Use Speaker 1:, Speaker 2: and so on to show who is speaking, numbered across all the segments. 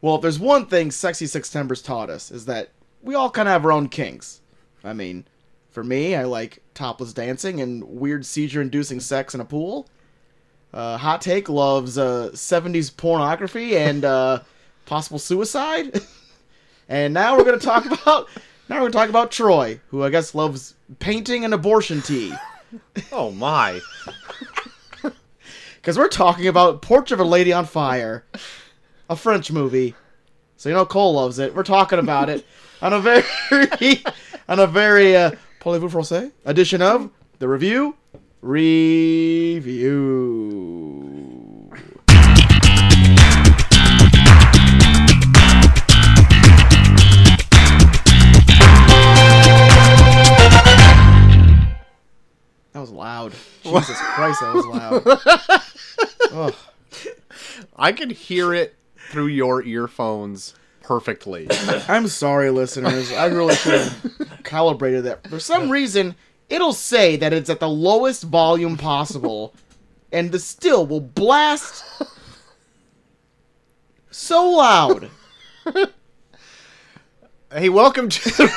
Speaker 1: Well, if there's one thing Sexy Six Timbers taught us is that we all kind of have our own kinks. I mean, for me, I like topless dancing and weird seizure-inducing sex in a pool. Uh, Hot Take loves uh, 70s pornography and uh, possible suicide. and now we're gonna talk about now we're gonna talk about Troy, who I guess loves painting and abortion tea.
Speaker 2: Oh my.
Speaker 1: Because we're talking about Portrait of a Lady on Fire, a French movie. So you know Cole loves it. We're talking about it on a very on a very uh, parlez-vous français edition of the review review. That was loud. Jesus Christ, that was loud. Ugh.
Speaker 2: I could hear it through your earphones perfectly.
Speaker 1: I'm sorry, listeners. I really should have calibrated that. For some reason, it'll say that it's at the lowest volume possible, and the still will blast so loud.
Speaker 2: hey, welcome to the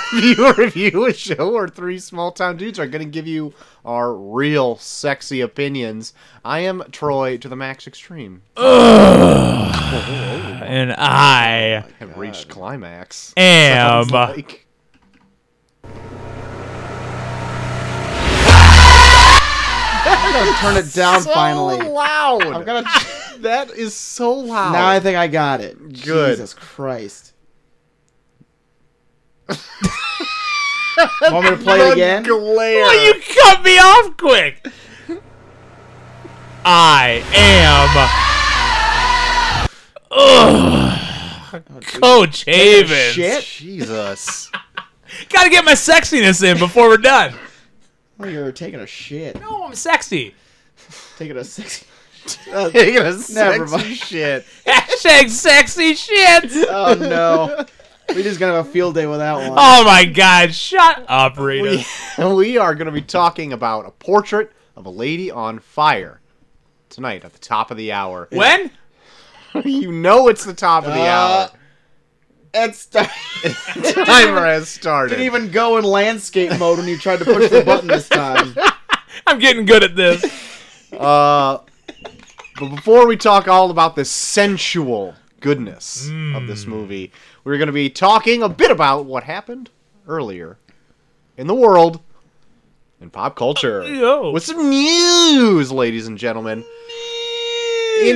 Speaker 2: Review Review, a show where three small town dudes are going to give you our real sexy opinions. I am Troy to the max extreme.
Speaker 3: and I
Speaker 2: I have reached climax.
Speaker 3: am.
Speaker 2: Sounds like-
Speaker 1: I'm gonna turn it down finally.
Speaker 2: So loud.
Speaker 1: I'm gonna.
Speaker 2: That is so loud.
Speaker 1: Now I think I got it.
Speaker 2: Good.
Speaker 1: Jesus Christ. Want me to play it
Speaker 2: The
Speaker 1: again?
Speaker 2: glare.
Speaker 3: Well, Oh, you cut me off quick. I am. Ugh. Coach Havens.
Speaker 1: Shit.
Speaker 2: Jesus.
Speaker 3: Gotta get my sexiness in before we're done.
Speaker 1: Oh, you're taking a shit.
Speaker 3: No, Oh, I'm sexy.
Speaker 1: Taking a six.
Speaker 2: You're gonna sexy
Speaker 1: mind.
Speaker 2: shit.
Speaker 3: Hashtag sexy shit.
Speaker 1: Oh no. We're just gonna have a field day with that one.
Speaker 3: Oh my god, shut up, Rita.
Speaker 2: We, we are gonna be talking about a portrait of a lady on fire tonight at the top of the hour.
Speaker 3: When?
Speaker 2: you know it's the top of the
Speaker 1: Uh,
Speaker 2: hour.
Speaker 1: It's time.
Speaker 2: Timer has started.
Speaker 1: didn't even go in landscape mode when you tried to push the button this time.
Speaker 3: I'm getting good at this.
Speaker 2: Uh, but before we talk all about the sensual goodness of
Speaker 1: Hmm.
Speaker 2: this movie, we're going to be talking a bit about what happened earlier in the world in pop culture
Speaker 1: Uh,
Speaker 3: Yo.
Speaker 2: with some news, ladies and gentlemen. I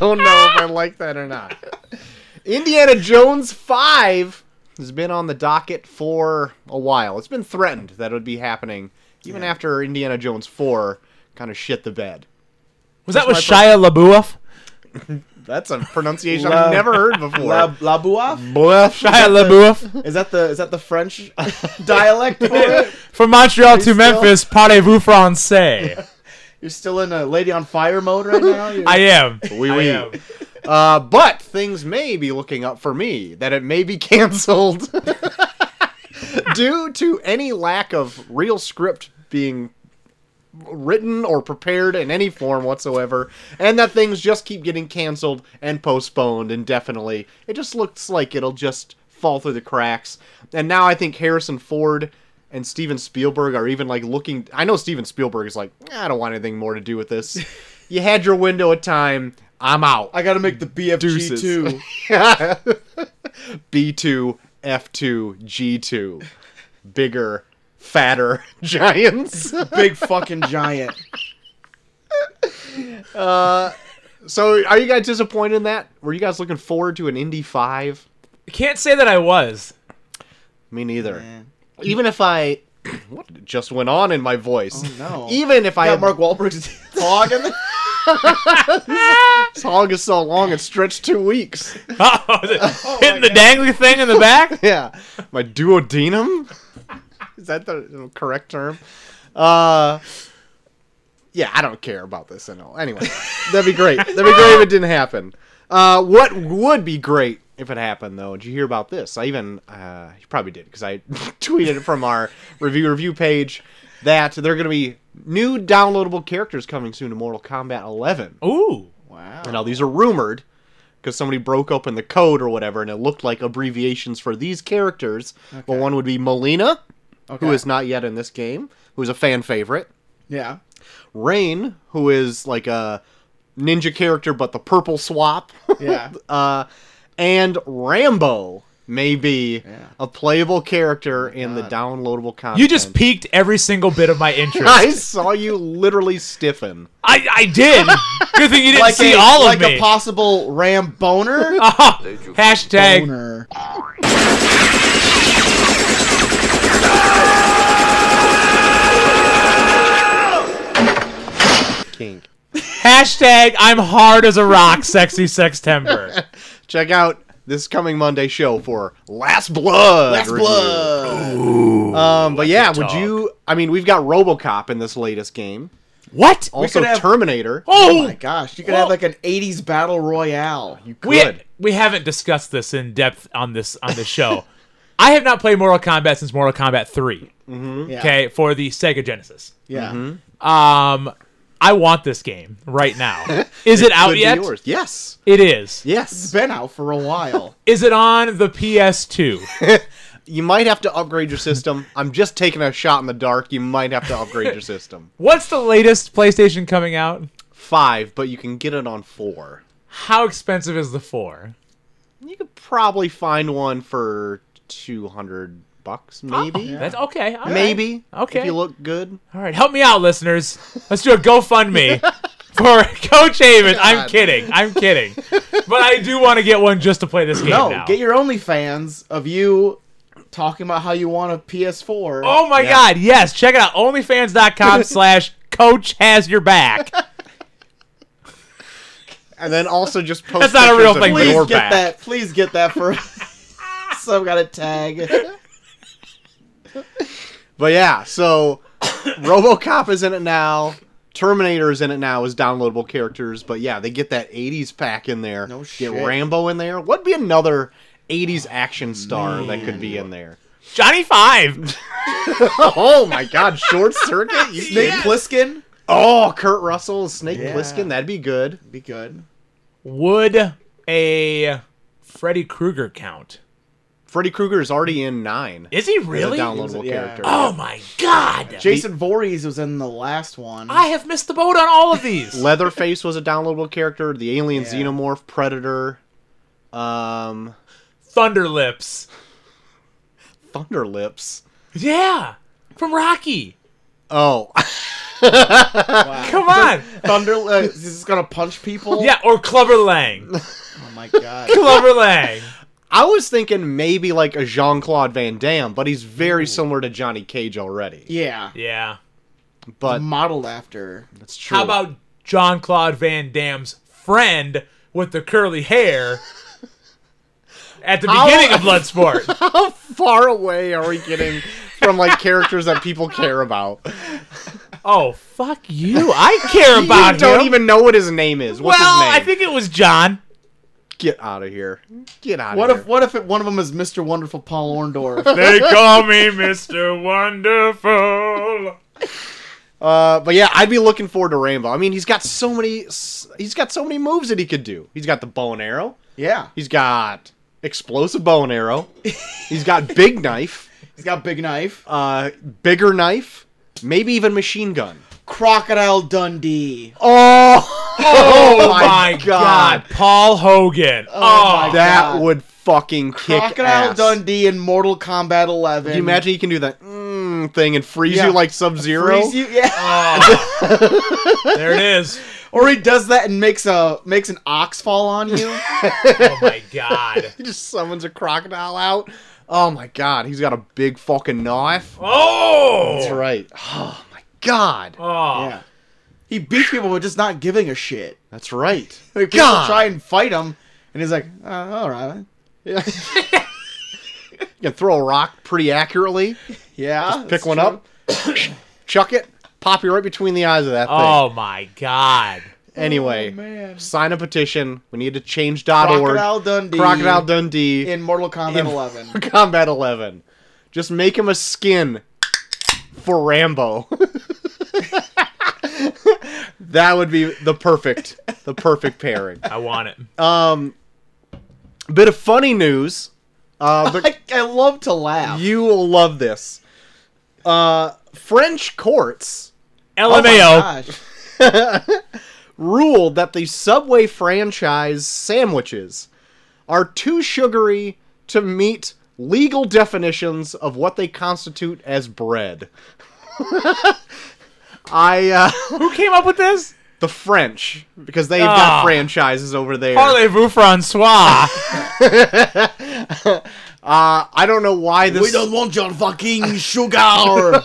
Speaker 2: don't know if I like that or not. Indiana Jones 5 has been on the docket for a while. It's been threatened that it would be happening even after Indiana Jones 4 kind of shit the bed.
Speaker 3: Was that with Shia LaBeouf?
Speaker 2: That's a pronunciation
Speaker 1: La-
Speaker 2: I've never heard before.
Speaker 1: La, la Bouffe?
Speaker 3: Shia LaBeouf.
Speaker 1: Is that the is that the French dialect for it?
Speaker 3: From Montreal to
Speaker 1: still-
Speaker 3: Memphis, parlez-vous français?
Speaker 1: You're still in a Lady on Fire mode right now. You're-
Speaker 3: I am.
Speaker 2: Oui,
Speaker 3: I
Speaker 2: oui.
Speaker 3: am.
Speaker 2: Uh, but things may be looking up for me that it may be canceled due to any lack of real script being written or prepared in any form whatsoever, and that things just keep getting canceled and postponed indefinitely. It just looks like it'll just fall through the cracks. And now I think Harrison Ford and Steven Spielberg are even like looking. I know Steven Spielberg is like, "Nah, I don't want anything more to do with this. You had your window of time. I'm out.
Speaker 1: I gotta make the BFG
Speaker 2: Deuces.
Speaker 1: too.
Speaker 2: B2, F2, G2. Bigger, fatter giants.
Speaker 1: Big fucking giant.
Speaker 2: so, are you guys disappointed in that? Were you guys looking forward to an Indy 5?
Speaker 3: Can't say that I was.
Speaker 2: Me neither.
Speaker 1: Man.
Speaker 2: Even if I. What just went on in my voice?
Speaker 1: Oh, no.
Speaker 2: Even if I
Speaker 1: Got
Speaker 2: had
Speaker 1: Mark Wahlberg's dog in there.
Speaker 2: this hog is so long, it stretched two weeks.
Speaker 3: Oh, hitting the dangly thing in the back.
Speaker 2: Yeah, my duodenum. Is that the correct term? Uh, yeah, I don't care about this at all. Anyway, that'd be great. That'd be great if it didn't happen. Uh, what would be great if it happened though? Did you hear about this? I even uh, you probably did because I tweeted it from our review review page that there are going to be new downloadable characters coming soon to Mortal Kombat 11.
Speaker 3: Ooh,
Speaker 1: Wow.
Speaker 2: And now these are rumored, because somebody broke open the code or whatever, and it looked like abbreviations for these characters. But one would be Molina, who
Speaker 1: Okay.
Speaker 2: is not yet in this game, who's a fan favorite.
Speaker 1: Yeah.
Speaker 2: Rain, who is like a ninja character, but the purple swap.
Speaker 1: Yeah.
Speaker 2: uh, and Rambo may be
Speaker 1: Yeah. Oh
Speaker 2: a playable character in the downloadable content.
Speaker 3: You just peaked every single bit of my interest.
Speaker 2: I saw you literally stiffen.
Speaker 3: I, I did. Good thing you didn't
Speaker 1: like
Speaker 3: see
Speaker 1: a,
Speaker 3: all
Speaker 1: like
Speaker 3: of me.
Speaker 1: a possible Ram boner.
Speaker 3: Ah, hashtag
Speaker 1: boner.
Speaker 2: Kink.
Speaker 3: hashtag I'm hard as a rock, sexy sex temper.
Speaker 2: Check out this coming Monday show for Last Blood.
Speaker 1: That's
Speaker 2: review.
Speaker 1: blood.
Speaker 2: Um, but yeah, would
Speaker 3: talk.
Speaker 2: you? I mean, we've got RoboCop in this latest game.
Speaker 3: What?
Speaker 2: Also,
Speaker 1: could have-
Speaker 2: Terminator.
Speaker 1: Oh my
Speaker 3: oh,
Speaker 1: gosh, you could have
Speaker 3: Well-
Speaker 1: like an '80s battle royale. You could.
Speaker 3: we,
Speaker 2: Good.
Speaker 3: we haven't discussed this in depth on this on the show. I have not played Mortal Kombat since Mortal Kombat 3.
Speaker 1: Yeah.
Speaker 3: Okay, for the Sega Genesis.
Speaker 1: Yeah.
Speaker 3: Um, I want this game right now. Is it
Speaker 2: Could
Speaker 3: out
Speaker 2: be
Speaker 3: yet?
Speaker 2: yours. Yes.
Speaker 3: It is.
Speaker 1: It's
Speaker 2: Yes.
Speaker 1: been out for a while.
Speaker 3: Is it on the PS2?
Speaker 2: You might have to upgrade your system. I'm just taking a shot in the dark. You might have to upgrade your system.
Speaker 3: What's the latest PlayStation coming out?
Speaker 2: Five, but you can get it on four.
Speaker 3: How expensive is the 4?
Speaker 2: You could probably find one for two hundred bucks, maybe.
Speaker 3: Oh, That's okay. all right.
Speaker 2: Oh, Maybe.
Speaker 3: Okay.
Speaker 2: If you look good.
Speaker 3: All right, help me out, listeners. Let's do a GoFundMe for Coach Haven. I'm
Speaker 2: Oh, God.
Speaker 3: kidding. I'm kidding. But I do want to get one just to play this game
Speaker 1: no,
Speaker 3: now.
Speaker 1: get your OnlyFans of you talking about how you want a PS4.
Speaker 3: oh my God! Yes, check it out. OnlyFans.com/slash Coach has your back.
Speaker 2: And then also just post.
Speaker 3: That's not a
Speaker 2: pictures
Speaker 3: real
Speaker 2: of
Speaker 3: thing, but
Speaker 2: your
Speaker 1: please get
Speaker 3: back.
Speaker 1: that. Please get that for some kind of tag.
Speaker 2: But yeah, so RoboCop is in it now. Terminator is in it now as downloadable characters. But yeah, they get that '80s pack in there.
Speaker 1: No
Speaker 2: Get
Speaker 1: shit.
Speaker 2: Rambo in there. What'd be another '80s action star that could be in there?
Speaker 3: Johnny Five.
Speaker 2: oh my God, Short Circuit. You
Speaker 1: Snake
Speaker 2: think?
Speaker 1: Plissken
Speaker 2: Oh, Kurt Russell, as Snake
Speaker 1: Yeah.
Speaker 2: Plissken. That'd be good.
Speaker 1: be good.
Speaker 3: Would a Freddy Krueger count?
Speaker 2: Freddy Krueger is already in nine.
Speaker 3: Is he
Speaker 2: as
Speaker 3: really?
Speaker 2: a downloadable
Speaker 1: Yeah.
Speaker 2: character.
Speaker 3: Oh my God!
Speaker 1: Jason Voorhees was in the last one.
Speaker 3: I have missed the boat on all of these.
Speaker 2: Leatherface was a downloadable character. The alien
Speaker 1: Yeah.
Speaker 2: xenomorph predator. Um,
Speaker 3: Thunderlips.
Speaker 2: Thunderlips.
Speaker 3: Yeah, from Rocky.
Speaker 2: Oh,
Speaker 3: Come on.
Speaker 1: Thunder uh, is this gonna punch people?
Speaker 3: Yeah, or Clever Lang.
Speaker 1: Oh my god.
Speaker 3: Clever Lang.
Speaker 2: I was thinking maybe like a Jean Claude Van Damme, but he's very similar to Johnny Cage already.
Speaker 1: Yeah.
Speaker 3: Yeah.
Speaker 2: But
Speaker 1: Modeled after.
Speaker 2: that's true.
Speaker 3: Mm. How about John Claude Van Damme's friend with the curly hair at the beginning of Bloodsport?
Speaker 2: how far away are we getting from like characters that people care about?
Speaker 3: oh, fuck you. I care about
Speaker 2: you don't
Speaker 3: him.
Speaker 2: even know what his name is. What's
Speaker 3: well,
Speaker 2: his name?
Speaker 3: I think it was John.
Speaker 2: Get out of here. Get out
Speaker 1: What
Speaker 2: of
Speaker 1: if
Speaker 2: here.
Speaker 1: what if it, one of them is Mr. Wonderful Paul Orndorff?
Speaker 3: They call me Mr. Wonderful.
Speaker 2: Uh, but yeah, I'd be looking forward to Rainbow. I mean, he's got so many. s- He's got so many moves that he could do. He's got the bow and arrow.
Speaker 1: yeah.
Speaker 2: He's got explosive bow and arrow. He's got big knife.
Speaker 1: He's got big knife.
Speaker 2: uh, bigger knife, maybe even machine gun.
Speaker 1: Crocodile Dundee.
Speaker 2: Oh,
Speaker 3: Oh, my god. Paul Hogan. Oh,
Speaker 1: my
Speaker 2: That
Speaker 1: God.
Speaker 2: would fucking kick
Speaker 1: Crocodile
Speaker 2: ass.
Speaker 1: Dundee in Mortal Kombat 11.
Speaker 2: Can you imagine he can do that mm, thing and freeze
Speaker 1: Yeah.
Speaker 2: you like Sub Zero?
Speaker 1: Freeze you- yeah.
Speaker 3: Oh. there it is.
Speaker 1: Or he does that and makes a makes an ox fall on you.
Speaker 3: Oh my god.
Speaker 2: He just summons a crocodile out. Oh my god, he's got a big fucking knife.
Speaker 3: Oh.
Speaker 2: That's right. Oh my god.
Speaker 3: Oh.
Speaker 1: yeah. He beats people with just not giving a shit.
Speaker 2: That's right.
Speaker 1: Like, people
Speaker 2: God.
Speaker 1: try and fight him, and he's like, uh, all right.
Speaker 2: Yeah. you can throw a rock pretty accurately.
Speaker 1: Yeah.
Speaker 2: Pick
Speaker 1: that's
Speaker 2: one
Speaker 1: true.
Speaker 2: up, chuck it, pop you right between the eyes of that thing.
Speaker 3: Oh my god.
Speaker 2: Anyway,
Speaker 1: Oh, man.
Speaker 2: sign a petition. We need to change.org.
Speaker 1: Crocodile Dundee.
Speaker 2: Crocodile Dundee
Speaker 1: in Mortal Kombat
Speaker 2: in
Speaker 1: 11.
Speaker 2: Combat 11. Just make him a skin for Rambo. that would be the perfect, the perfect pairing.
Speaker 3: I want it.
Speaker 2: Um, Bit of funny news. Uh, but
Speaker 1: I, I love to laugh.
Speaker 2: you will love this. Uh, French courts
Speaker 1: Oh my
Speaker 3: LMAO.
Speaker 1: gosh.
Speaker 2: ruled that the Subway franchise sandwiches are too sugary to meet legal definitions of what they constitute as bread. I uh,
Speaker 3: Who came up with this?
Speaker 2: the French because they've
Speaker 3: Ah.
Speaker 2: got franchises over there.
Speaker 3: Parlez-vous Francois.
Speaker 2: Uh, I don't know why this.
Speaker 1: We don't want your fucking sugar.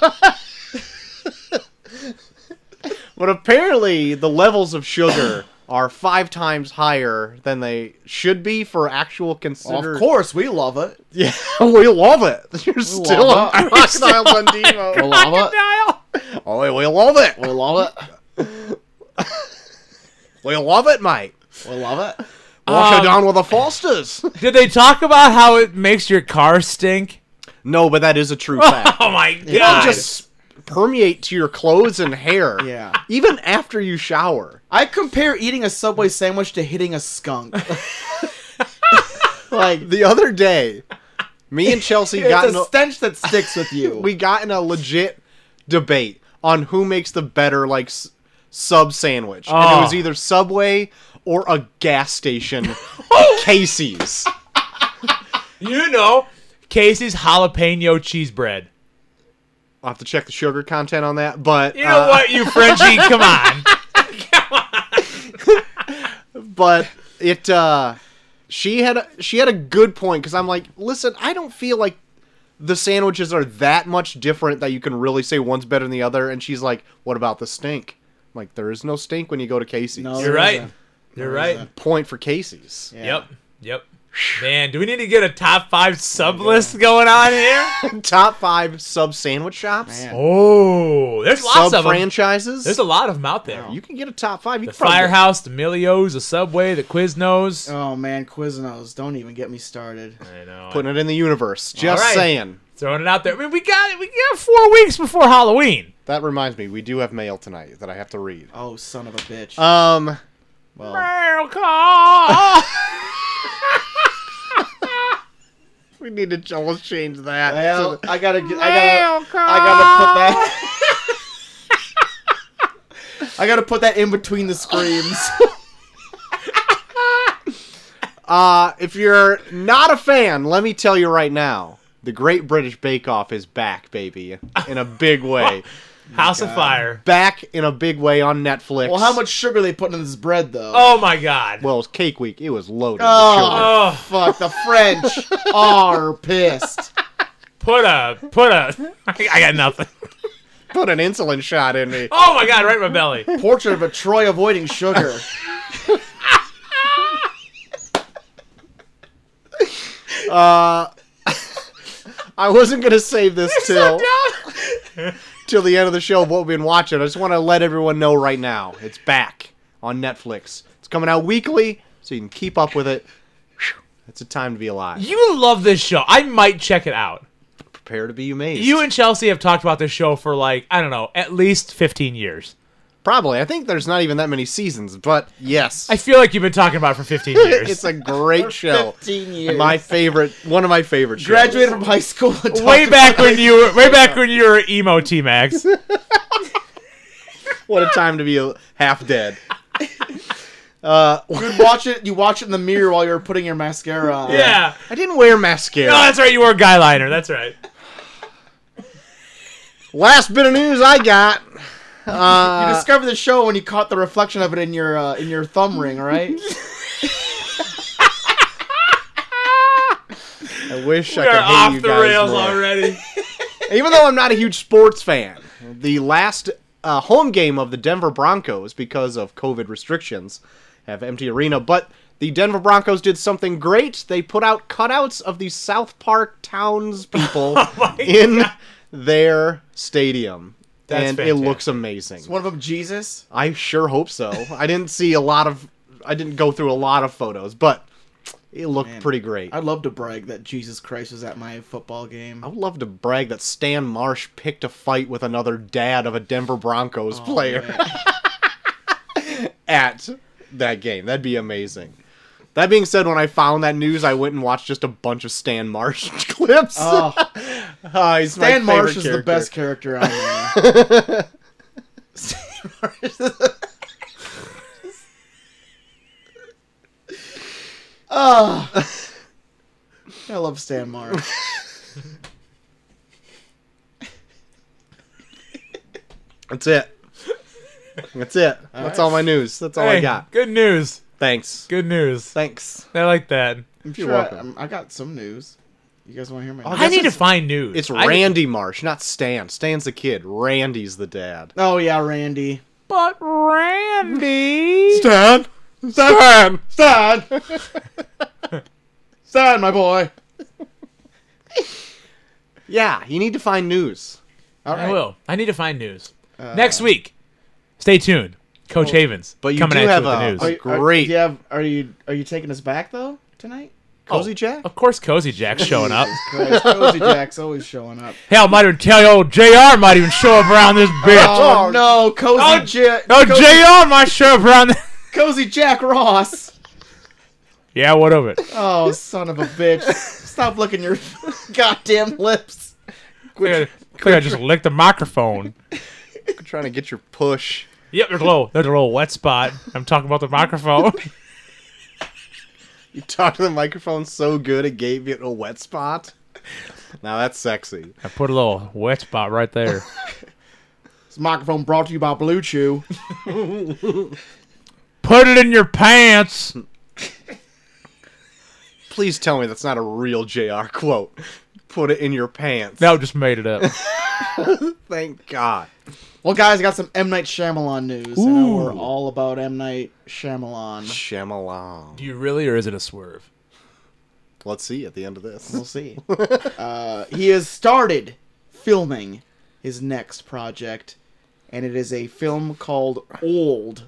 Speaker 2: But apparently, the levels of sugar are five times higher than they should be for actual considered.
Speaker 1: of course, we love it.
Speaker 2: Yeah, we love it. You're still
Speaker 1: love
Speaker 2: on
Speaker 1: it.
Speaker 2: Crocodile Dundee.
Speaker 1: We love it.
Speaker 3: Crocodile.
Speaker 2: Oh, we love it.
Speaker 1: We love it.
Speaker 2: We love it, mate.
Speaker 1: We love it.
Speaker 2: Wash
Speaker 3: Um,
Speaker 2: it down with the Fosters.
Speaker 3: Did they talk about how it makes your car stink?
Speaker 2: no, but that is a true fact.
Speaker 3: Oh my god!
Speaker 2: It'll just permeate to your clothes and hair.
Speaker 1: Yeah.
Speaker 2: Even after you shower.
Speaker 1: I compare eating a Subway sandwich to hitting a skunk. like
Speaker 2: The other day, me and Chelsea
Speaker 1: it's
Speaker 2: got in
Speaker 1: a
Speaker 2: a-
Speaker 1: stench that sticks with you.
Speaker 2: we got in a legit debate on who makes the better like s- sub sandwich, and
Speaker 3: Oh.
Speaker 2: it was either Subway or a gas station, Oh. Casey's.
Speaker 3: you know, Casey's jalapeno cheese bread.
Speaker 2: I'll have to check the sugar content on that, but
Speaker 3: You know
Speaker 2: uh,
Speaker 3: what, you Frenchie? Come on.
Speaker 2: but it uh, she had a, she had a good point because I'm like, listen, I don't feel like the sandwiches are that much different that you can really say one's better than the other, and she's like, what about the stink? I'm like, there is no stink when you go to Casey's.
Speaker 1: No.
Speaker 3: You're right. You're right.
Speaker 2: Point for Casey's.
Speaker 1: Yeah.
Speaker 3: Yep. Yep. Man, do we need to get a top five sub list going on here?
Speaker 2: top five sub sandwich shops,
Speaker 1: Man.
Speaker 3: Oh, there's lots
Speaker 2: sub
Speaker 3: of them.
Speaker 2: franchises.
Speaker 3: There's a lot of them out there.
Speaker 2: you can get a top five. You
Speaker 3: The
Speaker 2: can probably-
Speaker 3: Firehouse, the Milios, the Subway, the Quiznos.
Speaker 1: Oh man, Quiznos! Don't even get me started.
Speaker 3: I know.
Speaker 2: putting it in the universe. Just
Speaker 3: All right.
Speaker 2: saying.
Speaker 3: Throwing it out there. I mean, we got it. We got four weeks before Halloween.
Speaker 2: That reminds me, we do have mail tonight that I have to read.
Speaker 1: Oh son of a bitch.
Speaker 2: Um,
Speaker 1: well,
Speaker 3: Mail call.
Speaker 2: we need to ch- let's change that.
Speaker 1: well, I gotta, get, I
Speaker 3: Mail
Speaker 1: gotta, I gotta put that. I gotta put that in between the screams.
Speaker 2: uh, if you're not a fan, let me tell you right now, the Great British Bake Off is back, baby, in a big way.
Speaker 3: House of Fire.
Speaker 2: back in a big way on Netflix.
Speaker 1: well, how much sugar they putting in this bread though?
Speaker 3: Oh my God.
Speaker 2: Well, it was Cake Week. It was loaded. with
Speaker 1: Oh.
Speaker 2: sugar.
Speaker 3: Oh,
Speaker 1: fuck! The French are pissed.
Speaker 3: put a put a. I got nothing.
Speaker 2: Put an insulin shot in me.
Speaker 3: Oh my God, right in my belly.
Speaker 1: Portrait of a Troy avoiding sugar.
Speaker 2: I wasn't gonna save this till.
Speaker 3: No.
Speaker 2: till the end of the show of what we've been watching. I just want to let everyone know right now it's back on Netflix. It's coming out weekly, so you can keep up with it. Whew, It's a time to be alive.
Speaker 3: You love this show. I might check it out.
Speaker 2: Prepare to be amazed.
Speaker 3: You and Chelsea have talked about this show for like I don't know, at least fifteen years.
Speaker 2: probably. I think there's not even that many seasons, but yes,
Speaker 3: I feel like you've been talking about it for fifteen years.
Speaker 2: it's a great show.
Speaker 1: Fifteen years.
Speaker 2: My favorite, one of my favorite. shows.
Speaker 1: graduated from high school. and talked
Speaker 3: way
Speaker 1: about
Speaker 3: back when
Speaker 1: it.
Speaker 3: you were way back when you were emo T Max.
Speaker 2: What a time to be a- half dead.
Speaker 1: You'd watch it. You watch it in the mirror while you're putting your mascara on.
Speaker 3: Yeah.
Speaker 2: I didn't wear mascara.
Speaker 3: Oh, that's right. You wore a guy liner. That's right.
Speaker 2: Last bit of news I got.
Speaker 1: You discovered the show when you caught the reflection of it in your uh, in your thumb ring, right?
Speaker 2: I wish I could
Speaker 3: We are
Speaker 2: hate
Speaker 3: off
Speaker 2: you
Speaker 3: the
Speaker 2: guys
Speaker 3: rails
Speaker 2: more.
Speaker 3: already.
Speaker 2: Even though I'm not a huge sports fan, the last uh, home game of the Denver Broncos, because of COVID restrictions, have empty arena. But the Denver Broncos did something great. They put out cutouts of the South Park townspeople
Speaker 3: Oh
Speaker 2: in their stadium.
Speaker 3: That's
Speaker 2: and it
Speaker 3: fantastic.
Speaker 2: looks amazing.
Speaker 1: One of them, Jesus.
Speaker 2: I sure hope so. I didn't see a lot of, I didn't go through a lot of photos, but it looked pretty great.
Speaker 1: I'd love to brag that Jesus Christ was at my football game.
Speaker 3: Oh.
Speaker 2: I would love to brag that Stan Marsh picked a fight with another dad of a Denver Broncos player
Speaker 1: Man.
Speaker 2: at that game. That'd be amazing. That being said, when I found that news, I went and watched just a bunch of Stan Marsh clips.
Speaker 1: Oh,
Speaker 2: Ah, he's my
Speaker 1: Dan
Speaker 2: favorite
Speaker 1: Marsh is the
Speaker 2: character.
Speaker 1: best character on there. Oh, I love Stan Marsh.
Speaker 2: That's it. That's it. That's all my news. That's all Oh, I
Speaker 3: Hey,
Speaker 2: got.
Speaker 3: Good news.
Speaker 2: Thanks.
Speaker 3: Good news.
Speaker 2: Thanks.
Speaker 3: I like that.
Speaker 2: You're
Speaker 1: Sure,
Speaker 2: welcome.
Speaker 1: I, I got some news. You guys want to hear my?
Speaker 2: I
Speaker 3: I
Speaker 2: guess
Speaker 3: need to
Speaker 2: it's-
Speaker 3: find news.
Speaker 2: It's
Speaker 3: I-
Speaker 2: Randy Marsh, not Stan. Stan's the kid. Randy's the dad.
Speaker 1: oh yeah, Randy.
Speaker 3: But Randy.
Speaker 2: Stan. Stan.
Speaker 1: Stan, Stan, my boy.
Speaker 2: Yeah, you need to find news.
Speaker 1: All
Speaker 3: I
Speaker 1: right. Uh,
Speaker 3: will. I need to find news. Next week. Stay tuned. Coach Havens.
Speaker 2: but you
Speaker 3: coming
Speaker 2: do
Speaker 3: at
Speaker 2: have
Speaker 3: you with
Speaker 2: a-
Speaker 3: the news.
Speaker 1: Are you- are-
Speaker 2: Great.
Speaker 1: do you have- are you are you taking us back though tonight?
Speaker 2: Cozy
Speaker 3: Oh.
Speaker 2: Jack?
Speaker 3: Of course, Cozy Jack's showing up.
Speaker 1: Jesus Christ, Cozy Jack's always showing up.
Speaker 3: Hell, might even tell you old JR might even show up around this bitch.
Speaker 1: Oh, no, Cozy
Speaker 3: Oh,
Speaker 1: Jack.
Speaker 3: Oh,
Speaker 1: Cozy,
Speaker 3: JR might show up around. The-
Speaker 1: Cozy Jack Ross.
Speaker 3: yeah, what of it?
Speaker 1: Oh, son of a bitch! Stop looking your goddamn lips.
Speaker 3: I think I just licked the microphone.
Speaker 2: Trying to get your push.
Speaker 3: Yep, there's a little, there's a little wet spot. I'm talking about the microphone.
Speaker 2: You talk to the microphone so good it gave you a wet spot. Now that's sexy.
Speaker 3: I put a little wet spot right there.
Speaker 1: This microphone brought to you by Blue Chew.
Speaker 3: Put it in your pants.
Speaker 2: Please tell me that's not a real JR quote. Put it in your pants.
Speaker 3: No, just made it up.
Speaker 2: Thank God.
Speaker 1: Well, guys, I got some M Night Shyamalan news. I know we're
Speaker 3: Ooh.
Speaker 1: all about M Night Shyamalan.
Speaker 2: Shyamalan.
Speaker 3: you really, or is it a swerve?
Speaker 2: Let's see at the end of this.
Speaker 1: We'll see. uh, he has started filming his next project, and it is a film called Old,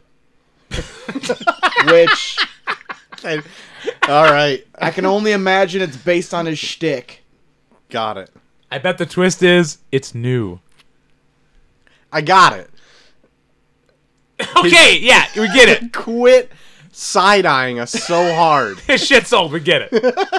Speaker 1: which
Speaker 2: Okay. All right.
Speaker 1: I can only imagine it's based on his shtick.
Speaker 2: Got it.
Speaker 3: I bet the twist is it's new.
Speaker 2: I got it.
Speaker 3: Okay, yeah, we get it.
Speaker 2: Quit side eyeing us so hard.
Speaker 3: This shit's old. We get it.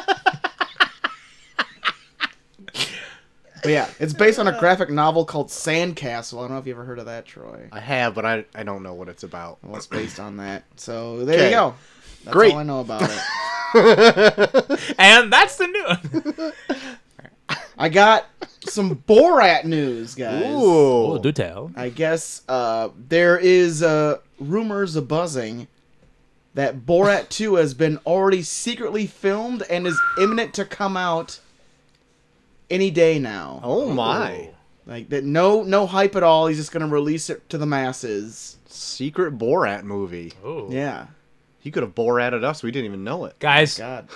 Speaker 1: But yeah, it's based on a graphic novel called Sandcastle. I don't know if you ever heard of that, Troy.
Speaker 2: I have, but I, I don't know what it's about.
Speaker 1: Well, it's based on that. So there
Speaker 2: Okay.
Speaker 1: you go. That's
Speaker 2: Great.
Speaker 1: all I know about it.
Speaker 3: And that's the new.
Speaker 1: I got some Borat news, guys.
Speaker 3: Oh,
Speaker 2: Ooh.
Speaker 3: do tell.
Speaker 1: I guess uh, there is uh, rumors a buzzing that Borat 2 has been already secretly filmed and is imminent to come out any day now.
Speaker 2: Oh my.
Speaker 1: Like that no no hype at all. He's just going to release it to the masses.
Speaker 2: Secret Borat movie.
Speaker 3: Ooh.
Speaker 1: Yeah.
Speaker 2: He could have Borated us. We didn't even know it.
Speaker 3: Guys,
Speaker 1: Oh God.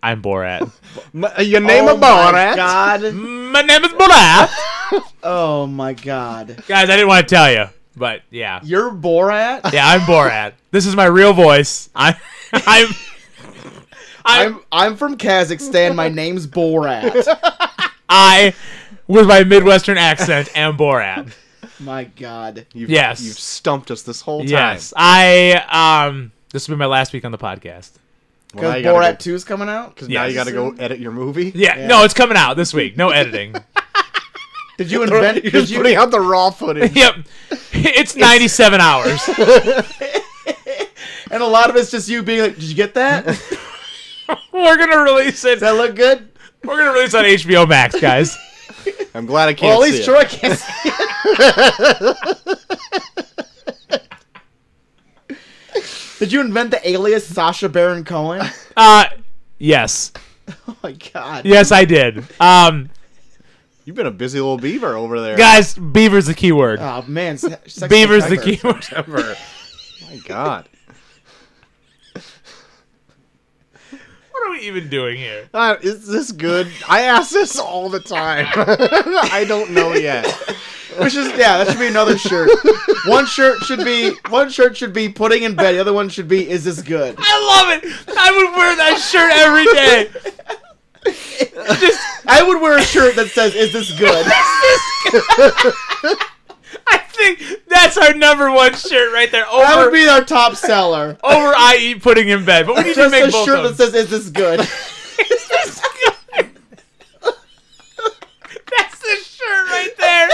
Speaker 3: I'm Borat.
Speaker 2: M- uh, your name
Speaker 1: oh
Speaker 2: a
Speaker 1: My
Speaker 2: Borat.
Speaker 1: God.
Speaker 3: My name is Borat.
Speaker 1: Oh my god.
Speaker 3: Guys, I didn't want to tell you, but yeah,
Speaker 1: You're Borat?
Speaker 3: yeah, I'm Borat. This is my real voice. I'm, I'm, I'm,
Speaker 1: I'm I'm from Kazakhstan. My name's Borat.
Speaker 3: I, with my Midwestern accent, am Borat.
Speaker 1: My god.
Speaker 2: You've,
Speaker 3: Yes.
Speaker 2: You've stumped us this whole time.
Speaker 3: Yes, I. Um, this will be my last week on the podcast.
Speaker 2: Well, now
Speaker 1: Cuz
Speaker 2: you gotta
Speaker 1: Borat
Speaker 2: go-
Speaker 1: 2's coming out?
Speaker 2: now you
Speaker 3: Yes.
Speaker 2: got to go edit your movie.
Speaker 3: Yeah,
Speaker 1: Yeah.
Speaker 3: no, it's coming out this week. No editing.
Speaker 1: Did you invent did
Speaker 2: You're just
Speaker 1: you
Speaker 2: putting out the raw footage.
Speaker 3: yep, it's 97 hours.
Speaker 1: And a lot of it's just you being like, "Did you get that? Does
Speaker 3: We're gonna release it.
Speaker 1: that
Speaker 3: We're
Speaker 1: look good?"
Speaker 3: gonna release it on HBO Max, guys.
Speaker 2: I'm glad I can't
Speaker 1: Well, at
Speaker 2: see
Speaker 1: least
Speaker 2: it.
Speaker 1: Troy can't see it. Did you invent the alias Sasha Baron Cohen?
Speaker 3: Uh, yes,
Speaker 1: Oh my god!
Speaker 3: yes, I did. Um,
Speaker 2: You've been a busy little beaver over there.
Speaker 3: guys, Beaver's the keyword.
Speaker 1: Oh man, se- sexual
Speaker 3: Beaver's the
Speaker 1: predator.
Speaker 3: keyword.
Speaker 2: Ever. My God.
Speaker 3: What are we even doing here?
Speaker 2: Uh, is this good? I ask this all the time. I don't know yet.
Speaker 1: Which is yeah, that should be another shirt. One shirt should be one shirt should be putting in bed. The other one should be is this good?
Speaker 3: I love it. I would wear that shirt every day.
Speaker 1: I would wear a shirt that says is this good?
Speaker 3: I think That's our number one shirt right there. Over,
Speaker 1: That would be our top seller.
Speaker 3: over I eat pudding in bed. But we need to
Speaker 1: Just
Speaker 3: make
Speaker 1: a
Speaker 3: both
Speaker 1: shirt
Speaker 3: of
Speaker 1: that
Speaker 3: them.
Speaker 1: says, "Is this good?"
Speaker 3: That's the shirt right there.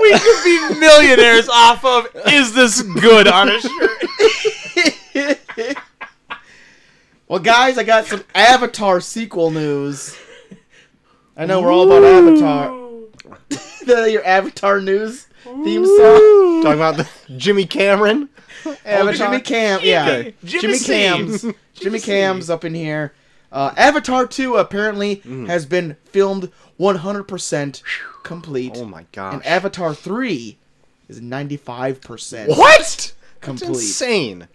Speaker 3: We could be millionaires off of is this good on a shirt?
Speaker 1: well, guys, I got some Avatar sequel news. I know we're all about Avatar. The- your Avatar news
Speaker 2: Oh,
Speaker 1: theme song.
Speaker 2: Talking about the Jimmy Cameron. Avatar.
Speaker 1: Jimmy Cam, yeah,
Speaker 2: Okay.
Speaker 1: Jimmy,
Speaker 3: Seams.
Speaker 1: Cams, Jimmy Cams up in here. Uh, Avatar 2 apparently
Speaker 2: Mm.
Speaker 1: has been filmed 100% complete.
Speaker 2: Oh my gosh.
Speaker 1: And Avatar 3 is 95%
Speaker 2: what? That's
Speaker 1: complete.
Speaker 2: insane.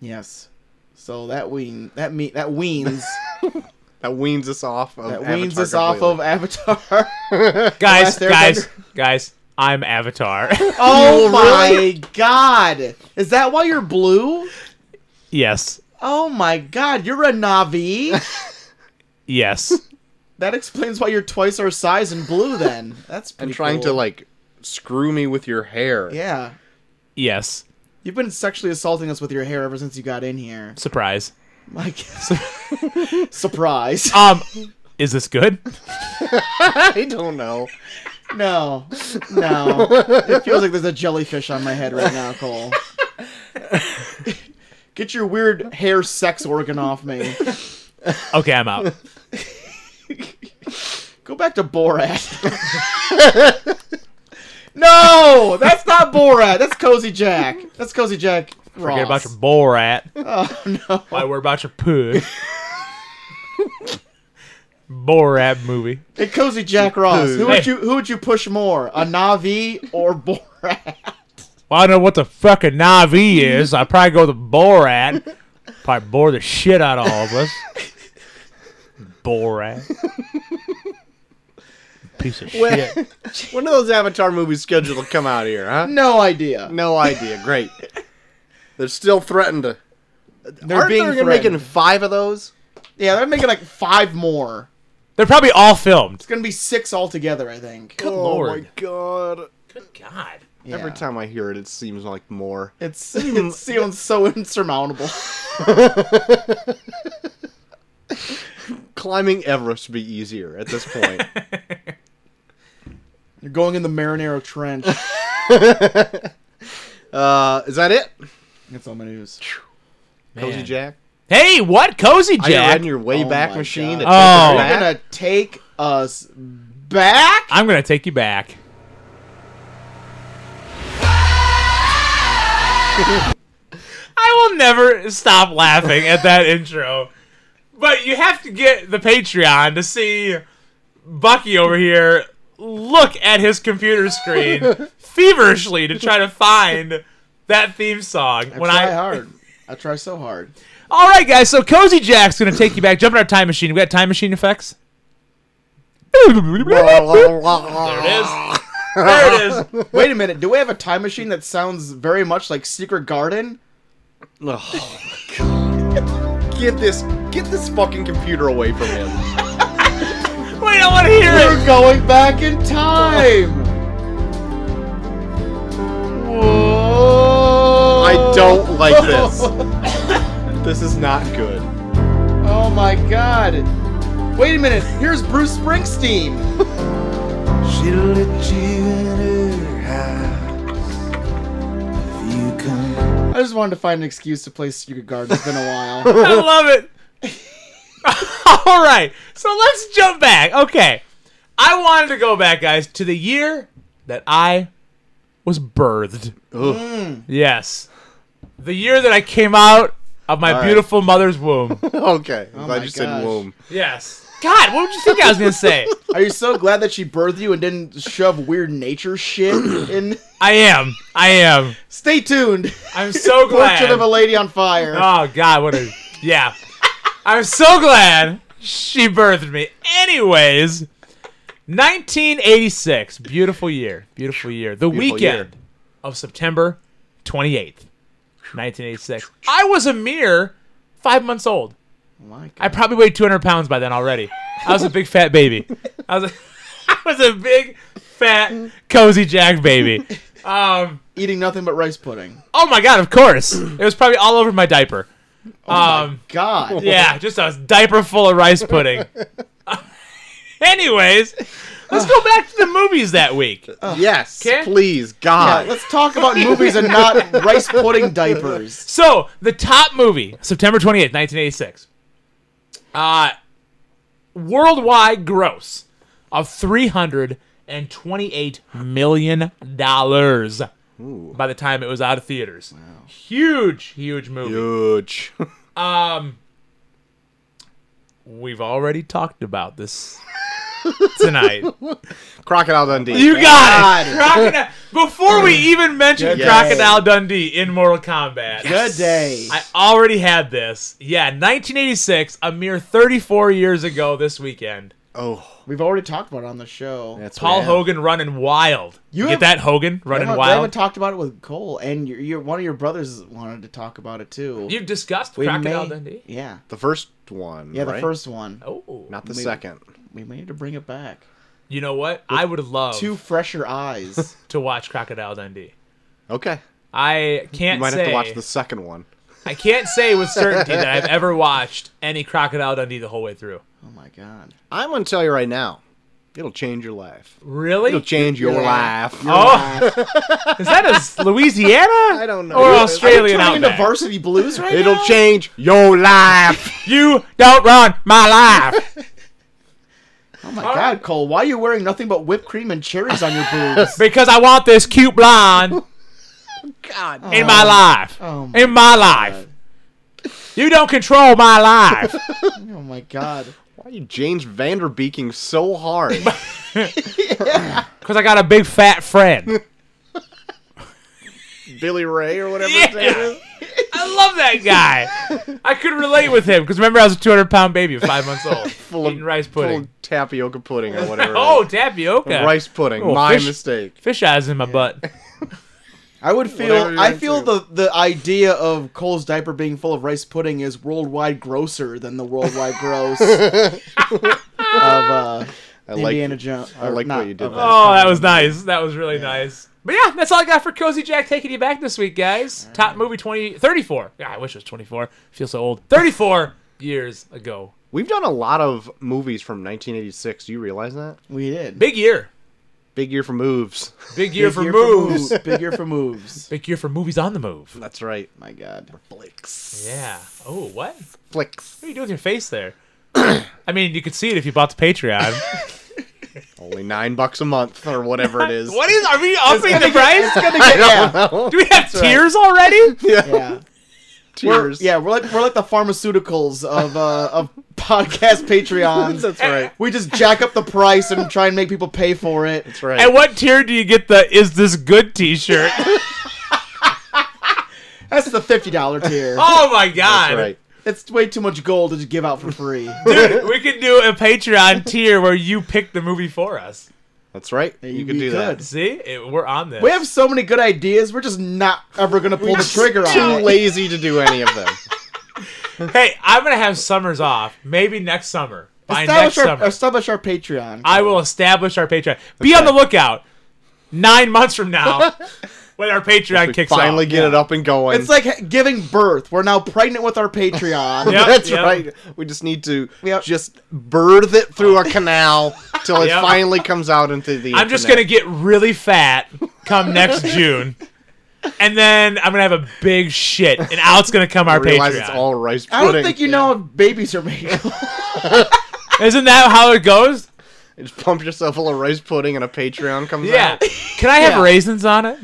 Speaker 1: Yes. So that ween that me that weans
Speaker 2: That weans us off of
Speaker 1: that
Speaker 2: Avatar
Speaker 1: weans us off of Avatar. Last
Speaker 3: Guys,
Speaker 1: Airbender.
Speaker 3: guys, guys, I'm Avatar.
Speaker 1: oh my
Speaker 2: really?
Speaker 1: god. Is that why you're blue?
Speaker 3: yes.
Speaker 1: Oh my god, you're a Navi.
Speaker 3: Yes.
Speaker 1: that explains why you're twice our size and blue then. That's pretty
Speaker 2: and trying to
Speaker 1: cool.
Speaker 2: like screw me with your hair.
Speaker 1: Yeah.
Speaker 3: Yes.
Speaker 1: You've been sexually assaulting us with your hair ever since you got in here.
Speaker 3: Surprise.
Speaker 1: Like surprise.
Speaker 3: Um, is this good?
Speaker 2: I don't know.
Speaker 1: No, no. It feels like there's a jellyfish on my head right now, Cole. Get your weird hair sex organ off me.
Speaker 3: Okay, I'm out.
Speaker 1: Go back to Borat. no, that's not Borat. That's Cozy Jack. That's Cozy Jack. Ross.
Speaker 3: Forget about your Borat.
Speaker 1: Oh no.
Speaker 3: Why worry about your poo? Borat movie.
Speaker 1: Hey, Cozy Jack Ross. Who
Speaker 3: Hey.
Speaker 1: would you who would you push more, a Navi or Borat?
Speaker 3: Well, I know what the fuck a Navi is. I probably go with Borat. Probably bore the shit out of all of us. Borat. Piece of
Speaker 2: When,
Speaker 3: shit.
Speaker 2: when are those Avatar movies scheduled to come out here, huh?
Speaker 1: No idea.
Speaker 2: No idea. Great. They're still threatened to.
Speaker 1: They're
Speaker 2: Aren't
Speaker 1: being
Speaker 2: they gonna
Speaker 1: threatened.
Speaker 2: making five of those?
Speaker 1: Yeah, they're making like five more.
Speaker 3: They're probably all filmed.
Speaker 1: It's gonna be six altogether, I think.
Speaker 3: Good
Speaker 2: oh
Speaker 3: lord.
Speaker 2: my god.
Speaker 3: Good God.
Speaker 2: Every
Speaker 1: Yeah.
Speaker 2: time I hear it, it seems like more.
Speaker 1: It's it sounds so insurmountable.
Speaker 2: Climbing Everest would be easier at this point.
Speaker 1: You're going in the Marinero Trench.
Speaker 2: uh, is that it?
Speaker 1: That's all my news.
Speaker 2: Cozy Jack?
Speaker 3: Hey, what? Cozy
Speaker 2: Are you
Speaker 3: Jack?
Speaker 2: riding your way
Speaker 1: Oh
Speaker 2: back
Speaker 1: my
Speaker 2: machine?
Speaker 1: God.
Speaker 2: to take us
Speaker 3: Oh.
Speaker 1: You're gonna take us back.
Speaker 2: back?
Speaker 3: I'm going to take you back. I will never stop laughing at that intro. But you have to get the Patreon to see Bucky over here look at his computer screen feverishly to try to find that theme song.
Speaker 1: I try hard. I try so hard.
Speaker 3: All right, guys. So Cozy Jack's going to take you back. Jump in our time machine. We got time machine effects.
Speaker 1: Oh.
Speaker 3: There it is. There it is.
Speaker 1: Wait a minute. Do we have a time machine that sounds very much like Secret Garden?
Speaker 2: Oh, God. Get this, get this fucking computer away from him.
Speaker 3: Wait, I want to hear it.
Speaker 1: We're going back in time. Whoa!
Speaker 2: I don't like this. This is not good.
Speaker 1: Oh my god. Wait a minute. Here's Bruce Springsteen.
Speaker 4: She let you in her house. If you come,
Speaker 1: I just wanted to find an excuse to play Secret Garden. It's been a while.
Speaker 3: I love it. All right, so let's jump back. Okay, I wanted to go back, guys, to the year that I was birthed. Mm.
Speaker 2: Ugh.
Speaker 3: Yes, the year that I came out of my
Speaker 2: right.
Speaker 3: beautiful mother's womb.
Speaker 2: Okay, I'm glad
Speaker 1: Oh my
Speaker 2: you
Speaker 1: gosh.
Speaker 2: said womb.
Speaker 3: yes. God, what would you think I was gonna say?
Speaker 1: Are you so glad that she birthed you and didn't shove weird nature shit in?
Speaker 3: I am. I am.
Speaker 1: Stay tuned.
Speaker 3: I'm so glad.
Speaker 1: Portrait of a lady on fire.
Speaker 3: Oh God, what a yeah. I'm so glad she birthed me. Anyways, 1986, beautiful year, beautiful year. The
Speaker 2: Beautiful
Speaker 3: weekend
Speaker 2: year.
Speaker 3: of September 28th, 1986. I was a mere five months old.
Speaker 1: my god.
Speaker 3: I probably weighed 200 pounds by then already. I was a big fat baby. I was. A- was a big, fat, cozy Jack baby. Um,
Speaker 1: Eating nothing but rice pudding.
Speaker 3: oh my god, of course. It was probably all over my diaper.
Speaker 2: Oh
Speaker 3: Um,
Speaker 1: God.
Speaker 3: yeah, just a diaper full of rice pudding. Anyways, let's go back to the movies that week.
Speaker 1: Uh,
Speaker 2: yes,
Speaker 3: Okay.
Speaker 2: please,
Speaker 1: Yeah,
Speaker 2: God.
Speaker 1: Uh, let's talk about movies and not rice pudding diapers.
Speaker 3: So, the top movie, September 28th, 1986. Uh, worldwide gross of $328 million by the time it was out of theaters. Huge, huge movie.
Speaker 2: Huge.
Speaker 3: We've already talked about this tonight.
Speaker 2: Crocodile Dundee.
Speaker 3: you got it. Crocodile. Before we even mentioned
Speaker 2: Yes.
Speaker 3: Crocodile Dundee in Mortal Kombat.
Speaker 1: Good day.
Speaker 3: I already had this. Yeah, 1986, a mere 34 years ago this weekend.
Speaker 2: Oh,
Speaker 1: We've already talked about it on the show.
Speaker 2: that's
Speaker 3: Paul
Speaker 2: rad.
Speaker 3: Hogan running wild. You
Speaker 1: You
Speaker 3: get
Speaker 1: have-
Speaker 3: that Hogan running
Speaker 1: haven't- haven't
Speaker 3: wild?
Speaker 1: talked about it with Cole, and your, your one of your brothers wanted to talk about it too.
Speaker 3: You've discussed
Speaker 1: We
Speaker 3: Crocodile
Speaker 1: may-
Speaker 3: Dundee.
Speaker 1: Yeah,
Speaker 2: The first one.
Speaker 1: yeah, the
Speaker 2: right?
Speaker 1: first one.
Speaker 3: Oh,
Speaker 2: Not the
Speaker 1: Maybe.
Speaker 2: second.
Speaker 1: We may need to bring it back.
Speaker 3: you know what? I would love
Speaker 1: Two fresher eyes.
Speaker 3: to watch Crocodile Dundee.
Speaker 2: Okay.
Speaker 3: I can't
Speaker 2: You might
Speaker 3: say
Speaker 2: have to watch the second one.
Speaker 3: I can't say with certainty that I've ever watched any Crocodile Dundee the whole way through.
Speaker 1: oh my god.
Speaker 2: I'm going to tell you right now. It'll change your life. It'll
Speaker 3: Really?
Speaker 2: change your
Speaker 1: Yeah.
Speaker 2: life.
Speaker 3: Oh, is that a s- Louisiana? I
Speaker 2: don't know.
Speaker 3: Or
Speaker 2: Are you
Speaker 3: Australian
Speaker 1: Turning into
Speaker 3: outback?
Speaker 1: varsity blues right
Speaker 2: It'll
Speaker 1: now?
Speaker 2: change your life.
Speaker 3: you don't run my life.
Speaker 1: Oh my god, Cole, why are you wearing nothing but whipped cream and cherries on your boobs?
Speaker 3: because I want this cute blonde
Speaker 2: God.
Speaker 3: in my life.
Speaker 1: oh my
Speaker 3: in my life. You don't control my life.
Speaker 1: Oh my god.
Speaker 2: Why are you James Vanderbeeking so hard?
Speaker 3: Because I got a big fat friend.
Speaker 2: Billy Ray or whatever his name
Speaker 3: Yeah.
Speaker 2: is?
Speaker 3: I love that guy. I could relate with him because remember I was a 200 pound baby at five months old,
Speaker 2: Full of-
Speaker 3: eating rice
Speaker 2: Full
Speaker 3: pudding.
Speaker 2: of tapioca pudding or whatever. it
Speaker 3: Oh,
Speaker 2: is.
Speaker 3: tapioca.
Speaker 2: rice pudding.
Speaker 3: Oh,
Speaker 2: my
Speaker 3: fish-
Speaker 2: mistake.
Speaker 3: Fish eyes in my butt.
Speaker 1: I would
Speaker 2: Whatever
Speaker 1: feel
Speaker 2: you're
Speaker 1: I feel
Speaker 2: into.
Speaker 1: the the idea of Cole's diaper being full of rice pudding is worldwide grosser than the worldwide gross of uh
Speaker 2: I
Speaker 1: Indiana
Speaker 2: like
Speaker 1: Jones.
Speaker 2: I
Speaker 1: or
Speaker 2: like
Speaker 1: not,
Speaker 2: what you did
Speaker 1: of,
Speaker 2: there.
Speaker 1: uh,
Speaker 3: Oh, that was nice. That was really nice. But yeah, that's all I got for Cozy Jack taking you back this week, guys. Top movie 20, 34. Yeah, I wish it was 24. I feel so old. 34 years ago.
Speaker 2: We've done a lot of movies from 1986. Do you realize that?
Speaker 1: we did.
Speaker 3: Big year.
Speaker 2: Big year for moves.
Speaker 3: Big year
Speaker 1: Big
Speaker 3: for moves.
Speaker 1: Big year for moves.
Speaker 3: Big year for movies on the move.
Speaker 2: That's right.
Speaker 1: My god.
Speaker 2: Flicks.
Speaker 3: Yeah. Oh, what? What
Speaker 2: Flicks.
Speaker 3: are you doing with your face there? I mean, you could see it if you bought the Patreon.
Speaker 2: Only nine bucks a month or whatever it is.
Speaker 3: what is? Are we upping the price?
Speaker 2: I don't know.
Speaker 3: Do we have tears already?
Speaker 1: Yeah. We're,
Speaker 2: Tears.
Speaker 1: yeah, we're like we're like the pharmaceuticals of uh of podcast Patreons.
Speaker 2: That's right.
Speaker 1: We just jack up the price and try and make people pay for it.
Speaker 2: That's right.
Speaker 3: At what tier do you get the "Is this good" T-shirt?
Speaker 1: That's the fifty dollar tier.
Speaker 3: Oh my god!
Speaker 2: That's right.
Speaker 1: It's way too much gold to just give out for free.
Speaker 3: Dude, we could do a Patreon tier where you pick the movie for us.
Speaker 2: That's right.
Speaker 1: Yeah,
Speaker 2: You
Speaker 1: you-
Speaker 2: could
Speaker 1: we
Speaker 2: do that.
Speaker 1: could.
Speaker 3: See, it, we're on this.
Speaker 1: We have so many good ideas. We're just not ever gonna pull the trigger
Speaker 2: Too
Speaker 1: on it.
Speaker 2: lazy to do any of them.
Speaker 3: hey, I'm gonna have summers off. Maybe next summer. By next
Speaker 1: Establish our,
Speaker 3: summer,
Speaker 1: establish our Patreon.
Speaker 3: I will establish our Patreon. Be on the lookout. Nine months from now, when our Patreon
Speaker 2: We
Speaker 3: kicks
Speaker 2: finally
Speaker 3: off.
Speaker 2: get it up and going.
Speaker 1: It's like giving birth. We're now pregnant with our Patreon.
Speaker 3: Yep,
Speaker 2: That's
Speaker 3: yep.
Speaker 2: right. We just need to
Speaker 1: Yep.
Speaker 2: just birth it through a canal till it
Speaker 3: Yep.
Speaker 2: finally comes out into the.
Speaker 3: I'm just gonna
Speaker 2: internet.
Speaker 3: get really fat come next June, and then I'm gonna have a big shit, and out's gonna come our
Speaker 2: I realize
Speaker 3: Patreon.
Speaker 2: it's all rice
Speaker 1: I
Speaker 2: pudding.
Speaker 1: don't think you know if babies are made.
Speaker 3: Isn't that how it goes?
Speaker 2: Just pump yourself full of rice pudding and a Patreon comes
Speaker 3: Yeah.
Speaker 2: out.
Speaker 3: Can I have
Speaker 1: Yeah.
Speaker 3: raisins on it?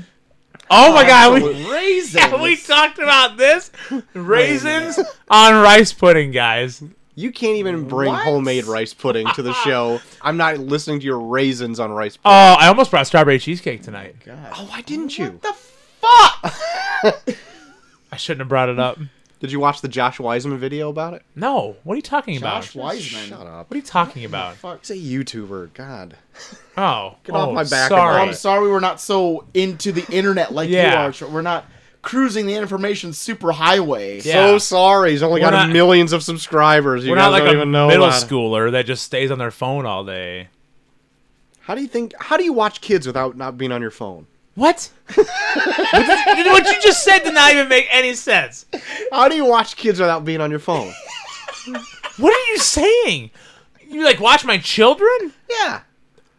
Speaker 3: Oh my god, we
Speaker 1: Raisins.
Speaker 3: Yeah, we talked about this. Raisins on rice pudding, guys.
Speaker 2: You can't even bring
Speaker 1: What?
Speaker 2: homemade rice pudding to the show. I'm not listening to your raisins on rice
Speaker 3: Oh,
Speaker 2: pudding.
Speaker 3: I almost brought strawberry cheesecake
Speaker 2: Oh
Speaker 3: tonight.
Speaker 1: God.
Speaker 2: why didn't you?
Speaker 1: Oh, What the fuck?
Speaker 3: I shouldn't have brought it up.
Speaker 2: Did you watch the Josh Wiseman video about it?
Speaker 3: No, what are you talking about?
Speaker 1: Josh Wiseman.
Speaker 2: Shut up.
Speaker 3: What are you talking about?
Speaker 2: He's a YouTuber. God.
Speaker 3: Oh,
Speaker 2: Get off
Speaker 3: oh,
Speaker 2: my back
Speaker 1: Oh,
Speaker 3: Sorry.
Speaker 1: I'm sorry we were not so into the internet like
Speaker 3: Yeah.
Speaker 1: you are. Tr- We're not cruising the information superhighway.
Speaker 3: Yeah.
Speaker 2: So sorry. He's only
Speaker 3: We're
Speaker 2: got
Speaker 3: not-
Speaker 2: millions of subscribers. You
Speaker 3: We're
Speaker 2: guys
Speaker 3: not like
Speaker 2: don't
Speaker 3: a
Speaker 2: even know
Speaker 3: middle
Speaker 2: about it.
Speaker 3: schooler that just stays on their phone all day.
Speaker 2: How do you think? How do you watch kids without not being on your phone?
Speaker 3: What? what you just said did not even make any sense.
Speaker 2: How do you watch kids without being on your phone?
Speaker 3: What are you saying? You like watch my children?
Speaker 2: yeah,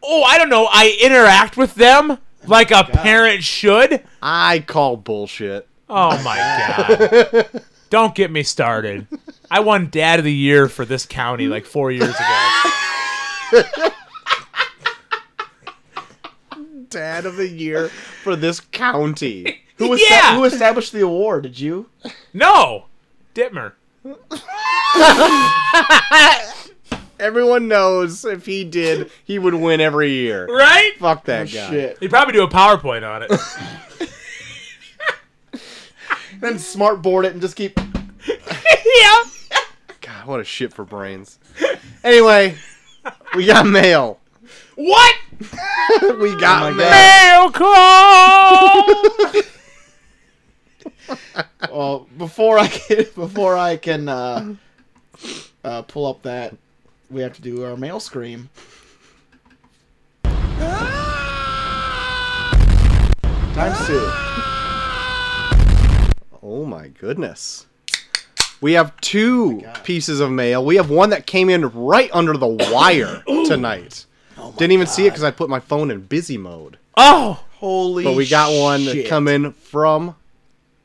Speaker 3: Oh, I don't know. I interact with them like
Speaker 2: Oh
Speaker 3: a parent should.
Speaker 2: I call bullshit.
Speaker 3: Oh my god. Don't get me started. I won dad of the year for this county like 4 years ago.
Speaker 2: Dad of the year for this county.
Speaker 1: Who, esta-
Speaker 3: Yeah!
Speaker 1: who established the award? Did you?
Speaker 3: No. Ditmer.
Speaker 2: Everyone knows if he did, he would win every year.
Speaker 3: Right?
Speaker 2: Fuck that guy.
Speaker 1: Shit.
Speaker 3: He'd probably do a PowerPoint on it.
Speaker 1: Then smartboard it and just keep.
Speaker 3: yeah.
Speaker 2: God, what a shit for brains. Anyway, we got mail.
Speaker 3: What?
Speaker 2: We
Speaker 1: Oh
Speaker 2: got
Speaker 1: my
Speaker 2: mail.
Speaker 1: God.
Speaker 3: Mail call.
Speaker 1: Well, before I can, before I can uh, uh, pull up that, we have to do our mail scream. Time soon.
Speaker 2: Oh my goodness. We have two
Speaker 1: Oh God.
Speaker 2: pieces of mail. We have one that came in right under the wire tonight.
Speaker 1: Oh
Speaker 2: Didn't even see it because I put my phone in busy mode.
Speaker 3: Oh.
Speaker 1: Holy.
Speaker 2: But we got one
Speaker 1: shit.
Speaker 2: that come in from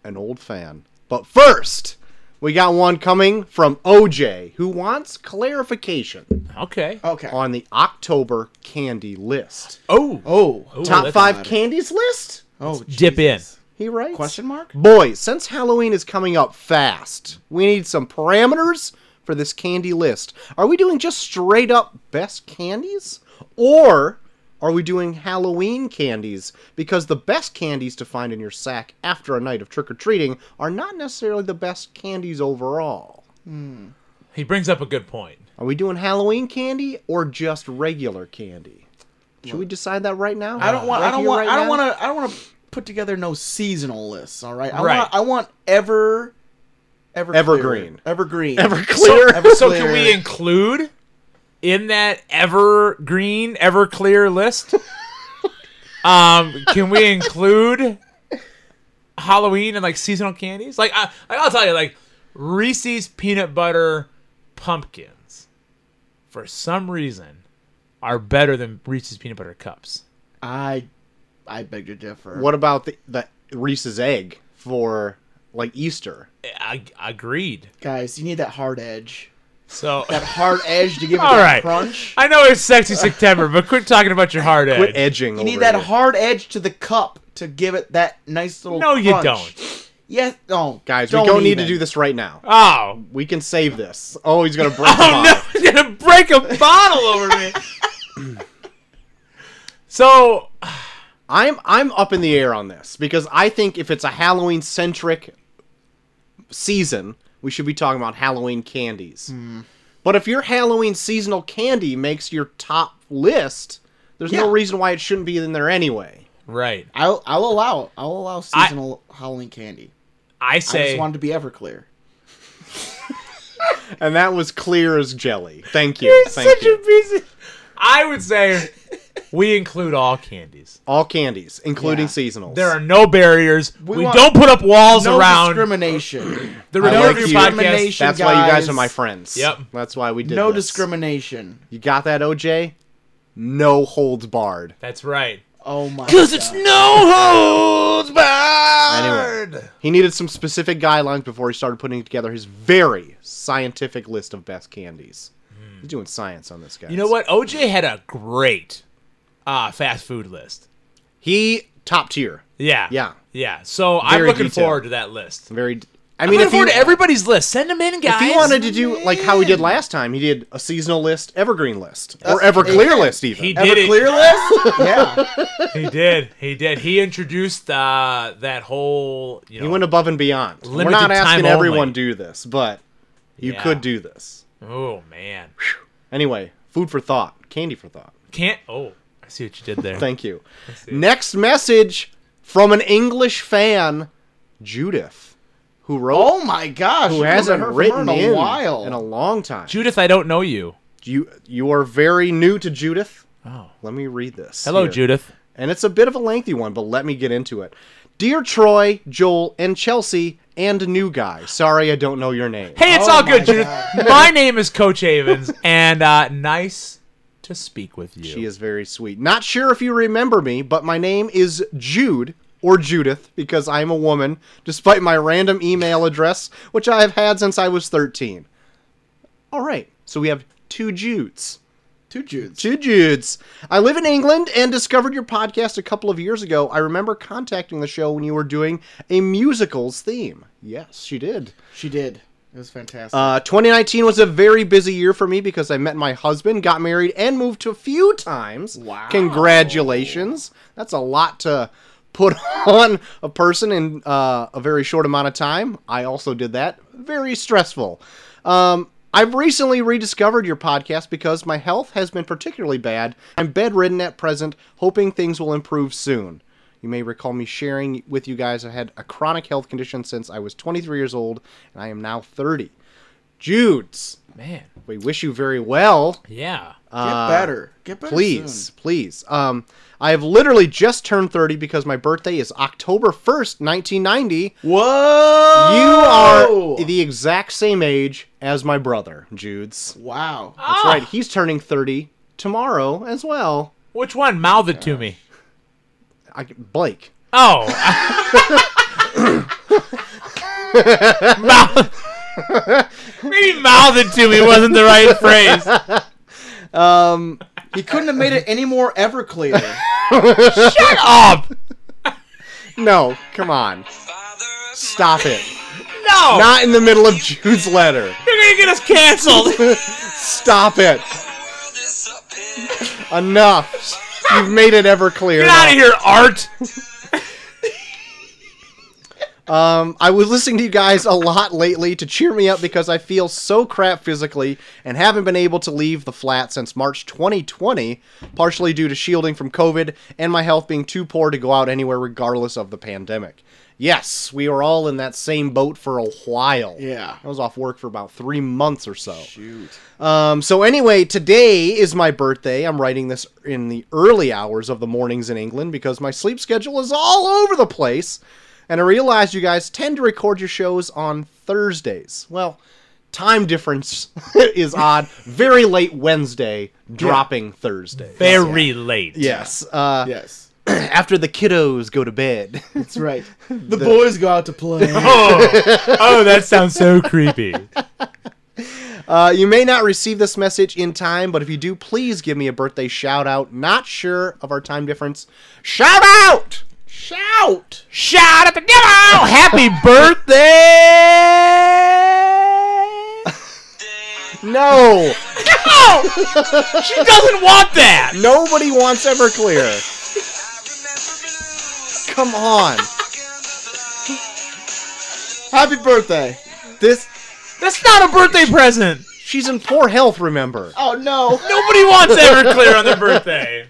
Speaker 2: an old fan. But first, we got one coming from OJ who wants clarification
Speaker 3: Okay.
Speaker 1: Okay.
Speaker 2: on the October candy list.
Speaker 3: Oh.
Speaker 1: Oh.
Speaker 2: Top
Speaker 3: that's
Speaker 2: five
Speaker 1: not it.
Speaker 2: candies list?
Speaker 1: Oh.
Speaker 3: Dip
Speaker 1: Jesus.
Speaker 2: He writes.
Speaker 1: Question mark?
Speaker 2: Boys, since Halloween is coming up fast, we need some parameters for this candy list. Are we doing just straight up best candies? Or are we doing Halloween candies? Because the best candies to find in your sack after a night of trick or treating are not necessarily the best candies overall.
Speaker 3: He brings up a good point.
Speaker 2: Are we doing Halloween candy or just regular candy? Should we decide that right now?
Speaker 1: I don't want. I
Speaker 2: Right
Speaker 1: don't
Speaker 2: here,
Speaker 1: want.
Speaker 2: right
Speaker 1: I don't
Speaker 2: now?
Speaker 1: want to. I don't want to put together no seasonal lists. All right. I
Speaker 3: Right.
Speaker 1: want. I want ever. Ever
Speaker 2: Evergreen.
Speaker 1: clear. Evergreen.
Speaker 2: Ever clear?
Speaker 1: Ever
Speaker 3: So can
Speaker 1: clear.
Speaker 3: we include in that evergreen, ever clear list? um, can we include Halloween and like seasonal candies? Like, I, like I'll tell you, like Reese's peanut butter pumpkins, for some reason, are better than Reese's peanut butter cups.
Speaker 1: I. I beg to differ.
Speaker 2: What about the, the Reese's egg for like Easter?
Speaker 3: I, I agreed.
Speaker 1: guys? You need that hard edge.
Speaker 3: So.
Speaker 1: That hard edge to give it
Speaker 3: All
Speaker 1: that
Speaker 3: right.
Speaker 1: crunch.
Speaker 3: I know it's sexy September, but quit talking about your hard
Speaker 2: Quit
Speaker 3: edge.
Speaker 2: edging.
Speaker 1: You need
Speaker 2: over
Speaker 1: that
Speaker 2: here.
Speaker 1: hard edge to the cup to give it that nice little.
Speaker 3: No, you
Speaker 1: crunch.
Speaker 3: don't.
Speaker 1: Yes. No,
Speaker 2: guys. we don't need to
Speaker 1: even.
Speaker 2: do this right now.
Speaker 3: Oh,
Speaker 2: We can save this. Oh, he's gonna break.
Speaker 3: Oh no, he's gonna break a bottle over me. so
Speaker 2: I'm I'm up in the air on this because I think if it's a Halloween centric season, we should be talking about Halloween candies. But if your Halloween seasonal candy makes your top list, there's no
Speaker 1: Yeah.
Speaker 2: reason why it shouldn't be in there anyway.
Speaker 3: right,
Speaker 1: I'll, I'll allow. it. I'll allow seasonal Halloween candy.
Speaker 3: I
Speaker 1: I
Speaker 3: say
Speaker 1: just wanted to be ever clear.
Speaker 2: And that was clear as jelly. Thank you. Thank
Speaker 3: such
Speaker 2: you.
Speaker 3: a piece. Of, I would say we include all candies.
Speaker 2: All candies, including
Speaker 1: Yeah.
Speaker 2: seasonals.
Speaker 3: There are no barriers. We,
Speaker 1: want-
Speaker 3: don't put up walls
Speaker 1: No
Speaker 3: around
Speaker 1: discrimination.
Speaker 3: the
Speaker 2: I
Speaker 3: review
Speaker 2: like
Speaker 3: of your
Speaker 2: you.
Speaker 3: podcast.
Speaker 1: Discrimination.
Speaker 2: That's why you guys
Speaker 1: guys.
Speaker 2: are my friends.
Speaker 3: Yep.
Speaker 2: That's why we did
Speaker 1: no
Speaker 2: this.
Speaker 1: discrimination.
Speaker 2: You got that, OJ? No holds barred.
Speaker 3: That's right.
Speaker 1: Oh my.
Speaker 3: Because it's
Speaker 1: God.
Speaker 3: no holds barred.
Speaker 2: He needed some specific guidelines before he started putting together his very scientific list of best candies. He's doing science on this guy.
Speaker 3: You know what? OJ had a great uh, fast food list.
Speaker 2: He top tier.
Speaker 3: Yeah.
Speaker 2: Yeah.
Speaker 3: Yeah. So I'm
Speaker 2: Very
Speaker 3: looking
Speaker 2: detailed.
Speaker 3: forward to that list.
Speaker 2: Very. d- I
Speaker 3: I mean,
Speaker 2: mean,
Speaker 3: if
Speaker 2: if he,
Speaker 3: forward to everybody's list. Send them in,
Speaker 2: if
Speaker 3: guys.
Speaker 2: he wanted to do like how he did last time, he did a seasonal list, evergreen list, or
Speaker 1: That's-
Speaker 2: everclear
Speaker 1: he-
Speaker 2: list even.
Speaker 3: Uh, he did
Speaker 1: Ever
Speaker 3: it.
Speaker 1: clear list? yeah.
Speaker 3: He did. He did. He introduced uh, that whole. You know,
Speaker 2: He went above and beyond. We're
Speaker 3: Limited
Speaker 2: not asking
Speaker 3: time
Speaker 2: everyone
Speaker 3: only.
Speaker 2: do this, but you
Speaker 3: Yeah.
Speaker 2: could do this.
Speaker 3: oh man,
Speaker 2: Anyway, food for thought, candy for thought.
Speaker 3: can't. Oh, I see what you did there.
Speaker 2: Thank you. Next message from an English fan, Judith, who wrote,
Speaker 1: Oh my gosh.
Speaker 2: who
Speaker 1: I haven't
Speaker 2: hasn't
Speaker 1: heard from her in
Speaker 2: written
Speaker 1: a
Speaker 2: in
Speaker 1: while.
Speaker 2: in a long time.
Speaker 3: Judith. I don't know you.
Speaker 2: you you are very new to Judith.
Speaker 3: Oh.
Speaker 2: Let me read this.
Speaker 3: Hello,
Speaker 2: here.
Speaker 3: Judith.
Speaker 2: And it's a bit of a lengthy one, but let me get into it. Dear Troy, Joel, and Chelsea, and new guy. Sorry, I don't know your name.
Speaker 3: Hey, it's
Speaker 1: Oh
Speaker 3: all good,
Speaker 1: my
Speaker 3: Judith. My name is Coach Havens, and uh, nice to speak with you.
Speaker 2: She is very sweet. Not sure if you remember me, but my name is Jude or Judith because I'm a woman, despite my random email address, which I have had since I was 13. All right, so we have two Judes.
Speaker 1: Two Judes.
Speaker 2: Two Judes. I live in England and discovered your podcast a couple of years ago. I remember contacting the show when you were doing a musicals theme. Yes, she did.
Speaker 1: She did. It was fantastic.
Speaker 2: Uh, 2019 was a very busy year for me because I met my husband, got married, and moved a few times.
Speaker 1: Wow.
Speaker 2: Congratulations. That's a lot to put on a person in uh, a very short amount of time. I also did that. Very stressful. Um, I've recently rediscovered your podcast because my health has been particularly bad. I'm bedridden at present, hoping things will improve soon. You may recall me sharing with you guys I had a chronic health condition since I was 23 years old, and I am now 30. Judes,
Speaker 3: Man.
Speaker 2: we wish you very well.
Speaker 3: Yeah.
Speaker 2: Uh,
Speaker 1: Get better. Get better.
Speaker 2: Please,
Speaker 1: soon.
Speaker 2: please. Um, I have literally just turned 30 because my birthday is October 1st, 1990.
Speaker 1: Whoa! Oh!
Speaker 2: You are the exact same age as my brother, Judes.
Speaker 1: Wow.
Speaker 2: That's right. He's turning 30 tomorrow as well.
Speaker 3: Which one? Mouth it to me.
Speaker 2: I, Blake.
Speaker 3: Oh. mouth. Maybe mouth it to me wasn't the right phrase.
Speaker 1: He couldn't have made it any more ever clear.
Speaker 3: Shut up.
Speaker 2: No, come on. Stop it.
Speaker 3: No.
Speaker 2: Not in the middle of Jude's letter.
Speaker 3: You're going to get us canceled.
Speaker 2: Stop it. Enough. You've made it ever clear.
Speaker 3: Get out of here, Art.
Speaker 2: Um, I was listening to you guys a lot lately to cheer me up because I feel so crap physically and haven't been able to leave the flat since March 2020, partially due to shielding from COVID and my health being too poor to go out anywhere regardless of the pandemic. Yes, we were all in that same boat for a while.
Speaker 1: Yeah.
Speaker 2: I was off work for about three months or so.
Speaker 1: Shoot.
Speaker 2: Um, so anyway, today is my birthday. I'm writing this in the early hours of the mornings in England because my sleep schedule is all over the place. And I realize you guys tend to record your shows on Thursdays. Well, time difference is odd. Very late Wednesday, dropping Thursday.
Speaker 3: Very late.
Speaker 2: yes. Uh,
Speaker 1: Yes.
Speaker 2: After the kiddos go to bed.
Speaker 1: That's right. The, boys go out to play.
Speaker 3: Oh. oh, that sounds so creepy.
Speaker 2: Uh, you may not receive this message in time, but if you do, please give me a birthday shout out. Not sure of our time difference. Shout out!
Speaker 1: Shout!
Speaker 3: Shout up and give out! Happy birthday!
Speaker 2: No!
Speaker 3: No! She doesn't want that!
Speaker 2: Nobody wants Everclear. Come on.
Speaker 1: Happy birthday.
Speaker 2: This
Speaker 3: That's not a birthday present!
Speaker 2: she's in poor health, remember.
Speaker 1: Oh no.
Speaker 3: Nobody wants Everclear on their birthday.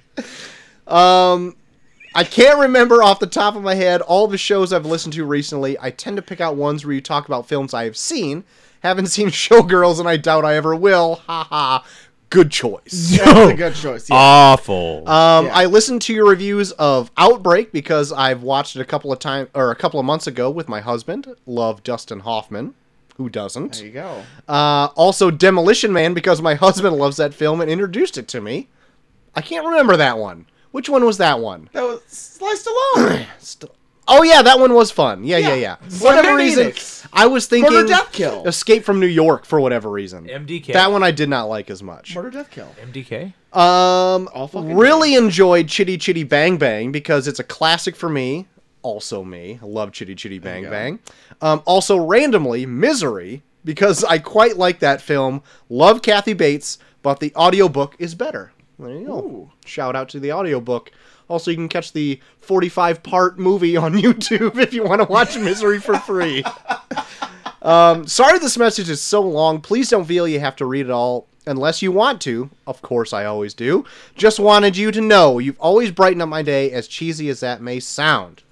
Speaker 2: I can't remember off the top of my head all the shows I've listened to recently. I tend to pick out ones where you talk about films I have seen. Haven't seen Showgirls and I doubt I ever will. Ha ha. Good choice.
Speaker 1: That's a good choice.
Speaker 3: Oh.
Speaker 1: Yeah.
Speaker 3: Awful.
Speaker 2: Um,
Speaker 1: Yeah.
Speaker 2: I listened to your reviews of Outbreak because I've watched it a couple of times or a couple of months ago with my husband. Love Dustin Hoffman. Who doesn't?
Speaker 1: there you go.
Speaker 2: Uh, also, Demolition Man, because my husband loves that film and introduced it to me. I can't remember that one. Which one was that one?
Speaker 1: That was sliced alone.
Speaker 2: St- oh, yeah, that one was fun. Yeah, yeah, yeah.
Speaker 1: Yeah.
Speaker 2: For whatever
Speaker 1: Slenderman
Speaker 2: reason,
Speaker 1: Phoenix.
Speaker 2: I was thinking
Speaker 1: Death Kill.
Speaker 2: Escape from New York for whatever reason.
Speaker 3: MDK.
Speaker 2: That one I did not like as much.
Speaker 1: Murder, death, kill.
Speaker 3: MDK?
Speaker 2: Um,
Speaker 1: All fucking
Speaker 2: really enjoyed Chitty Chitty Bang Bang because it's a classic for me. Also me, I love Chitty Chitty Bang
Speaker 1: go.
Speaker 2: Bang. Um, also randomly Misery because I quite like that film. Love Kathy Bates, but the audiobook is better. There you go.
Speaker 1: Ooh.
Speaker 2: Shout out to the audiobook. Also, you can catch the 45 part movie on YouTube if you want to watch Misery for free. Um, sorry this message is so long. Please don't feel you have to read it all unless you want to. Of course, I always do. Just wanted you to know you've always brightened up my day, as cheesy as that may sound.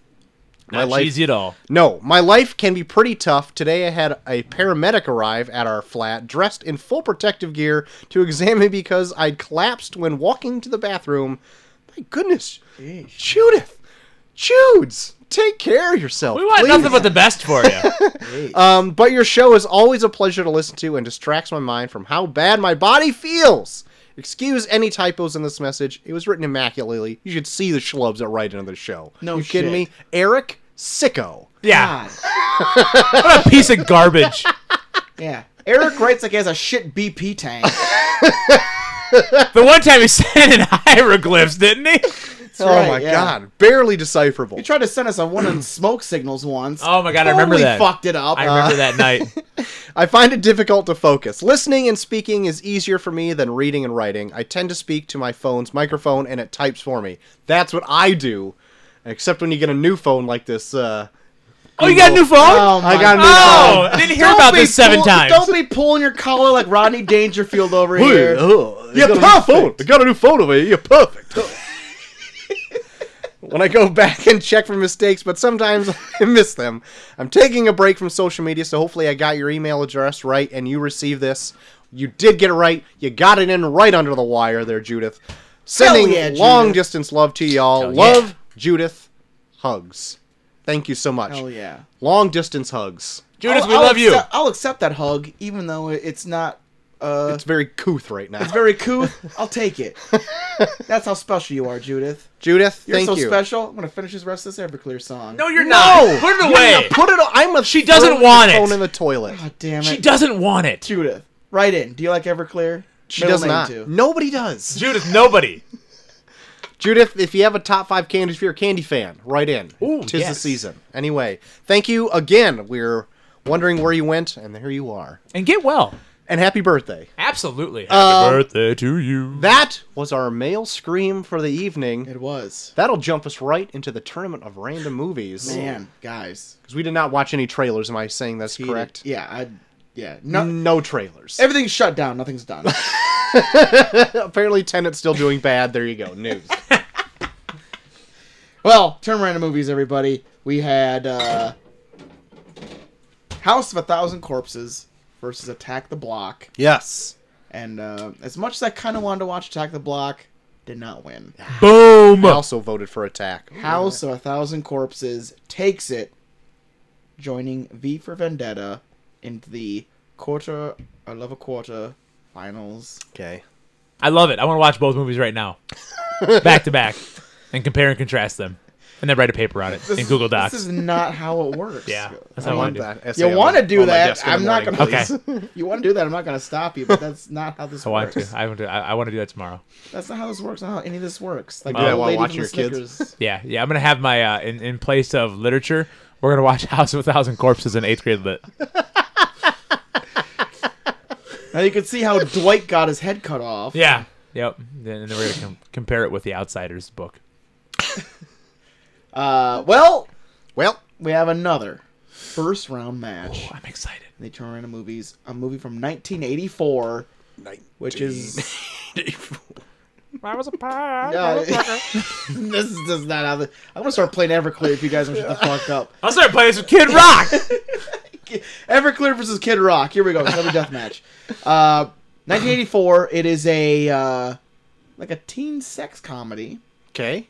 Speaker 2: my
Speaker 3: Not
Speaker 2: life
Speaker 3: cheesy at all.
Speaker 2: No, my life can be pretty tough. Today I had a paramedic arrive at our flat dressed in full protective gear to examine me because I'd collapsed when walking to the bathroom. My goodness. Judith! Judes! Take care of yourself.
Speaker 3: We want
Speaker 2: please.
Speaker 3: nothing but the best for you.
Speaker 1: Oh,
Speaker 2: Um, but your show is always a pleasure to listen to and distracts my mind from how bad my body feels. Excuse any typos in this message. It was written immaculately. You should see the schlubs that write into the show.
Speaker 1: No
Speaker 2: you kidding
Speaker 1: shit.
Speaker 2: me? Eric Sicko.
Speaker 3: yeah,
Speaker 1: God.
Speaker 3: what a piece of garbage.
Speaker 1: Yeah. Eric writes like he has a shit BP tank.
Speaker 3: The one time he sent in hieroglyphs, didn't he?
Speaker 2: oh
Speaker 1: right,
Speaker 2: my
Speaker 1: yeah.
Speaker 2: god, barely decipherable.
Speaker 1: He tried to send us a one on smoke signals once.
Speaker 3: Oh my God, I remember
Speaker 1: Totally
Speaker 3: that.
Speaker 1: fucked it up. Uh,
Speaker 3: I remember that night.
Speaker 2: I find it difficult to focus. Listening and speaking is easier for me than reading and writing. I tend to speak to my phone's microphone and it types for me. That's what I do. Except when you get a new phone like this, uh,
Speaker 3: Oh, you got a new phone?
Speaker 1: Oh, my
Speaker 2: I got a new
Speaker 3: Oh,
Speaker 2: phone.
Speaker 3: I didn't hear
Speaker 1: Don't
Speaker 3: about
Speaker 1: be
Speaker 3: this seven
Speaker 1: pull-
Speaker 3: times.
Speaker 1: Don't be pulling your collar like Rodney Dangerfield over here.
Speaker 2: oh,
Speaker 1: You're perfect.
Speaker 2: I got a new phone over here. You're perfect. when I go back and check for mistakes, but sometimes I miss them. I'm taking a break from social media, so hopefully I got your email address right and you received this. You did get it right. You got it in right under the wire there, Judith. Sending
Speaker 1: yeah, Judith.
Speaker 2: long distance love to y'all.
Speaker 3: Hell yeah.
Speaker 2: love, Judith. Hugs. Thank you so much.
Speaker 1: Hell yeah.
Speaker 2: Long distance hugs.
Speaker 3: Judith,
Speaker 1: I'll-
Speaker 3: we
Speaker 1: I'll
Speaker 3: love you.
Speaker 1: accept- I'll accept that hug, even though it- it's not. Uh,
Speaker 2: It's very couth right now.
Speaker 1: it's very cool. I'll take it. That's how special you are, Judith.
Speaker 2: Judith,
Speaker 1: You're
Speaker 2: thank
Speaker 1: so
Speaker 2: you.
Speaker 1: special. I'm gonna finish this rest of this Everclear song.
Speaker 3: No, you're
Speaker 2: No!
Speaker 3: not. Put it
Speaker 2: You're gonna
Speaker 3: away.
Speaker 2: Put it. I'm a. She
Speaker 3: doesn't want it.
Speaker 2: Phone in the toilet.
Speaker 1: God damn it.
Speaker 3: She doesn't want it.
Speaker 1: Judith, write in. Do you like Everclear?
Speaker 2: She
Speaker 1: Middle
Speaker 2: does
Speaker 1: name,
Speaker 2: not.
Speaker 1: too.
Speaker 2: Nobody does.
Speaker 3: Judith, nobody.
Speaker 2: Judith, if you have a top five candy, if you're a candy fan, write in.
Speaker 3: Ooh,
Speaker 2: Tis the
Speaker 3: yes.
Speaker 2: season. Anyway, thank you again. We're wondering where you went, and there you are.
Speaker 3: And get well.
Speaker 2: And happy birthday.
Speaker 3: Absolutely. Happy
Speaker 2: Um,
Speaker 3: birthday to you.
Speaker 2: That was our male scream for the evening.
Speaker 1: It was.
Speaker 2: That'll jump us right into the tournament of random movies.
Speaker 1: Man, guys.
Speaker 2: Because we did not watch any trailers. Am I saying that's
Speaker 1: He-
Speaker 2: correct?
Speaker 1: Yeah, I. Yeah. No.
Speaker 2: No trailers.
Speaker 1: Everything's shut down. Nothing's done.
Speaker 2: Apparently, Tenet's still doing bad. There you go. News.
Speaker 1: well, turn around to movies, everybody. We had uh, House of a Thousand Corpses versus Attack the Block,
Speaker 2: yes.
Speaker 1: and uh, as much as I kind of wanted to watch Attack the Block, did not win.
Speaker 3: Boom.
Speaker 2: I also voted for Attack.
Speaker 1: House of a Thousand Corpses takes it, joining V for Vendetta into the quarter. I love a quarter finals.
Speaker 2: Okay.
Speaker 3: I love it. I want to watch both movies right now, back to back, and compare and contrast them, and then write a paper on it in Google Docs.
Speaker 1: This is not how it works.
Speaker 3: Yeah, that's
Speaker 1: I
Speaker 3: how I
Speaker 1: want
Speaker 3: do.
Speaker 1: that.
Speaker 2: Essay
Speaker 1: You
Speaker 2: on
Speaker 1: want
Speaker 2: my-
Speaker 1: to do
Speaker 2: on my
Speaker 1: that?
Speaker 2: desk in the
Speaker 1: I'm not
Speaker 2: morning,
Speaker 1: gonna.
Speaker 3: Okay. Oh,
Speaker 1: You want to do that? I'm not gonna stop you. But that's not how this
Speaker 3: I want
Speaker 1: works.
Speaker 3: to. I want to. I, I want to do that tomorrow.
Speaker 1: That's not how this works. Not how any of this works. Like
Speaker 2: Do that
Speaker 1: the old
Speaker 2: while
Speaker 1: lady
Speaker 2: watching
Speaker 1: from
Speaker 2: your
Speaker 1: the
Speaker 2: kids?
Speaker 1: Snickers.
Speaker 3: Yeah, yeah. I'm gonna have my uh, in in place of literature. We're gonna watch House of a Thousand Corpses in eighth grade lit.
Speaker 1: Now you can see how Dwight got his head cut off.
Speaker 3: Yeah. Yep. Then and then we're gonna com- compare it with the Outsiders book.
Speaker 1: Uh, well,
Speaker 2: Well,
Speaker 1: we have another first round match.
Speaker 3: Oh, I'm excited.
Speaker 1: in the Toronto movies, a movie from 1984, which is
Speaker 3: I was a pirate.
Speaker 1: Yeah. this is just not how the. I'm gonna start playing Everclear if you guys don't shut the fuck up.
Speaker 3: I'll start playing some Kid Rock.
Speaker 1: Everclear versus Kid Rock. Here we go. Another death match. Uh, 1984. It is a uh, like a teen sex comedy,
Speaker 2: okay.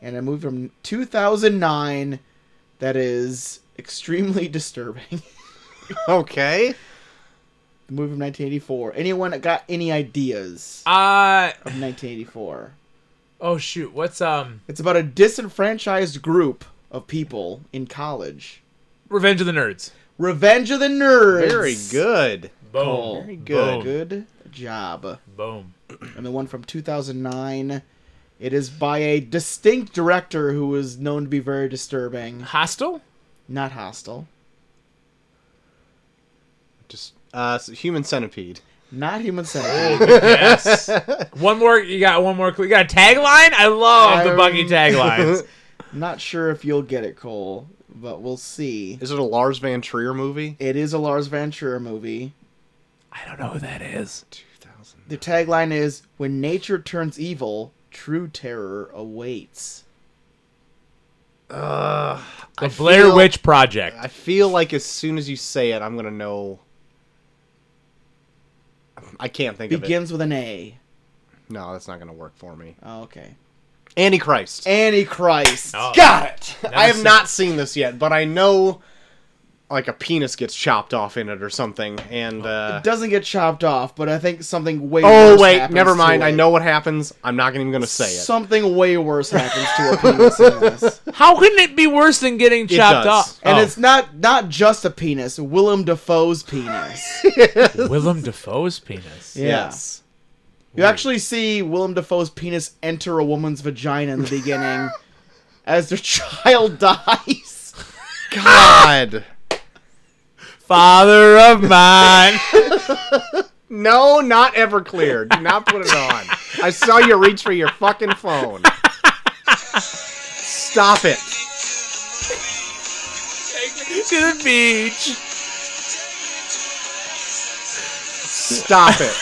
Speaker 1: and a movie from 2009 that is extremely disturbing.
Speaker 2: Okay.
Speaker 1: the movie from 1984. Anyone got any ideas
Speaker 3: uh
Speaker 1: of 1984?
Speaker 3: oh shoot. What's um
Speaker 1: It's about a disenfranchised group of people in college.
Speaker 3: Revenge of the Nerds?
Speaker 1: Revenge of the Nerds.
Speaker 2: Very good.
Speaker 3: Boom.
Speaker 1: Cole.
Speaker 2: Very good.
Speaker 3: Boom.
Speaker 1: Good job.
Speaker 3: Boom.
Speaker 1: And the one from 2009. It is by a distinct director who is known to be very disturbing.
Speaker 3: Hostile.
Speaker 1: Not hostile.
Speaker 2: Just uh, s- human centipede.
Speaker 1: Not human centipede.
Speaker 3: Yes. one more. You got one more. clue. You got a tagline. I love the
Speaker 1: Um,
Speaker 3: Bucky taglines.
Speaker 1: Not sure if you'll get it, Cole, but we'll see.
Speaker 2: Is it a Lars Van Trier movie?
Speaker 1: It is a Lars Ventura movie.
Speaker 3: I don't know who that is.
Speaker 2: 2000.
Speaker 1: The tagline is When nature turns evil, true terror awaits.
Speaker 3: The Blair
Speaker 2: feel-
Speaker 3: Witch Project.
Speaker 2: I feel like as soon as you say it, I'm gonna know. I can't think of
Speaker 1: Begins with an A.
Speaker 2: it. No, that's not gonna work for me.
Speaker 1: Oh, okay.
Speaker 2: Antichrist.
Speaker 1: Antichrist.
Speaker 3: Oh,
Speaker 2: Got it. I have
Speaker 3: seen
Speaker 2: not seen this yet, but I know, like a penis gets chopped off in it or something, and uh,
Speaker 1: It doesn't get chopped off, but I think something way.
Speaker 2: oh
Speaker 1: worse
Speaker 2: wait,
Speaker 1: happens
Speaker 2: never
Speaker 1: to
Speaker 2: mind. I
Speaker 1: it.
Speaker 2: know what happens. I'm not even gonna say it.
Speaker 1: Something way worse happens to a penis in this.
Speaker 3: How can it be worse than getting
Speaker 2: It
Speaker 3: chopped
Speaker 2: does.
Speaker 3: off?
Speaker 1: And
Speaker 2: Oh.
Speaker 1: it's not not just a penis, Willem Dafoe's penis.
Speaker 3: Willem Dafoe's penis.
Speaker 1: Yeah.
Speaker 2: Yes.
Speaker 1: You actually see Willem Dafoe's penis enter a woman's vagina in the beginning as their child dies.
Speaker 2: God.
Speaker 3: Father of mine.
Speaker 2: No, not Everclear. Do not put it on. I saw you reach for your fucking phone. Stop it.
Speaker 3: Take me to the beach.
Speaker 2: Stop it.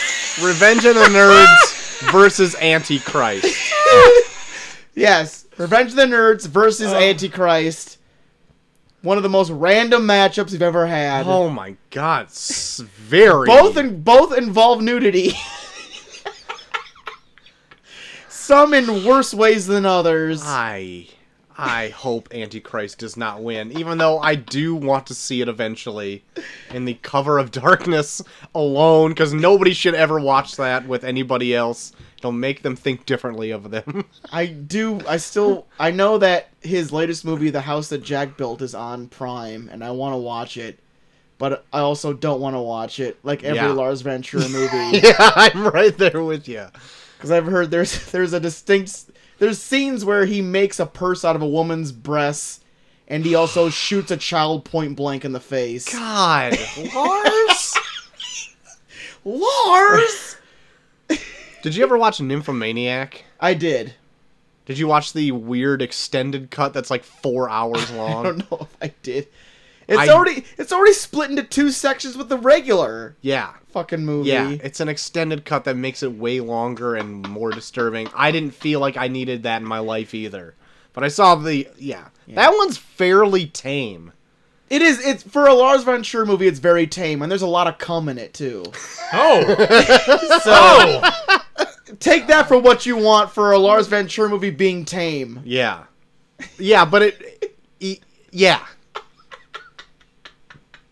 Speaker 2: Revenge of the Nerds versus Antichrist.
Speaker 1: Yes, Revenge of the Nerds versus Antichrist. One of the most random matchups you've ever had.
Speaker 2: Oh my god. s- Very.
Speaker 1: Both in, both involve nudity. Some in worse ways than others.
Speaker 2: Ah. I. I hope Antichrist does not win, even though I do want to see it eventually in the cover of darkness alone, because nobody should ever watch that with anybody else. It'll make them think differently of them.
Speaker 1: I do. I still. I know that his latest movie, The House That Jack Built, is on Prime, and I want to watch it. But I also don't want to watch it, like every
Speaker 2: Yeah.
Speaker 1: Lars Ventura movie,
Speaker 2: yeah, I'm right there with you.
Speaker 1: because I've heard there's there's a distinct there's scenes where he makes a purse out of a woman's breasts, and he also shoots a child point blank in the face.
Speaker 2: God, Lars.
Speaker 1: Lars,
Speaker 2: Did you ever watch Nymphomaniac?
Speaker 1: I did.
Speaker 2: Did you watch the weird extended cut that's like four hours long?
Speaker 1: I don't know if I did. It's
Speaker 2: I-
Speaker 1: already it's already split into two sections with the regular
Speaker 2: Yeah.
Speaker 1: fucking movie.
Speaker 2: Yeah, it's an extended cut that makes it way longer and more disturbing. I didn't feel like I needed that in my life either. But I saw the yeah. That one's fairly tame.
Speaker 1: It is. It's for a Lars von Trier movie. It's very tame, and there's a lot of cum in it too.
Speaker 3: Oh.
Speaker 1: So
Speaker 3: Oh.
Speaker 1: take that for what you want for a Lars von Trier movie being tame.
Speaker 2: Yeah. Yeah, but it, e- yeah.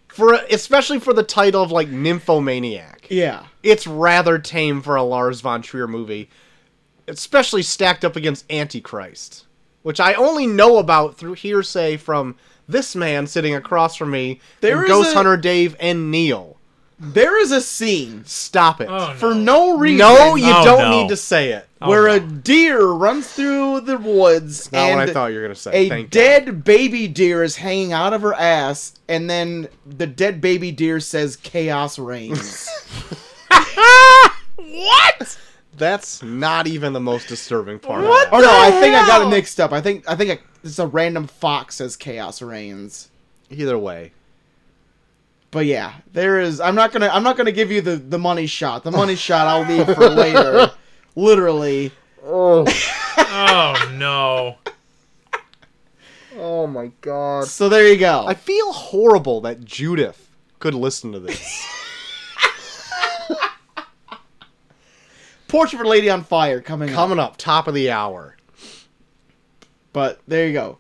Speaker 2: For especially for the title of like Nymphomaniac.
Speaker 1: Yeah.
Speaker 2: it's rather tame for a Lars von Trier movie, especially stacked up against Antichrist, which I only know about through hearsay from this man sitting across from me,
Speaker 1: There
Speaker 2: and
Speaker 1: is
Speaker 2: Ghost
Speaker 1: a-
Speaker 2: Hunter Dave and Neil.
Speaker 1: There is a scene
Speaker 2: Stop it.
Speaker 3: Oh,
Speaker 1: for no reason.
Speaker 2: No, you
Speaker 3: Oh,
Speaker 2: don't
Speaker 3: no.
Speaker 2: need to say it.
Speaker 1: where
Speaker 3: no.
Speaker 1: a deer runs through the woods
Speaker 2: Oh, Not
Speaker 1: and
Speaker 2: what I thought you were gonna say.
Speaker 1: a
Speaker 2: Thank
Speaker 1: dead baby deer is hanging out of her ass, and then the dead baby deer says, "Chaos reigns."
Speaker 3: what?
Speaker 2: God. That's not even the most disturbing part. of
Speaker 3: What?
Speaker 2: that.
Speaker 1: or Oh, no, I
Speaker 3: The
Speaker 1: think I got it
Speaker 3: hell?
Speaker 1: mixed up. I think I think a, it's a random fox says, "Chaos reigns."
Speaker 2: Either way,
Speaker 1: But yeah, there is. I'm not gonna. I'm not gonna give you the the money shot. The money shot I'll leave for later. Literally.
Speaker 3: Oh no.
Speaker 2: oh my god.
Speaker 1: So there you go.
Speaker 2: I feel horrible that Judith could listen to this.
Speaker 1: Portrait of a Lady on Fire coming, up.
Speaker 2: Coming up, top of the hour.
Speaker 1: But there you go.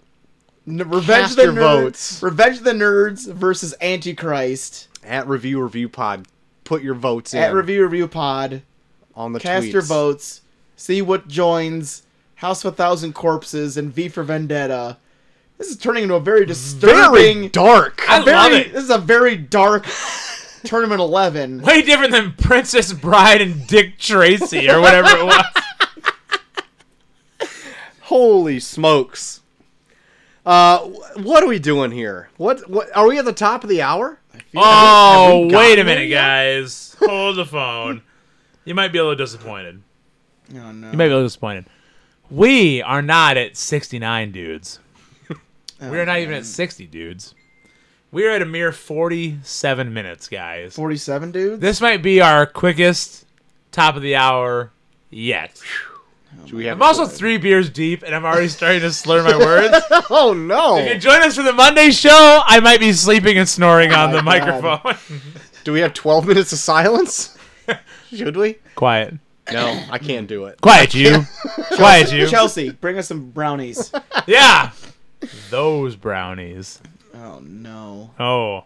Speaker 1: N- Revenge of
Speaker 2: Cast
Speaker 1: the
Speaker 2: your
Speaker 1: Nerds.
Speaker 2: votes.
Speaker 1: Revenge of the Nerds versus Antichrist
Speaker 2: at review review pod put your votes in
Speaker 1: at Review Review Pod.
Speaker 2: on the
Speaker 1: Cast
Speaker 2: tweets.
Speaker 1: your votes. See what joins House of a Thousand Corpses and V for Vendetta. This is turning into a very disturbing.
Speaker 2: very dark
Speaker 3: I
Speaker 1: very-
Speaker 3: love it.
Speaker 1: This is a very dark tournament eleven.
Speaker 3: Way different than Princess Bride and Dick Tracy or whatever it was.
Speaker 2: holy smokes uh wh- what are we doing here what what are we at the top of the hour gotten
Speaker 3: Oh, wait a
Speaker 2: it
Speaker 3: minute,
Speaker 2: yet?
Speaker 3: guys. Hold the phone. You might be a little disappointed.
Speaker 1: Oh, no.
Speaker 3: You might be a little disappointed. We are not at 69 dudes. we are not even at 60 dudes. We are at a mere 47 minutes, guys.
Speaker 1: 47 dudes?
Speaker 3: This might be our quickest top of the hour yet.
Speaker 2: Should we have
Speaker 3: I'm also three beers deep, and I'm already starting to slur my words.
Speaker 2: oh no!
Speaker 3: If you join us for the Monday show, I might be sleeping and snoring on the
Speaker 2: my God.
Speaker 3: microphone.
Speaker 2: Do we have 12 minutes of silence? Should we?
Speaker 3: Quiet.
Speaker 2: No, I can't do it.
Speaker 3: Quiet you. Quiet you.
Speaker 1: Chelsea, bring us some brownies.
Speaker 3: Yeah. Those brownies.
Speaker 1: oh no.
Speaker 3: Oh.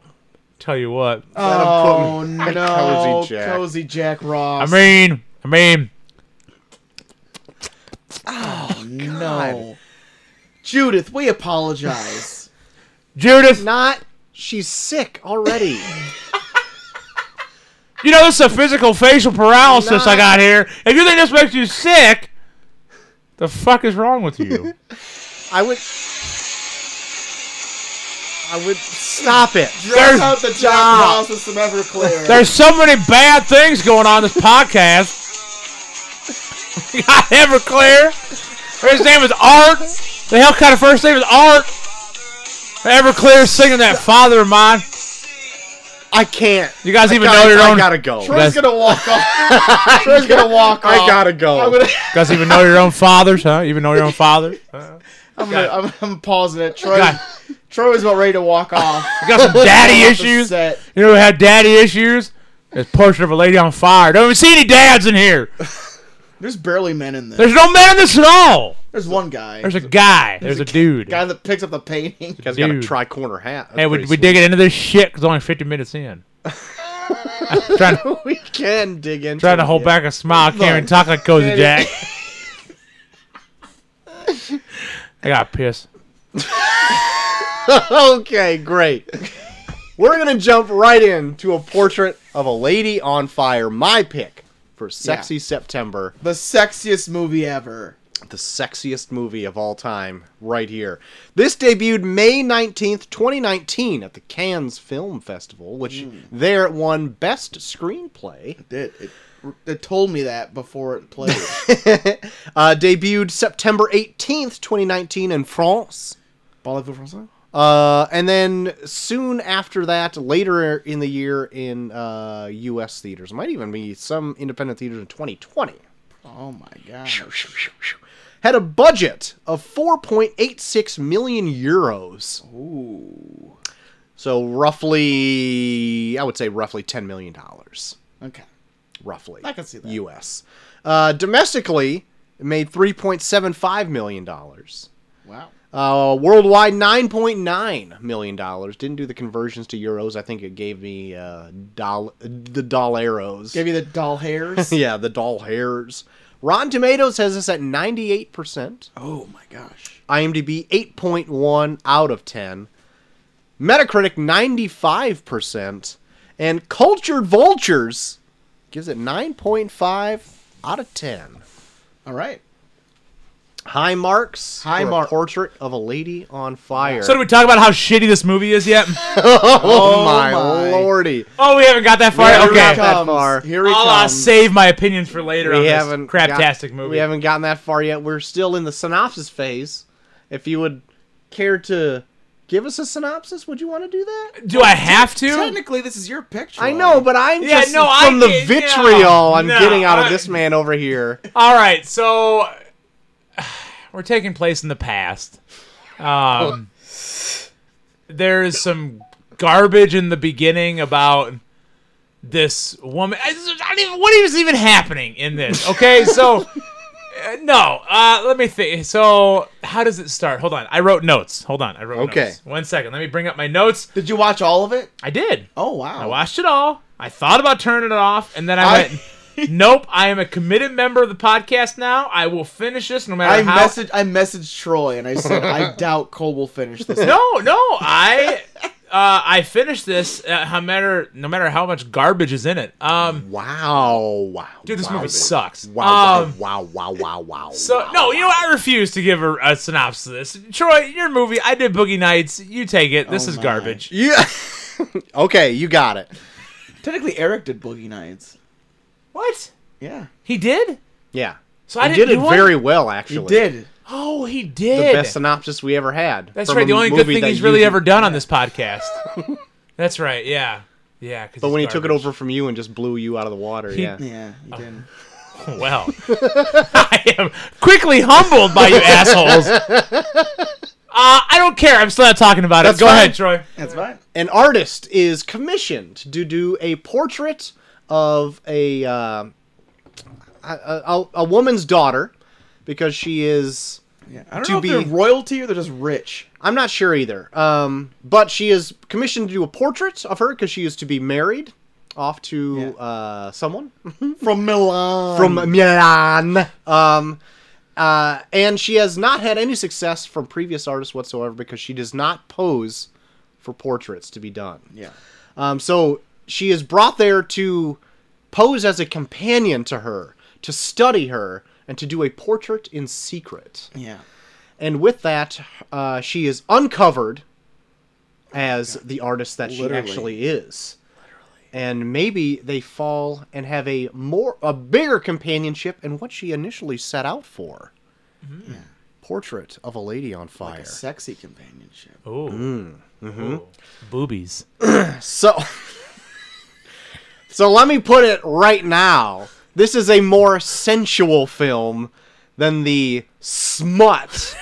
Speaker 3: Tell you what.
Speaker 1: Oh
Speaker 2: put-
Speaker 1: no,
Speaker 2: Cozy Jack.
Speaker 1: cozy Jack Ross.
Speaker 3: I mean, I mean,
Speaker 1: no, Judith, we apologize.
Speaker 3: Judith,
Speaker 2: Not. She's sick already.
Speaker 3: you know, this is a physical facial paralysis I got here. If you think this makes you sick, the fuck is wrong with you?
Speaker 2: I would. I would stop it.
Speaker 1: Dress out the Jack Ross with some Everclear.
Speaker 3: There's so many bad things going on in this podcast. We got Everclear. His name is Art. The hell kind of first name is Art. Everclear singing that father of mine.
Speaker 2: I can't.
Speaker 3: You guys even
Speaker 2: I,
Speaker 3: know your
Speaker 2: I
Speaker 3: own.
Speaker 2: gotta go.
Speaker 1: Troy's gonna walk off. Troy's gonna walk off.
Speaker 2: I gotta go.
Speaker 1: I'm gonna,
Speaker 3: You guys even know your own fathers, huh? You even know your own fathers.
Speaker 1: I'm, gonna, I'm, I'm pausing it. Troy,
Speaker 3: God.
Speaker 1: Troy is about ready to walk off.
Speaker 3: You got some daddy
Speaker 1: Off the
Speaker 3: issues.
Speaker 1: set.
Speaker 3: You know who had daddy issues? This portrait of a lady on fire. Don't even see any dads in here.
Speaker 1: There's barely men in this. There's,
Speaker 3: There's no men in this at all.
Speaker 1: one guy.
Speaker 3: There's a guy. There's a dude.
Speaker 1: guy that picks up the painting.
Speaker 2: You guys got a
Speaker 3: Dude.
Speaker 2: tri corner hat. That's
Speaker 3: Hey, we,
Speaker 2: pretty
Speaker 3: we
Speaker 2: sweet.
Speaker 3: digging into this shit because only 50 minutes in. I'm trying to
Speaker 2: we can dig into.
Speaker 3: trying to hold
Speaker 2: it.
Speaker 3: back a smile. Can't even
Speaker 1: Look.
Speaker 3: talk like Cozy
Speaker 1: It-
Speaker 3: Jack. I got pissed.
Speaker 2: okay, great. We're gonna jump right in to a portrait of a lady on fire. My pick for sexy September.
Speaker 1: The sexiest movie ever.
Speaker 2: the sexiest movie of all time right here. This debuted May 19th, 2019 at the Cannes Film Festival, which
Speaker 3: Mm.
Speaker 2: there it won best screenplay.
Speaker 1: It, it, it told me that before it played.
Speaker 2: Uh, debuted September 18th, 2019 in France.
Speaker 1: Parlez-vous français?
Speaker 2: Uh, and then soon after that, later in the year in uh, U.S. theaters, might even be some independent theaters in 2020.
Speaker 1: Oh my gosh.
Speaker 2: Had a budget of 4.86 million euros.
Speaker 1: Ooh.
Speaker 2: So roughly, I would say roughly ten million dollars,
Speaker 1: Okay.
Speaker 2: roughly.
Speaker 1: I can see that.
Speaker 2: U.S. Uh, domestically, it made three point seven five million dollars.
Speaker 1: Wow.
Speaker 2: Uh, worldwide, nine point nine million dollars. Didn't do the conversions to euros. I think it gave me uh, doll the doll arrows.
Speaker 1: Give you the doll hairs.
Speaker 2: yeah, the doll hairs. Rotten Tomatoes has this at ninety eight percent.
Speaker 1: oh my gosh.
Speaker 2: IMDb 8.1 out of 10, Metacritic 95%, and Cultured Vultures gives it 9.5 out of 10.
Speaker 1: All right.
Speaker 2: High marks.
Speaker 1: High
Speaker 2: for a
Speaker 1: mar-
Speaker 2: Portrait of a lady on fire.
Speaker 3: So did we talk about how shitty this movie is yet?
Speaker 2: oh, my,
Speaker 1: my.
Speaker 2: lordy!
Speaker 3: oh, we haven't got that far.
Speaker 2: Yeah, we're
Speaker 3: okay.
Speaker 2: not that far.
Speaker 1: Here he
Speaker 3: I'll uh,
Speaker 1: comes.
Speaker 3: save my opinions for later on
Speaker 2: We
Speaker 3: this
Speaker 2: haven't got-
Speaker 3: craptastic movie.
Speaker 2: We haven't gotten that far yet. We're still in the synopsis phase. If you would care to give us a synopsis, would you want to do that?
Speaker 3: Do I have to?
Speaker 1: Technically, this is your picture.
Speaker 2: I know, but I'm
Speaker 3: Yeah,
Speaker 2: just
Speaker 3: no, I
Speaker 2: from the
Speaker 3: get-
Speaker 2: vitriol
Speaker 3: no,
Speaker 2: I'm
Speaker 3: no,
Speaker 2: getting out of
Speaker 3: I-
Speaker 2: this man over here.
Speaker 3: All right, so we're taking place in the past. Um, there is some garbage in the beginning about this woman. I, I don't even, what is even happening in this? Okay, so uh, no, uh, let me think. So how does it start? Hold on, I wrote notes. Hold on, I wrote
Speaker 2: Okay.
Speaker 3: notes. One second, let me bring up my notes.
Speaker 1: Did you watch all of it?
Speaker 3: I did.
Speaker 1: Oh wow.
Speaker 3: I watched it all. I thought about turning it off, and then I,
Speaker 1: I-
Speaker 3: went, "Nope, I am a committed member of the podcast now. I will finish this no
Speaker 1: I
Speaker 3: matter how."
Speaker 1: messaged I messaged Troy and I said I doubt Cole will finish this.
Speaker 3: no, no, I, uh, I finished this uh, no matter no matter how much garbage is in it. Um,
Speaker 2: Wow, wow,
Speaker 3: dude, this
Speaker 2: wow,
Speaker 3: movie
Speaker 2: dude.
Speaker 3: sucks.
Speaker 2: Wow,
Speaker 3: Um,
Speaker 2: wow, wow, wow, wow.
Speaker 3: So
Speaker 2: wow.
Speaker 3: no, you know what? I refuse to give a, a synopsis of this. Troy, your movie. I did Boogie Nights. You take it. This
Speaker 1: Oh
Speaker 3: is
Speaker 1: my.
Speaker 3: garbage.
Speaker 2: yeah. okay, you got it.
Speaker 1: Technically, Eric did Boogie Nights.
Speaker 3: What
Speaker 1: Yeah,
Speaker 3: he did?
Speaker 2: Yeah,
Speaker 3: So I
Speaker 2: you
Speaker 3: didn't
Speaker 2: did it
Speaker 3: do one?
Speaker 2: very well,
Speaker 1: he
Speaker 2: actually.
Speaker 1: did.
Speaker 3: Oh, he
Speaker 2: the
Speaker 3: did.
Speaker 2: best synopsis we ever had.
Speaker 3: That's
Speaker 2: from
Speaker 3: right.
Speaker 2: a
Speaker 3: The only good
Speaker 2: movie
Speaker 3: thing
Speaker 2: that
Speaker 3: he's
Speaker 2: you
Speaker 3: really
Speaker 2: did-
Speaker 3: ever done on this podcast. That's right. Yeah. Yeah.
Speaker 2: But when he took it over from you and just blew you out of the water,
Speaker 3: He-
Speaker 2: yeah.
Speaker 1: Yeah, he did.
Speaker 3: Well, I am quickly humbled by you assholes. Uh, I don't care. I'm still not talking about
Speaker 2: Let's
Speaker 3: it.
Speaker 2: go
Speaker 3: Go
Speaker 2: ahead.
Speaker 3: ahead, Troy.
Speaker 1: That's fine.
Speaker 2: an artist is commissioned to do a portrait of a uh, a, a, a woman's daughter because she is
Speaker 1: Yeah. I don't
Speaker 2: To
Speaker 1: know if
Speaker 2: be-
Speaker 1: they're royalty or they're just rich.
Speaker 2: I'm not sure either. Um, but she is commissioned to do a portrait of her because she is to be married off to
Speaker 1: Yeah.
Speaker 2: uh, someone
Speaker 1: From Milan.
Speaker 2: from Milan. Um, uh, and she has not had any success from previous artists whatsoever because she does not pose for portraits to be done.
Speaker 1: Yeah.
Speaker 2: Um, so she is brought there to pose as a companion to her, to study her, and to do a portrait in secret.
Speaker 1: Yeah.
Speaker 2: And with that, uh, she is uncovered as the artist that she
Speaker 1: Literally.
Speaker 2: actually is. And maybe they fall and have a more a bigger companionship in what she initially set out for. Portrait of a lady on fire.
Speaker 1: Mm-hmm. A sexy companionship.
Speaker 3: Ooh.
Speaker 2: Mm, mm-hmm.
Speaker 3: Ooh. Boobies.
Speaker 2: So, so let me put it right now. This is a more sensual film than the smut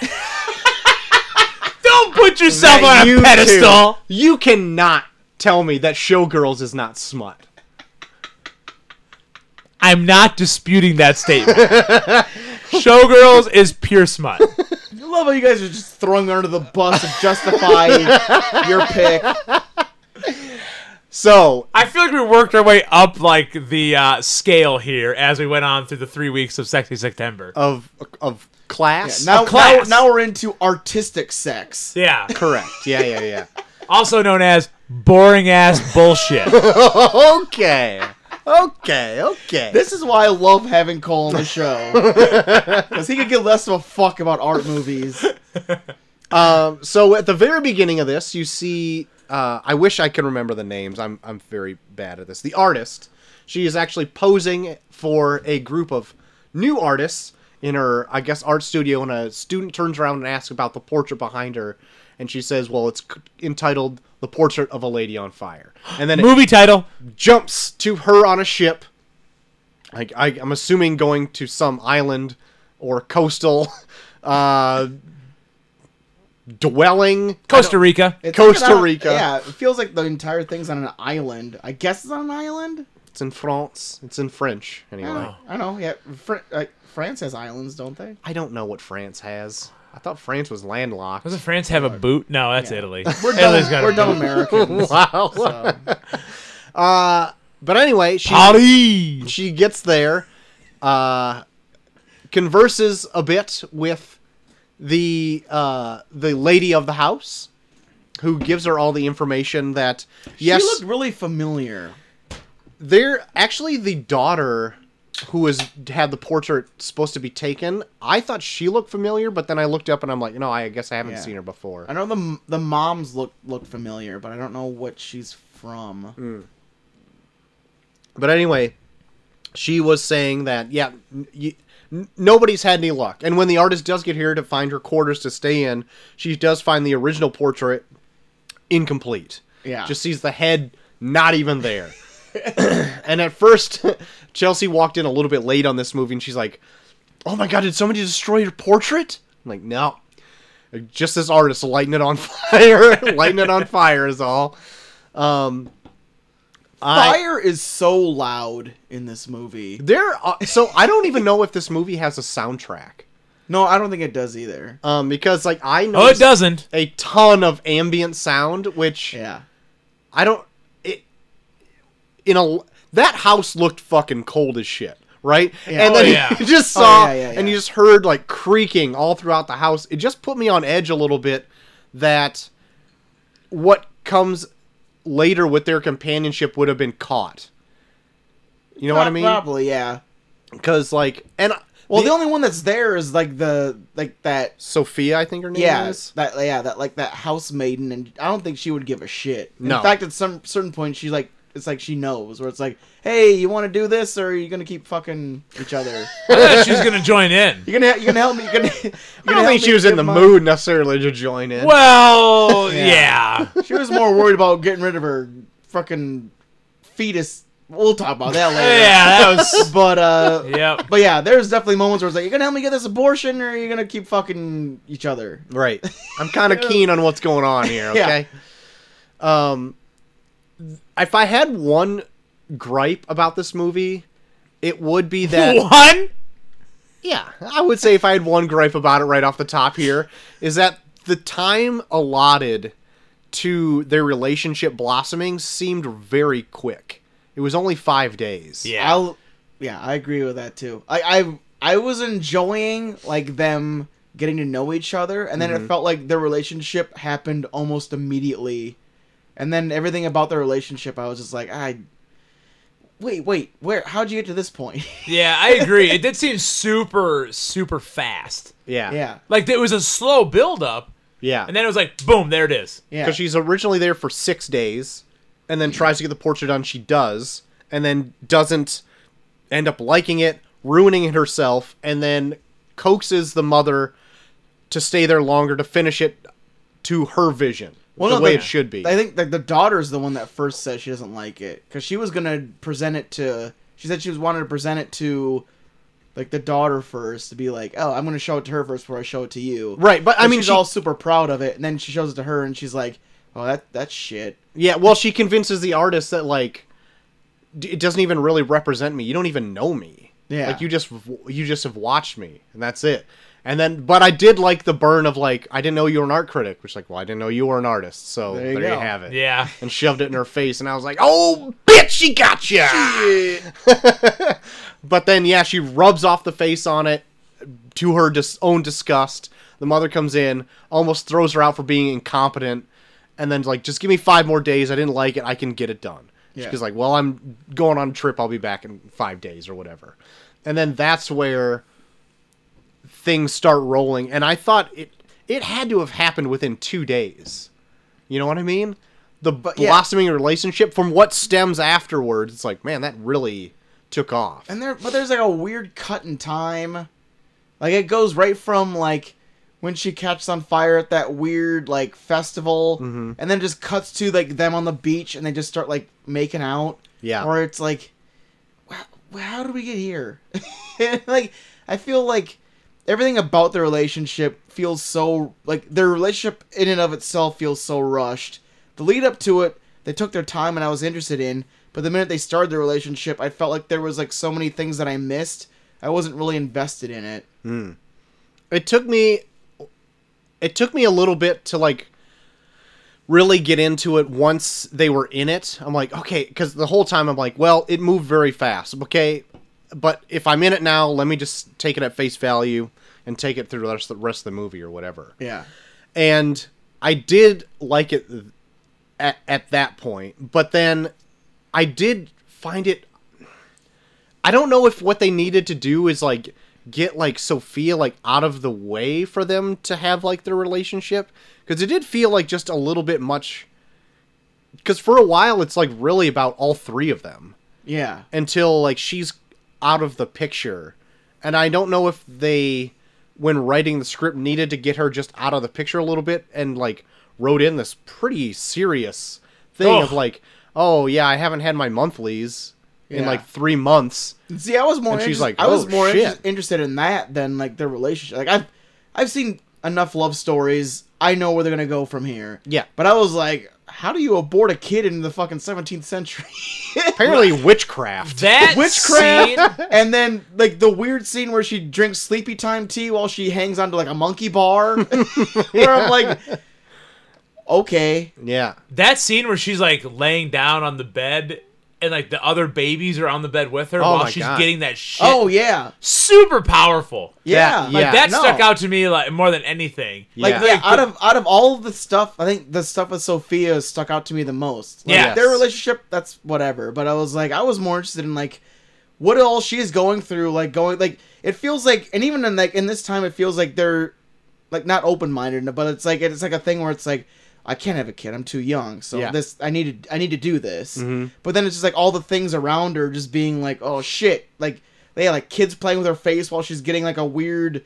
Speaker 3: Don't put yourself
Speaker 2: that
Speaker 3: on a
Speaker 2: you
Speaker 3: pedestal.
Speaker 2: two- You cannot tell me that Showgirls is not smut.
Speaker 3: I'm not disputing that statement. Showgirls is pure smut.
Speaker 1: I love how you guys are just throwing her under the bus to justify your pick.
Speaker 2: So,
Speaker 3: I feel like we worked our way up like the uh, scale here as we went on through the three weeks of Sexy September.
Speaker 2: of of class.
Speaker 1: Now, now,
Speaker 3: class.
Speaker 1: now we're into artistic sex.
Speaker 3: yeah,
Speaker 2: correct. Yeah, yeah, yeah.
Speaker 3: also known as boring ass bullshit.
Speaker 2: okay. Okay, okay.
Speaker 1: This is why I love having Cole on the show. Because he could give less of a fuck about art movies.
Speaker 2: Um, so at the very beginning of this, you see. Uh, I wish I could remember the names. I'm I'm very bad at this. The artist, she is actually posing for a group of new artists in her, I guess, art studio. And a student turns around and asks about the portrait behind her, and she says, "Well, it's c- entitled The Portrait of a Lady on Fire." And then it
Speaker 3: Movie title.
Speaker 2: jumps to her on a ship. I, I, I'm assuming going to some island or coastal uh, dwelling.
Speaker 3: Costa Rica.
Speaker 1: It's
Speaker 2: Costa
Speaker 1: like on a-
Speaker 2: Rica.
Speaker 1: yeah, it feels like the entire thing's on an island. I guess it's on an island.
Speaker 2: It's in France. It's in French,
Speaker 1: I
Speaker 2: anyway.
Speaker 1: don't know. I don't know. Yeah, Fr- like, France has islands, don't they?
Speaker 2: I don't know what France has. I thought France was landlocked.
Speaker 3: Doesn't France have a boot? No, that's Italy.
Speaker 1: We're
Speaker 3: Italy's
Speaker 1: dumb,
Speaker 3: got a
Speaker 1: we're dumb
Speaker 3: boot.
Speaker 1: Americans.
Speaker 2: wow. Uh,
Speaker 1: so.
Speaker 2: But anyway, she
Speaker 3: Paris.
Speaker 2: she gets there, uh, converses a bit with the uh, the lady of the house, who gives her all the information that yes,
Speaker 1: She looked really familiar.
Speaker 2: they're actually the daughter who was had the portrait supposed to be taken. I thought she looked familiar, but then I looked up and I'm like, no, I guess I haven't
Speaker 1: Yeah.
Speaker 2: seen her before.
Speaker 1: I know the the moms look look familiar, but I don't know what she's from.
Speaker 2: Mm. But anyway, she was saying that yeah, n- y- n- nobody's had any luck. And when the artist does get here to find her quarters to stay in, she does find the original portrait incomplete.
Speaker 1: Yeah.
Speaker 2: just sees the head not even there. and at first, Chelsea walked in a little bit late on this movie, and she's like, "Oh my god, did somebody destroy your portrait?" I'm like, no. Just this artist lighting it on fire, lighting it on fire is all. Um, I-
Speaker 1: Fire is so loud in this movie.
Speaker 2: There, are, so I don't even know if this movie has a soundtrack,
Speaker 1: No, I don't think it does either.
Speaker 2: um, because like I know
Speaker 3: Oh, it doesn't.
Speaker 2: a ton of ambient sound, which
Speaker 1: Yeah.
Speaker 2: I don't. It in a that house looked fucking cold as shit, right?
Speaker 1: Yeah.
Speaker 2: And
Speaker 1: Oh,
Speaker 2: then
Speaker 3: yeah.
Speaker 2: you just
Speaker 1: Oh,
Speaker 2: saw,
Speaker 1: yeah, yeah,
Speaker 2: and
Speaker 1: yeah.
Speaker 2: you just heard like creaking all throughout the house. It just put me on edge a little bit that what comes later with their companionship would have been caught. You know what I
Speaker 1: Prob-
Speaker 2: mean?
Speaker 1: Probably, yeah.
Speaker 2: Because like, and
Speaker 1: Well, the, only one that's there is like the like that
Speaker 2: Sophia, I think her name
Speaker 1: yeah
Speaker 2: is.
Speaker 1: that yeah that like that house maiden, and I don't think she would give a shit. In
Speaker 2: No.
Speaker 1: fact, at some certain point, she's like, it's like she knows where it's like, hey, you want to do this, or are you gonna keep fucking each other?
Speaker 3: I thought she was gonna join in.
Speaker 1: You're gonna you're gonna help me. You're gonna. You're
Speaker 2: I don't think she was in the mood necessarily to join in.
Speaker 3: Well,
Speaker 1: Yeah.
Speaker 3: yeah.
Speaker 1: She was more worried about getting rid of her fucking fetus We'll talk about that later.
Speaker 3: Yeah, that was.
Speaker 1: But uh,
Speaker 3: yep.
Speaker 1: but yeah, there's definitely moments where it's like, you're gonna help me get this abortion, or you're gonna keep fucking each other.
Speaker 2: Right. I'm kind of keen on what's going on here,
Speaker 1: Yeah.
Speaker 2: okay? Um if I had one gripe about this movie, it would be that
Speaker 3: One?
Speaker 2: yeah, I would say if I had one gripe about it right off the top here is that the time allotted to their relationship blossoming seemed very quick. It was only 5 days.
Speaker 3: Yeah.
Speaker 1: I'll, yeah, I agree with that too. I I I was enjoying like them getting to know each other, and then
Speaker 2: Mm-hmm.
Speaker 1: it felt like their relationship happened almost immediately, and then everything about their relationship, I was just like, I. Wait, wait, where? How'd you get to this point?
Speaker 3: Yeah, I agree. It did seem super, super fast.
Speaker 2: Yeah.
Speaker 1: yeah,
Speaker 3: Like it was a slow build up,
Speaker 2: Yeah.
Speaker 3: and then it was like, boom, there it is.
Speaker 1: yeah.
Speaker 2: because she's originally there for six days and then tries to get the portrait done she does and then doesn't end up liking it ruining it herself and then coaxes the mother to stay there longer to finish it to her vision
Speaker 1: Well,
Speaker 2: the
Speaker 1: no,
Speaker 2: way
Speaker 1: the-
Speaker 2: it should be
Speaker 1: I think like the daughter's the one that first says she doesn't like it because she was gonna present it to. She said she was wanted to present it to, like the daughter first to be like, oh, I'm gonna show it to her first before I show it to you.
Speaker 2: right but i
Speaker 1: And
Speaker 2: mean
Speaker 1: she's
Speaker 2: she,
Speaker 1: all super proud of it, and then she shows it to her, and she's like, "Oh, that that's shit."
Speaker 2: yeah well she convinces the artist that like d- it doesn't even really represent me you don't even know me
Speaker 1: Yeah.
Speaker 2: like you just w- you just have watched me and that's it and then but i did like the burn of like i didn't know you were an art critic which like well i didn't know you were an artist so
Speaker 1: There
Speaker 2: there
Speaker 1: you
Speaker 2: you,
Speaker 1: go.
Speaker 2: have it
Speaker 3: Yeah.
Speaker 2: and shoved it in her face and i was like oh bitch she got you but then yeah she rubs off the face on it to her dis- own disgust the mother comes in almost throws her out for being incompetent and then like just give me five more days i didn't like it i can get it done
Speaker 1: Yeah.
Speaker 2: she's like well i'm going on a trip i'll be back in five days or whatever and then that's where things start rolling and i thought it it had to have happened within two days you know what i mean the
Speaker 1: yeah.
Speaker 2: blossoming relationship from what stems afterwards it's like man that really took off
Speaker 1: And there, but there's like a weird cut in time, like it goes right from like when she catches on fire at that weird like festival, and then just cuts to like them on the beach, and they just start like making out.
Speaker 2: Yeah.
Speaker 1: Or it's like, wow, how did we get here? like, I feel like everything about their relationship feels so like their relationship in and of itself feels so rushed. The lead up to it, they took their time and I was interested in, but the minute they started their relationship, I felt like there was like so many things that I missed. I wasn't really invested in it.
Speaker 2: it took me it took me a little bit to like really get into it once they were in it i'm like okay because the whole time i'm like well it moved very fast okay but if i'm in it now let me just take it at face value and take it through the rest the rest of the movie or whatever
Speaker 1: Yeah.
Speaker 2: and I did like it at, at that point, but then I did find it. I don't know if what they needed to do is like get like Sophia like out of the way for them to have like their relationship because it did feel like just a little bit much. Because for a while, it's like really about all three of them
Speaker 1: Yeah.
Speaker 2: until like she's out of the picture. And I don't know if they when writing the script needed to get her just out of the picture a little bit and like wrote in this pretty serious thing
Speaker 3: Ugh.
Speaker 2: of like, oh yeah, I haven't had my monthlies in
Speaker 1: Yeah.
Speaker 2: like 3 months.
Speaker 1: See, I was more.
Speaker 2: And she's
Speaker 1: interest-
Speaker 2: like,
Speaker 1: I was
Speaker 2: "Oh,
Speaker 1: more
Speaker 2: shit."
Speaker 1: inter- interested in that than like their relationship. Like I've, I've seen enough love stories. I know where they're gonna go from here.
Speaker 2: Yeah.
Speaker 1: But I was like, how do you abort a kid in the fucking 17th century?
Speaker 2: Apparently witchcraft.
Speaker 3: That
Speaker 1: Witchcraft.
Speaker 3: scene-
Speaker 1: and then like the weird scene where she drinks sleepy time tea while she hangs onto like a monkey bar. where I'm like, okay,
Speaker 2: yeah.
Speaker 3: that scene where she's like laying down on the bed and like the other babies are on the bed with her
Speaker 2: Oh
Speaker 3: while
Speaker 2: my
Speaker 3: she's
Speaker 2: God.
Speaker 3: getting that shit.
Speaker 1: oh yeah,
Speaker 3: super powerful.
Speaker 1: yeah,
Speaker 2: That-
Speaker 1: like,
Speaker 3: Like
Speaker 2: Yeah,
Speaker 3: that
Speaker 1: no.
Speaker 3: stuck out to me like more than anything.
Speaker 1: Like
Speaker 2: Yeah.
Speaker 1: yeah, out of out of all of the stuff, I think the stuff with Sophia stuck out to me the most. Like,
Speaker 3: Yeah.
Speaker 1: their relationship, that's whatever. But I was like, I was more interested in like what all she's going through. Like going, like it feels like, and even in like in this time, it feels like they're like not open minded, but it's like it's like a thing where it's like I can't have a kid. I'm too young. So
Speaker 2: Yeah.
Speaker 1: this I need to I need to do this. But then it's just like all the things around her just being like, oh shit, like they had like kids playing with her face while she's getting like a weird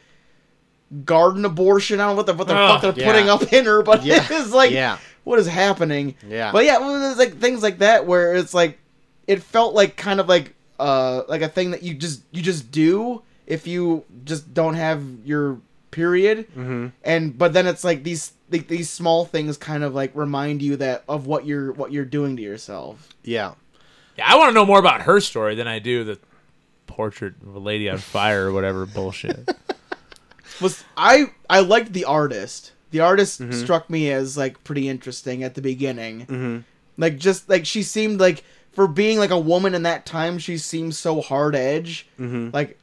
Speaker 1: garden abortion. I don't know what the what the
Speaker 3: Ugh,
Speaker 1: fuck they're
Speaker 2: yeah.
Speaker 1: putting up in her, but
Speaker 2: Yeah,
Speaker 1: it's like
Speaker 2: yeah.
Speaker 1: what is happening?
Speaker 2: Yeah.
Speaker 1: But yeah, well, there's like things like that where it's like it felt like kind of like uh like a thing that you just you just do if you just don't have your period
Speaker 2: Mm-hmm.
Speaker 1: and but then it's like these like, these small things kind of like remind you that of what you're what you're doing to yourself
Speaker 2: Yeah.
Speaker 3: Yeah, I want to know more about her story than I do the portrait of a lady on fire or whatever bullshit.
Speaker 1: was I I liked the artist. The artist
Speaker 2: Mm-hmm.
Speaker 1: struck me as like pretty interesting at the beginning.
Speaker 2: Mm-hmm.
Speaker 1: Like just like she seemed like for being like a woman in that time, she seemed so hard edge.
Speaker 2: Mm-hmm.
Speaker 1: Like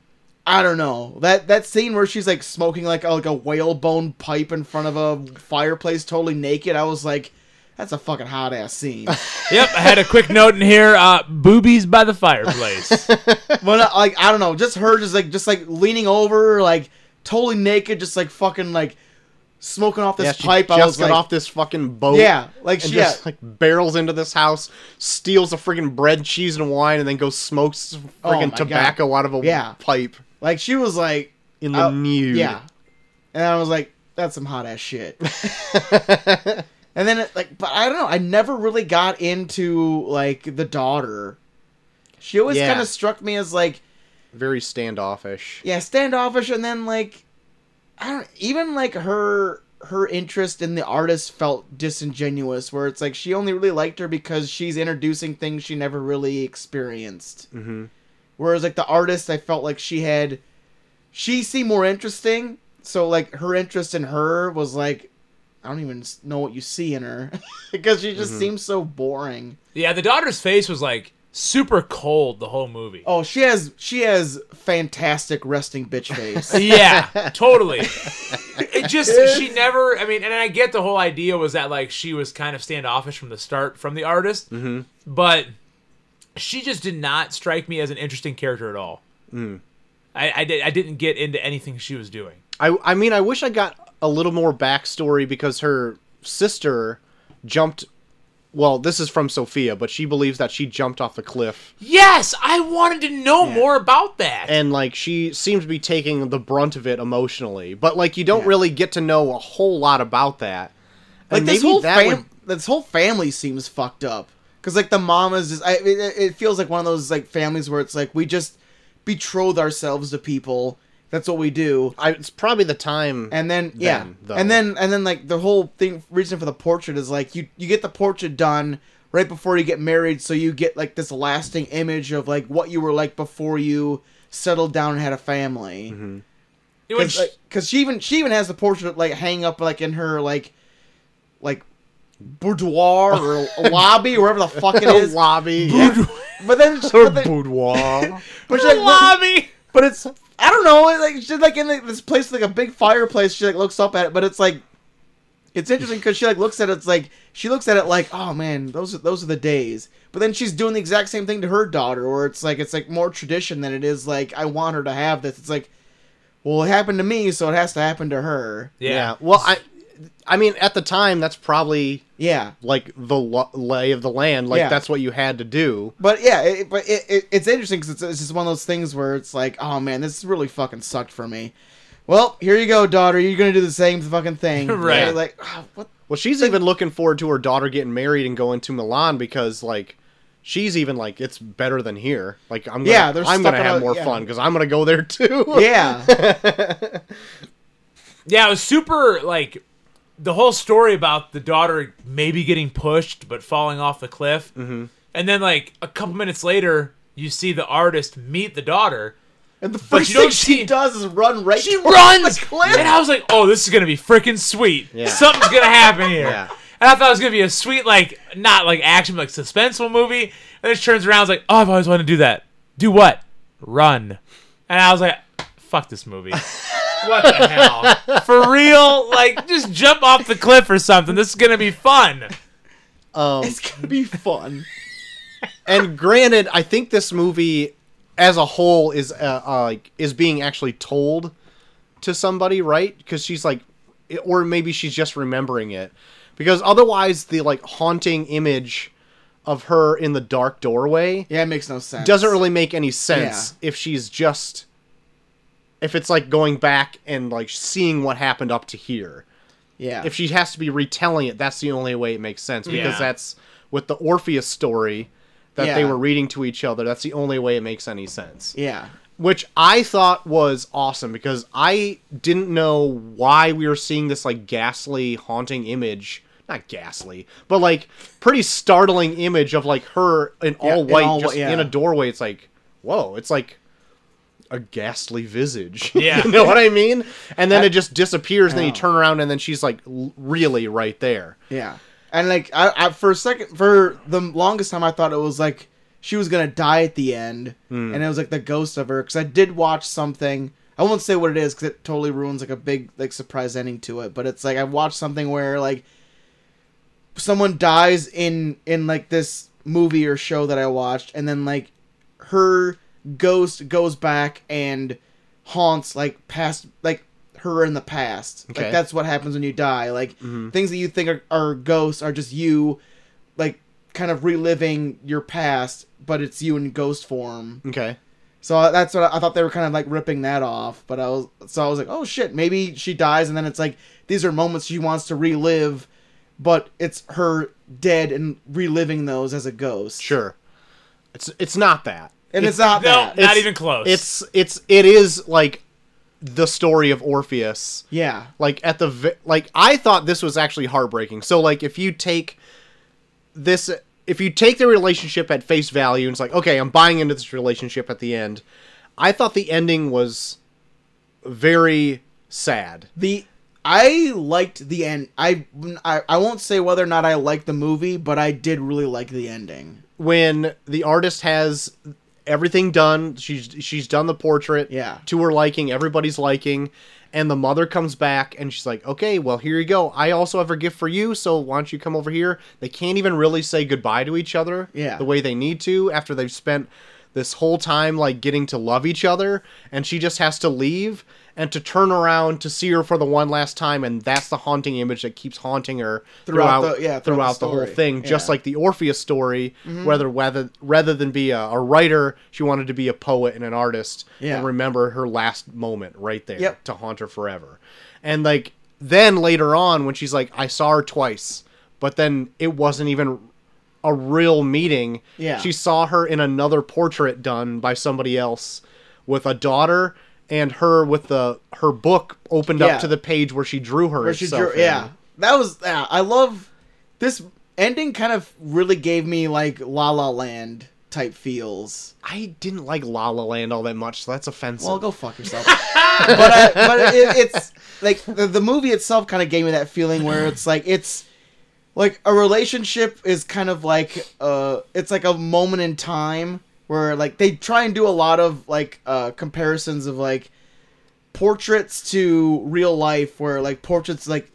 Speaker 1: I don't know that that scene where she's like smoking like a, like a whalebone pipe in front of a fireplace, totally naked. I was like, that's a fucking hot ass scene.
Speaker 3: yep, I had a quick note in here. Uh, boobies by the fireplace.
Speaker 1: But uh, like I don't know, just her just like just like leaning over, like totally naked, just like fucking like smoking off this
Speaker 2: yeah, she
Speaker 1: pipe.
Speaker 2: just
Speaker 1: I was
Speaker 2: got
Speaker 1: like,
Speaker 2: off this fucking boat.
Speaker 1: Yeah, like
Speaker 2: Oh, and
Speaker 1: she-
Speaker 2: just
Speaker 1: yeah.
Speaker 2: like barrels into this house, steals a freaking bread, cheese, and wine, and then goes smokes
Speaker 1: Oh my
Speaker 2: freaking
Speaker 1: God.
Speaker 2: tobacco out of a
Speaker 1: Yeah.
Speaker 2: pipe
Speaker 1: Like she was like,
Speaker 2: in the
Speaker 1: Oh,
Speaker 2: nude.
Speaker 1: yeah, and I was like, that's some hot ass shit. and then it, like, but I don't know. I never really got into like the daughter. She always
Speaker 2: Yeah.
Speaker 1: kind of struck me as like,
Speaker 2: very standoffish.
Speaker 1: yeah, standoffish, and then like, I don't even like her her interest in the artist felt disingenuous where it's like she only really liked her because she's introducing things she never really experienced
Speaker 2: Mm-hmm.
Speaker 1: Whereas like the artist, I felt like she had, she seemed more interesting. So like her interest in her was like, I don't even s- know what you see in her because she just seems so boring.
Speaker 3: yeah, the daughter's face was like super cold the whole movie.
Speaker 1: Oh, she has she has fantastic resting bitch face.
Speaker 3: Yeah, totally. It just she never. I mean, and I get the whole idea was that like she was kind of standoffish from the start from the artist, mm-hmm. but she just did not strike me as an interesting character at all. I, I did. I didn't get into anything she was doing.
Speaker 2: I I mean I wish I got a little more backstory because her sister jumped. Well, this is from Sophia, but she believes that she jumped off the cliff,
Speaker 3: Yes, I wanted to know more about that.
Speaker 2: and like she seems to be taking the brunt of it emotionally. But like you don't really get to know a whole lot about that.
Speaker 1: like
Speaker 2: And
Speaker 1: this whole
Speaker 2: that
Speaker 1: fam-
Speaker 2: would-
Speaker 1: this whole family seems fucked up because like the mom is just I, it, it feels like one of those like families where it's like we just betroth ourselves to people. That's what we do.
Speaker 2: I, it's probably the time.
Speaker 1: and then yeah
Speaker 2: them, though.
Speaker 1: and then and then like the whole thing reason for the portrait is like you you get the portrait done right before you get married so you get like this lasting image of like what you were like before you settled down and had a family
Speaker 2: Mm-hmm.
Speaker 3: It was-
Speaker 1: because she even she even has the portrait like hang up like in her like like boudoir or lobby or wherever the fuck it is
Speaker 2: lobby,
Speaker 1: but then
Speaker 2: or
Speaker 1: but, then,
Speaker 2: boudoir.
Speaker 1: but she, like,
Speaker 3: lobby.
Speaker 1: but it's I don't know. Like she's like in like, this place, like a big fireplace. She like looks up at it, but it's like it's interesting because she like looks at it, it's like she looks at it like oh man, those are those are the days. But then she's doing the exact same thing to her daughter, where it's like it's like more tradition than it is like I want her to have this. It's like well, it happened to me, so it has to happen to her.
Speaker 3: Yeah.
Speaker 2: yeah. Well, I, I mean, at the time, that's probably
Speaker 1: Yeah.
Speaker 2: like the lo- lay of the land. Like
Speaker 1: Yeah.
Speaker 2: that's what you had to do.
Speaker 1: But yeah, it, but it, it, it's interesting because it's, it's just one of those things where it's like, oh man, this really fucking sucked for me. Well, here you go, daughter. You're gonna do the same fucking thing,
Speaker 3: Right.
Speaker 1: You're Like, "Ah, what
Speaker 2: Well, she's even looking forward to her daughter getting married and going to Milan because like she's even like it's better than here. Like I'm gonna,
Speaker 1: Yeah, they're
Speaker 2: I'm gonna
Speaker 1: stuck
Speaker 2: have
Speaker 1: on a-
Speaker 2: more
Speaker 1: yeah.
Speaker 2: fun because I'm gonna go there too.
Speaker 1: yeah,
Speaker 3: Yeah, it was super like the whole story about the daughter maybe getting pushed but falling off the cliff, mm-hmm. and then like a couple minutes later, you see the artist meet the daughter.
Speaker 1: and the
Speaker 3: But
Speaker 1: first
Speaker 3: you don't
Speaker 1: thing she
Speaker 3: see-
Speaker 1: does is run right.
Speaker 3: She
Speaker 1: towards
Speaker 3: runs,
Speaker 1: the cliff.
Speaker 3: and I was like, "Oh, this is gonna be freaking sweet.
Speaker 2: Yeah.
Speaker 3: Something's gonna happen here."
Speaker 2: Yeah.
Speaker 3: And I thought it was gonna be a sweet, like not like action, but, like suspenseful movie. And then she turns around, and like, "Oh, I've always wanted to do that. Do what? Run." And I was like, "Fuck this movie." What the hell? For real? Like, just jump off the cliff or something. This is gonna be fun.
Speaker 2: Um,
Speaker 1: It's gonna be fun.
Speaker 2: and granted, I think this movie as a whole is uh, uh, like is being actually told to somebody, right? Because she's like, it- or maybe she's just remembering it, because otherwise the like haunting image of her in the dark doorway
Speaker 1: Yeah, it makes no sense.
Speaker 2: doesn't really make any sense if she's just if it's like going back and like seeing what happened up to here.
Speaker 1: Yeah,
Speaker 2: If she has to be retelling it, that's the only way it makes sense because
Speaker 3: Yeah.
Speaker 2: that's with the Orpheus story. that they
Speaker 1: Yeah.
Speaker 2: were reading to each other. That's the only way it makes any sense.
Speaker 1: Yeah.
Speaker 2: Which I thought was awesome because I didn't know why we were seeing this like ghastly, haunting image. Not ghastly, but like pretty startling image of like her in all
Speaker 1: in
Speaker 2: white
Speaker 1: all whi-
Speaker 2: just
Speaker 1: yeah.
Speaker 2: in a doorway. It's like, whoa, it's like a ghastly visage.
Speaker 3: Yeah.
Speaker 2: you know what I mean? And then
Speaker 1: That-
Speaker 2: it just disappears, and then you
Speaker 1: Oh.
Speaker 2: turn around, and then she's like l- really right there.
Speaker 1: Yeah, and like I, I for a second for the longest time I thought it was like she was gonna die at the end, and it was like the ghost of her because I did watch something. I won't say what it is because it totally ruins like a big like surprise ending to it. But it's like I watched something where like someone dies in in like this movie or show that I watched, and then like her ghost goes back and haunts like past like her in the past.
Speaker 2: Okay.
Speaker 1: Like that's what happens when you die. Like things that you think are, are ghosts are just you like kind of reliving your past, but it's you in ghost form.
Speaker 2: Okay.
Speaker 1: So I- that's what I, I thought they were kind of like ripping that off, but I was so I was like, "Oh shit, maybe she dies and then it's like these are moments she wants to relive, but it's her dead and reliving those as a ghost."
Speaker 2: Sure. It's it's not that.
Speaker 1: And it's, not
Speaker 3: No,
Speaker 1: that.
Speaker 3: not
Speaker 2: It's-
Speaker 3: even close.
Speaker 2: It's it's it is like the story of Orpheus.
Speaker 1: yeah.
Speaker 2: Like at the ve- like I thought this was actually heartbreaking. So like if you take this if you take the relationship at face value and it's like okay, I'm buying into this relationship at the end. I thought the ending was very sad.
Speaker 1: the I liked the end. I, I I won't say whether or not I liked the movie, but I did really like the ending.
Speaker 2: when the artist has everything done she's she's done the portrait
Speaker 1: Yeah.
Speaker 2: to her liking everybody's liking and the mother comes back and she's like okay well here you go i also have a gift for you so why don't you come over here they can't even really say goodbye to each other
Speaker 1: Yeah.
Speaker 2: the way they need to after they've spent this whole time like getting to love each other and she just has to leave and to turn around to see her for the one last time and that's the haunting image that keeps haunting her
Speaker 1: Throughout
Speaker 2: throughout,
Speaker 1: the- yeah, throughout
Speaker 2: throughout
Speaker 1: the
Speaker 2: the whole
Speaker 1: story.
Speaker 2: thing just
Speaker 1: Yeah.
Speaker 2: like like the Orpheus story,
Speaker 1: Mm-hmm.
Speaker 2: whether whether rather than be a, a writer, she wanted to be a poet and an artist
Speaker 1: Yeah.
Speaker 2: and remember her last moment right there
Speaker 1: Yep.
Speaker 2: to haunt her forever. And like then later on when she's like, I saw her twice, but then it wasn't even a real meeting.
Speaker 1: Yeah.
Speaker 2: She saw her in another portrait done by somebody else with a daughter and her with the her book opened
Speaker 1: Yeah.
Speaker 2: up to the page where she drew her
Speaker 1: Where she
Speaker 2: herself
Speaker 1: drew,
Speaker 2: in.
Speaker 1: yeah, that was. Yeah, I love this ending. Kind of really gave me like La La Land type feels.
Speaker 2: I didn't like La La Land all that much, so that's offensive.
Speaker 1: Well, go fuck yourself. but I, but it, it's like the, the movie itself kind of gave me that feeling where it's like it's like a relationship is kind of like uh it's like a moment in time where like they try and do a lot of like uh comparisons of like portraits to real life where like portraits like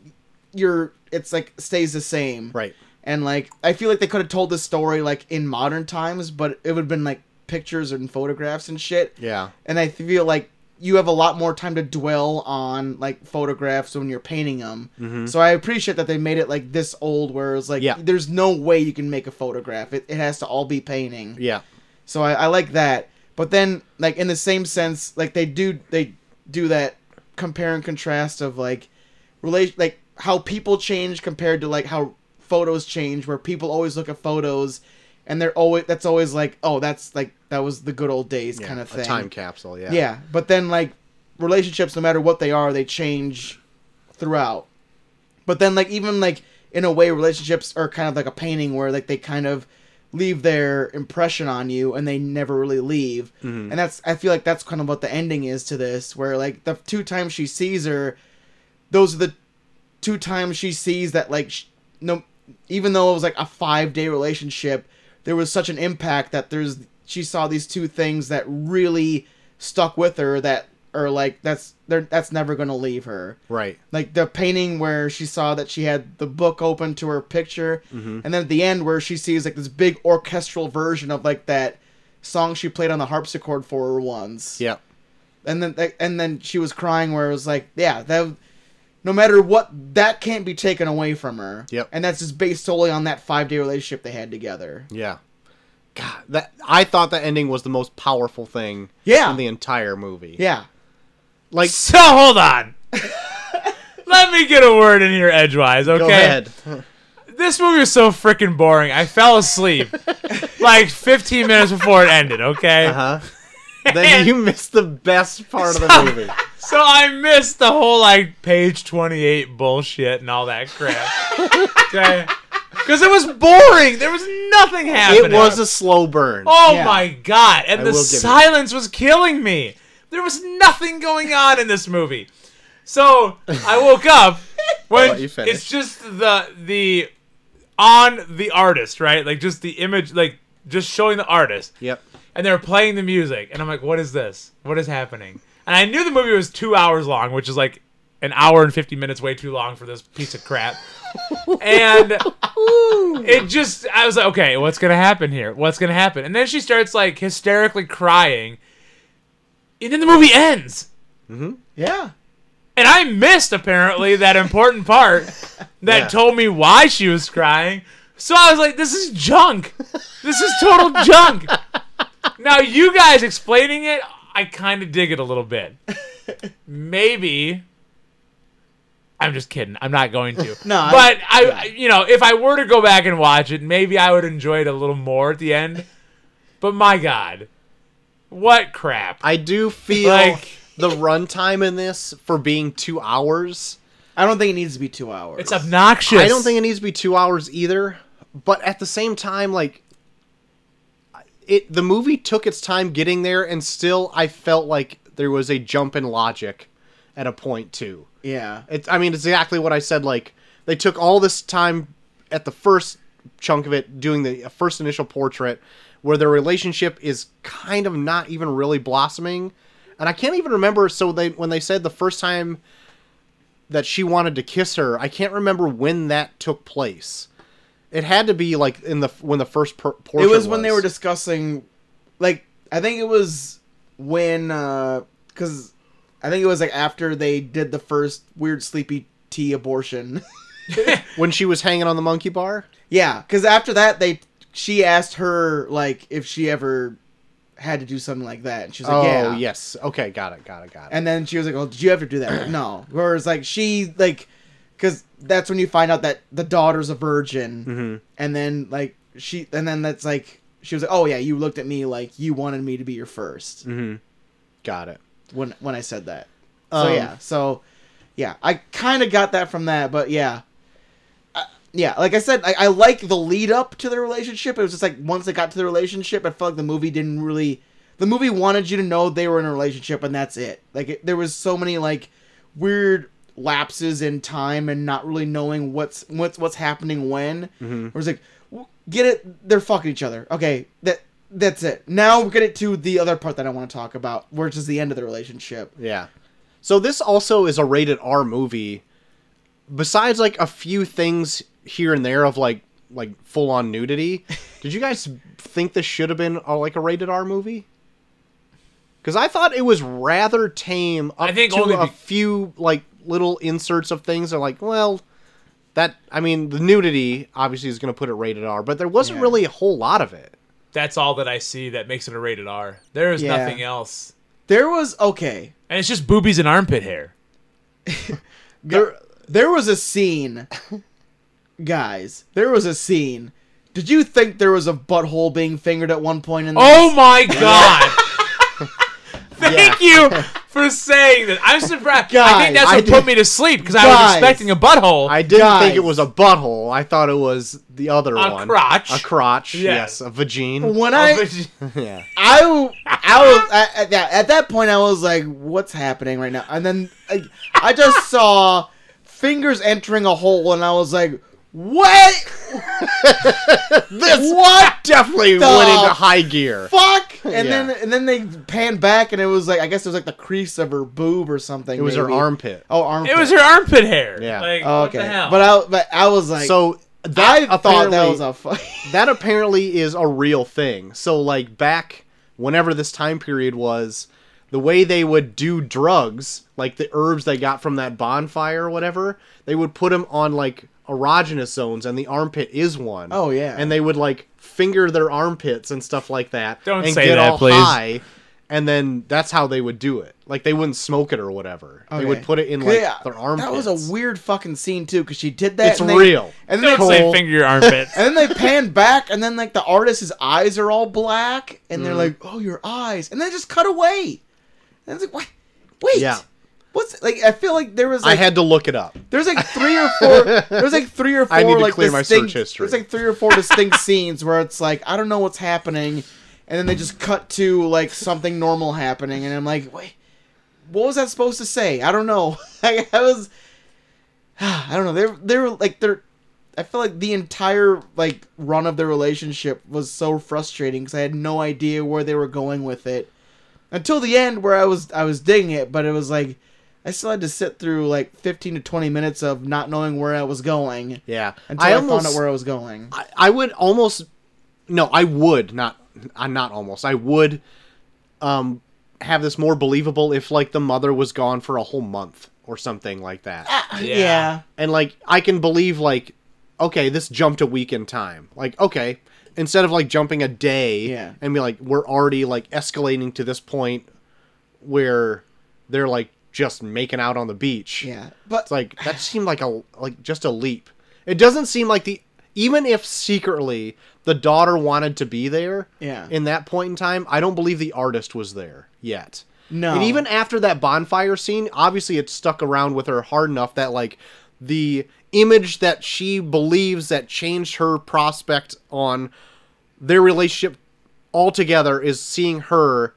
Speaker 1: you're it's like stays the same
Speaker 2: Right.
Speaker 1: and like I feel like they could have told this story like in modern times, but it would have been like pictures and photographs and shit.
Speaker 2: Yeah.
Speaker 1: And I feel like you have a lot more time to dwell on like photographs when you're painting them. So I appreciate that they made it like this old, where it's like
Speaker 2: Mm-hmm. Yeah.
Speaker 1: there's no way you can make a photograph. It, it has to all be painting.
Speaker 2: Yeah.
Speaker 1: So I, I like that. But then, like in the same sense, like they do they do that compare and contrast of like relation, like how people change compared to like how photos change, where people always look at photos, and they're always that's always like oh that's like that was the good old days kind of thing.
Speaker 2: A time capsule, yeah.
Speaker 1: yeah. but then like relationships, no matter what they are, they change throughout. But then like even like in a way, relationships are kind of like a painting where like they kind of leave their impression on you and they never really leave. And that's I feel like that's kind of what the ending is to this, where like the two times she sees her, those are the two times she sees that like sh- no even though it was like a five day relationship there was such an impact that there's she saw these two things that really stuck with her that are like that's they're, that's never gonna leave her
Speaker 2: Right.
Speaker 1: like the painting where she saw that she had the book open to her picture and then at the end where she sees like this big orchestral version of like that song she played on the harpsichord for her once
Speaker 2: Yeah.
Speaker 1: and then and then she was crying where it was like yeah that no matter what that can't be taken away from her
Speaker 2: Yep.
Speaker 1: and that's just based solely on that five day relationship they had together
Speaker 2: Yeah. God, that I thought the ending was the most powerful thing
Speaker 1: Yeah.
Speaker 2: in the entire movie.
Speaker 1: yeah
Speaker 2: Like
Speaker 3: so hold on. Let me get a word in here edgewise, okay?
Speaker 2: go ahead.
Speaker 3: This movie was so freaking boring. I fell asleep like 15 minutes before it ended. Okay,
Speaker 2: Uh huh. then you missed the best part of the movie.
Speaker 3: so I missed the whole like page 28 bullshit and all that crap. Okay, because it was boring. There was nothing happening.
Speaker 2: It was a slow burn.
Speaker 3: Oh
Speaker 1: Yeah.
Speaker 3: my god! And
Speaker 2: I
Speaker 3: the
Speaker 2: will give it-
Speaker 3: silence was killing me. There was nothing going on in this movie. So I woke up
Speaker 2: let
Speaker 3: when
Speaker 2: you finish.
Speaker 3: it's just the the on the artist, right? Like just the image, like just showing the artist,
Speaker 2: Yep.
Speaker 3: and they're playing the music, and I'm like, what is this? What is happening? And I knew the movie was two hours long, which is like an hour and fifty minutes way too long for this piece of crap. and it just i was like okay what's gonna happen here what's gonna happen and then she starts like hysterically crying and then the movie ends
Speaker 1: Yeah.
Speaker 3: and i missed apparently that important part that
Speaker 2: Yeah.
Speaker 3: told me why she was crying so i was like this is junk this is total junk now you guys explaining it i kind of dig it a little bit maybe i'm just kidding i'm not going to
Speaker 1: No, I-
Speaker 3: but I, I- you know, if I were to go back and watch it, maybe I would enjoy it a little more at the end. But my God, what crap!
Speaker 2: I do feel
Speaker 3: Like-
Speaker 2: the runtime in this for being two hours.
Speaker 1: I don't think it needs to be two hours.
Speaker 3: It's obnoxious.
Speaker 2: I don't think it needs to be two hours either. But at the same time, like it, the movie took its time getting there, and still I felt like there was a jump in logic at a point too.
Speaker 1: Yeah.
Speaker 2: It's, I mean, it's exactly what I said. Like they took all this time at the first chunk of it, doing the uh, first initial portrait, where their relationship is kind of not even really blossoming, and I can't even remember. So they when they said the first time that she wanted to kiss her, I can't remember when that took place. It had to be like in the when the first per-
Speaker 1: It
Speaker 2: portrait.
Speaker 1: was when they were discussing, like, I think it was when, uh, cause I think it was like after they did the first weird sleepy tea abortion.
Speaker 2: when she was hanging on the monkey bar.
Speaker 1: yeah. Cause after that, they, she asked her, like, if she ever had to do something like that. And she was like,
Speaker 2: oh
Speaker 1: yeah.
Speaker 2: yes, okay, got it, got it, got it.
Speaker 1: And then she was like, "Oh, did you ever do that?" Like, no. Whereas like she like, because that's when you find out that the daughter's a virgin,
Speaker 2: Mm-hmm.
Speaker 1: and then like she, and then that's like she was like, "Oh yeah, you looked at me like you wanted me to be your 1st
Speaker 2: Mm. got it.
Speaker 1: when when I said that." so
Speaker 2: Um,
Speaker 1: yeah, so yeah, I kind of got that from that, but yeah. I- Yeah, like I said, I, I like the lead up to the relationship. It was just like once they got to the relationship, I felt like the movie didn't really. The movie wanted you to know they were in a relationship, and that's it. Like it, there was so many like weird lapses in time and not really knowing what's what's what's happening when. It was like, w- get it? They're fucking each other. Okay, that that's it. Now we get it to the other part that I want to talk about, which is the end of the relationship.
Speaker 2: Yeah. So this also is a rated R movie. Besides like a few things here and there of like like full on nudity, did you guys think this should have been uh, like a rated R movie? Because I thought it was rather tame. Up
Speaker 3: I think
Speaker 2: to
Speaker 3: only
Speaker 2: a
Speaker 3: be-
Speaker 2: few like little inserts of things are like well. That I mean, the nudity obviously is going to put it rated R, but there wasn't
Speaker 1: Yeah.
Speaker 2: really a whole lot of it.
Speaker 3: That's all that I see that makes it a rated R. There is
Speaker 1: Yeah.
Speaker 3: nothing else,
Speaker 1: There was okay.
Speaker 3: and it's just boobies and armpit hair.
Speaker 1: There there was a scene. Guys, there was a scene. Did you think there was a butthole being fingered at one point in this?
Speaker 3: Oh my god! Thank you for saying that. I'm surprised. I
Speaker 1: Guys,
Speaker 3: think that's
Speaker 1: I
Speaker 3: what put
Speaker 1: did-
Speaker 3: me to sleep because I was
Speaker 1: Guys.
Speaker 3: expecting a butthole.
Speaker 2: I didn't think it
Speaker 1: Guys.
Speaker 2: was a butthole. I thought it was the other
Speaker 3: A
Speaker 2: one.
Speaker 3: crotch.
Speaker 2: A crotch.
Speaker 3: Yeah.
Speaker 2: Yes, a vagine.
Speaker 3: Oh,
Speaker 1: When I
Speaker 2: yeah.
Speaker 1: I, w- I was I, at, that, at that point I was like, "What's happening right now?" And then I, I just saw fingers entering a hole, and I was like, "What?
Speaker 2: This
Speaker 1: What
Speaker 2: definitely
Speaker 1: the
Speaker 2: went into high gear.
Speaker 1: fuck?" And
Speaker 2: Yeah.
Speaker 1: then and then they panned back, and it was like I guess it was like the crease of her boob or something.
Speaker 2: It was her
Speaker 1: maybe.
Speaker 2: armpit.
Speaker 1: Oh, armpit.
Speaker 3: it was her armpit hair.
Speaker 2: Yeah.
Speaker 3: Like,
Speaker 1: Oh,
Speaker 3: What the
Speaker 1: okay,
Speaker 3: hell?
Speaker 1: but I but I was like,
Speaker 2: so
Speaker 1: I
Speaker 2: that
Speaker 1: thought that
Speaker 2: apparently-
Speaker 1: was a fu-
Speaker 2: that apparently is a real thing. So like back whenever this time period was, the way they would do drugs, like the herbs they got from that bonfire or whatever, they would put them on like erogenous zones, and the armpit is one.
Speaker 1: Oh, yeah.
Speaker 2: and they would like finger their armpits and stuff like that.
Speaker 3: Don't
Speaker 2: and
Speaker 3: say
Speaker 2: get
Speaker 3: that,
Speaker 2: all
Speaker 3: please.
Speaker 2: High, and then that's how they would do it. Like they wouldn't smoke it or whatever. They would
Speaker 1: Okay.
Speaker 2: put it in like
Speaker 1: Yeah,
Speaker 2: their armpits.
Speaker 1: That was a weird fucking scene too, because she did that.
Speaker 2: It's
Speaker 1: and they-
Speaker 2: real.
Speaker 1: And then
Speaker 3: Don't
Speaker 1: they,
Speaker 3: say finger your armpits.
Speaker 1: and then they pan back, and then like the artist's eyes are all black, and they're
Speaker 2: Mm-hmm.
Speaker 1: like, "Oh, your eyes," and then just cut away. And it's like, what? Wait,
Speaker 2: Yeah.
Speaker 1: What's like? I feel like there was
Speaker 2: I
Speaker 1: like
Speaker 2: had to look it up.
Speaker 1: there's like three or four there's like three or four
Speaker 2: I need to
Speaker 1: like
Speaker 2: clear my
Speaker 1: distinct-
Speaker 2: search history.
Speaker 1: There's like three or four distinct scenes where it's like I don't know what's happening, and then they just cut to like something normal happening, and I'm like, wait, what was that supposed to say? I don't know. Like, I was, I don't know. They're they're like they're. I feel like the entire like run of their relationship was so frustrating because I had no idea where they were going with it until the end where I was I was digging it, but it was like I still had to sit through like 15 to 20 minutes of not knowing where I was going
Speaker 2: Yeah,
Speaker 1: until I, found out where I was going.
Speaker 2: I, I would almost no, I would not. I'm not almost. I would um have this more believable if like the mother was gone for a whole month or something like that.
Speaker 1: Ah.
Speaker 3: Yeah.
Speaker 2: and like I can believe like okay, this jumped a week in time. Like okay, instead of like jumping a day
Speaker 1: Yeah.
Speaker 2: and be like we're already like escalating to this point where they're like just making out on the beach.
Speaker 1: yeah, but
Speaker 2: It's like that seemed like a like just a leap. It doesn't seem like the even if secretly the daughter wanted to be there
Speaker 1: Yeah.
Speaker 2: in that point in time, I don't believe the artist was there yet.
Speaker 1: No.
Speaker 2: And even after that bonfire scene, obviously it stuck around with her hard enough that like the image that she believes that changed her prospect on their relationship altogether is seeing her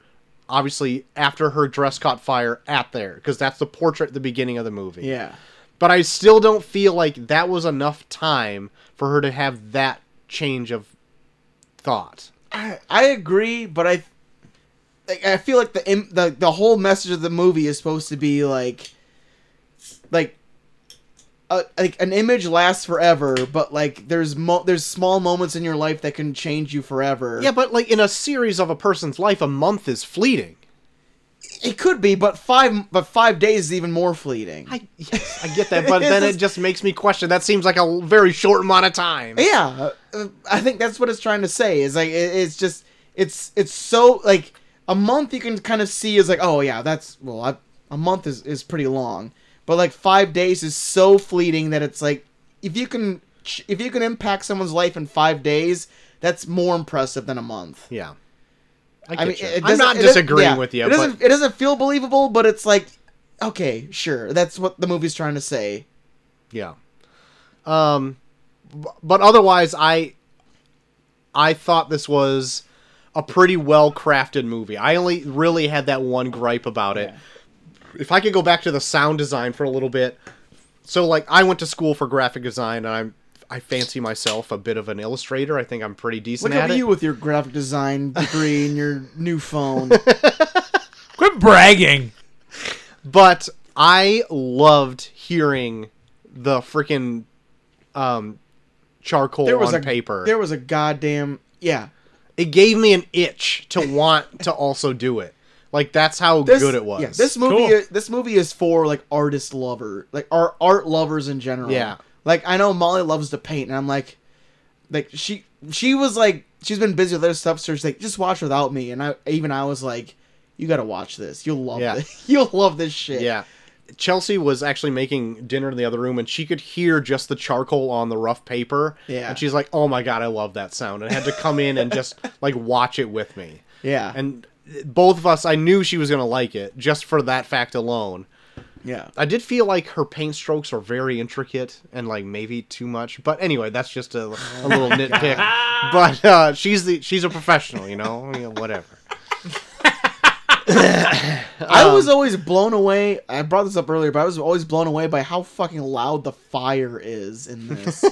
Speaker 2: obviously after her dress caught fire at there because that's the portrait at the beginning of the movie
Speaker 1: yeah,
Speaker 2: but I still don't feel like that was enough time for her to have that change of thought.
Speaker 1: I, I agree, but I like, I feel like the im- the the whole message of the movie is supposed to be like like a, like an image lasts forever, but like there's mo- there's small moments in your life that can change you forever.
Speaker 2: Yeah, but like in a series of a person's life, a month is fleeting.
Speaker 1: it could be, but five but five days is even more fleeting.
Speaker 2: I yes, I get that, but then it just makes me question. That seems like a very short amount of time.
Speaker 1: Yeah, uh, I think that's what it's trying to say. Is like it, it's just it's it's so like a month you can kind of see is like oh yeah that's well I, a month is is pretty long, but like five days is so fleeting that it's like if you can ch- if you can impact someone's life in five days, that's more impressive than a month.
Speaker 2: Yeah.
Speaker 1: I
Speaker 2: I
Speaker 1: mean,
Speaker 2: get you.
Speaker 1: it
Speaker 2: I'm
Speaker 1: doesn't-
Speaker 2: not
Speaker 1: it doesn't-
Speaker 2: disagreeing
Speaker 1: yeah,
Speaker 2: with you,
Speaker 1: It
Speaker 2: but
Speaker 1: doesn't it doesn't feel believable, but it's like okay, sure, that's what the movie's trying to say.
Speaker 2: Yeah. Um, b- but otherwise, I I thought this was a pretty well crafted movie. I only really had that one gripe about it. If I could go back to the sound design for a little bit, so like I went to school for graphic design, and I'm I fancy myself a bit of an illustrator. I think I'm pretty decent
Speaker 1: Look
Speaker 2: at
Speaker 1: at
Speaker 2: it.
Speaker 1: you with your graphic design degree and your new phone.
Speaker 3: Quit bragging.
Speaker 2: But I loved hearing the freaking um charcoal
Speaker 1: there was
Speaker 2: on
Speaker 1: a
Speaker 2: paper.
Speaker 1: There was a goddamn yeah.
Speaker 2: it gave me an itch to want to also do it. Like that's how
Speaker 1: This,
Speaker 2: good it was.
Speaker 1: Yeah, this movie.
Speaker 3: Cool.
Speaker 1: This movie is for like artist lover, like our art lovers in general.
Speaker 2: Yeah.
Speaker 1: Like I know Molly loves to paint, and I'm like, like she she was like she's been busy with other stuff, so she's like just watch without me, and I even I was like, you gotta watch this. You'll love
Speaker 2: Yeah.
Speaker 1: this. You'll love this shit.
Speaker 2: yeah. Chelsea was actually making dinner in the other room and she could hear just the charcoal on the rough paper.
Speaker 1: Yeah.
Speaker 2: And she's like, "Oh my god, I love that sound." And had to come in and just like watch it with me.
Speaker 1: Yeah.
Speaker 2: And both of us, I knew she was going to like it just for that fact alone.
Speaker 1: yeah.
Speaker 2: I did feel like her paint strokes are very intricate and like maybe too much, but anyway, that's just a, a little
Speaker 3: Oh,
Speaker 2: nitpick. But uh, she's the she's a professional, you know, I mean, whatever. um,
Speaker 1: I was always blown away. I brought this up earlier, but I was always blown away by how fucking loud the fire is in this.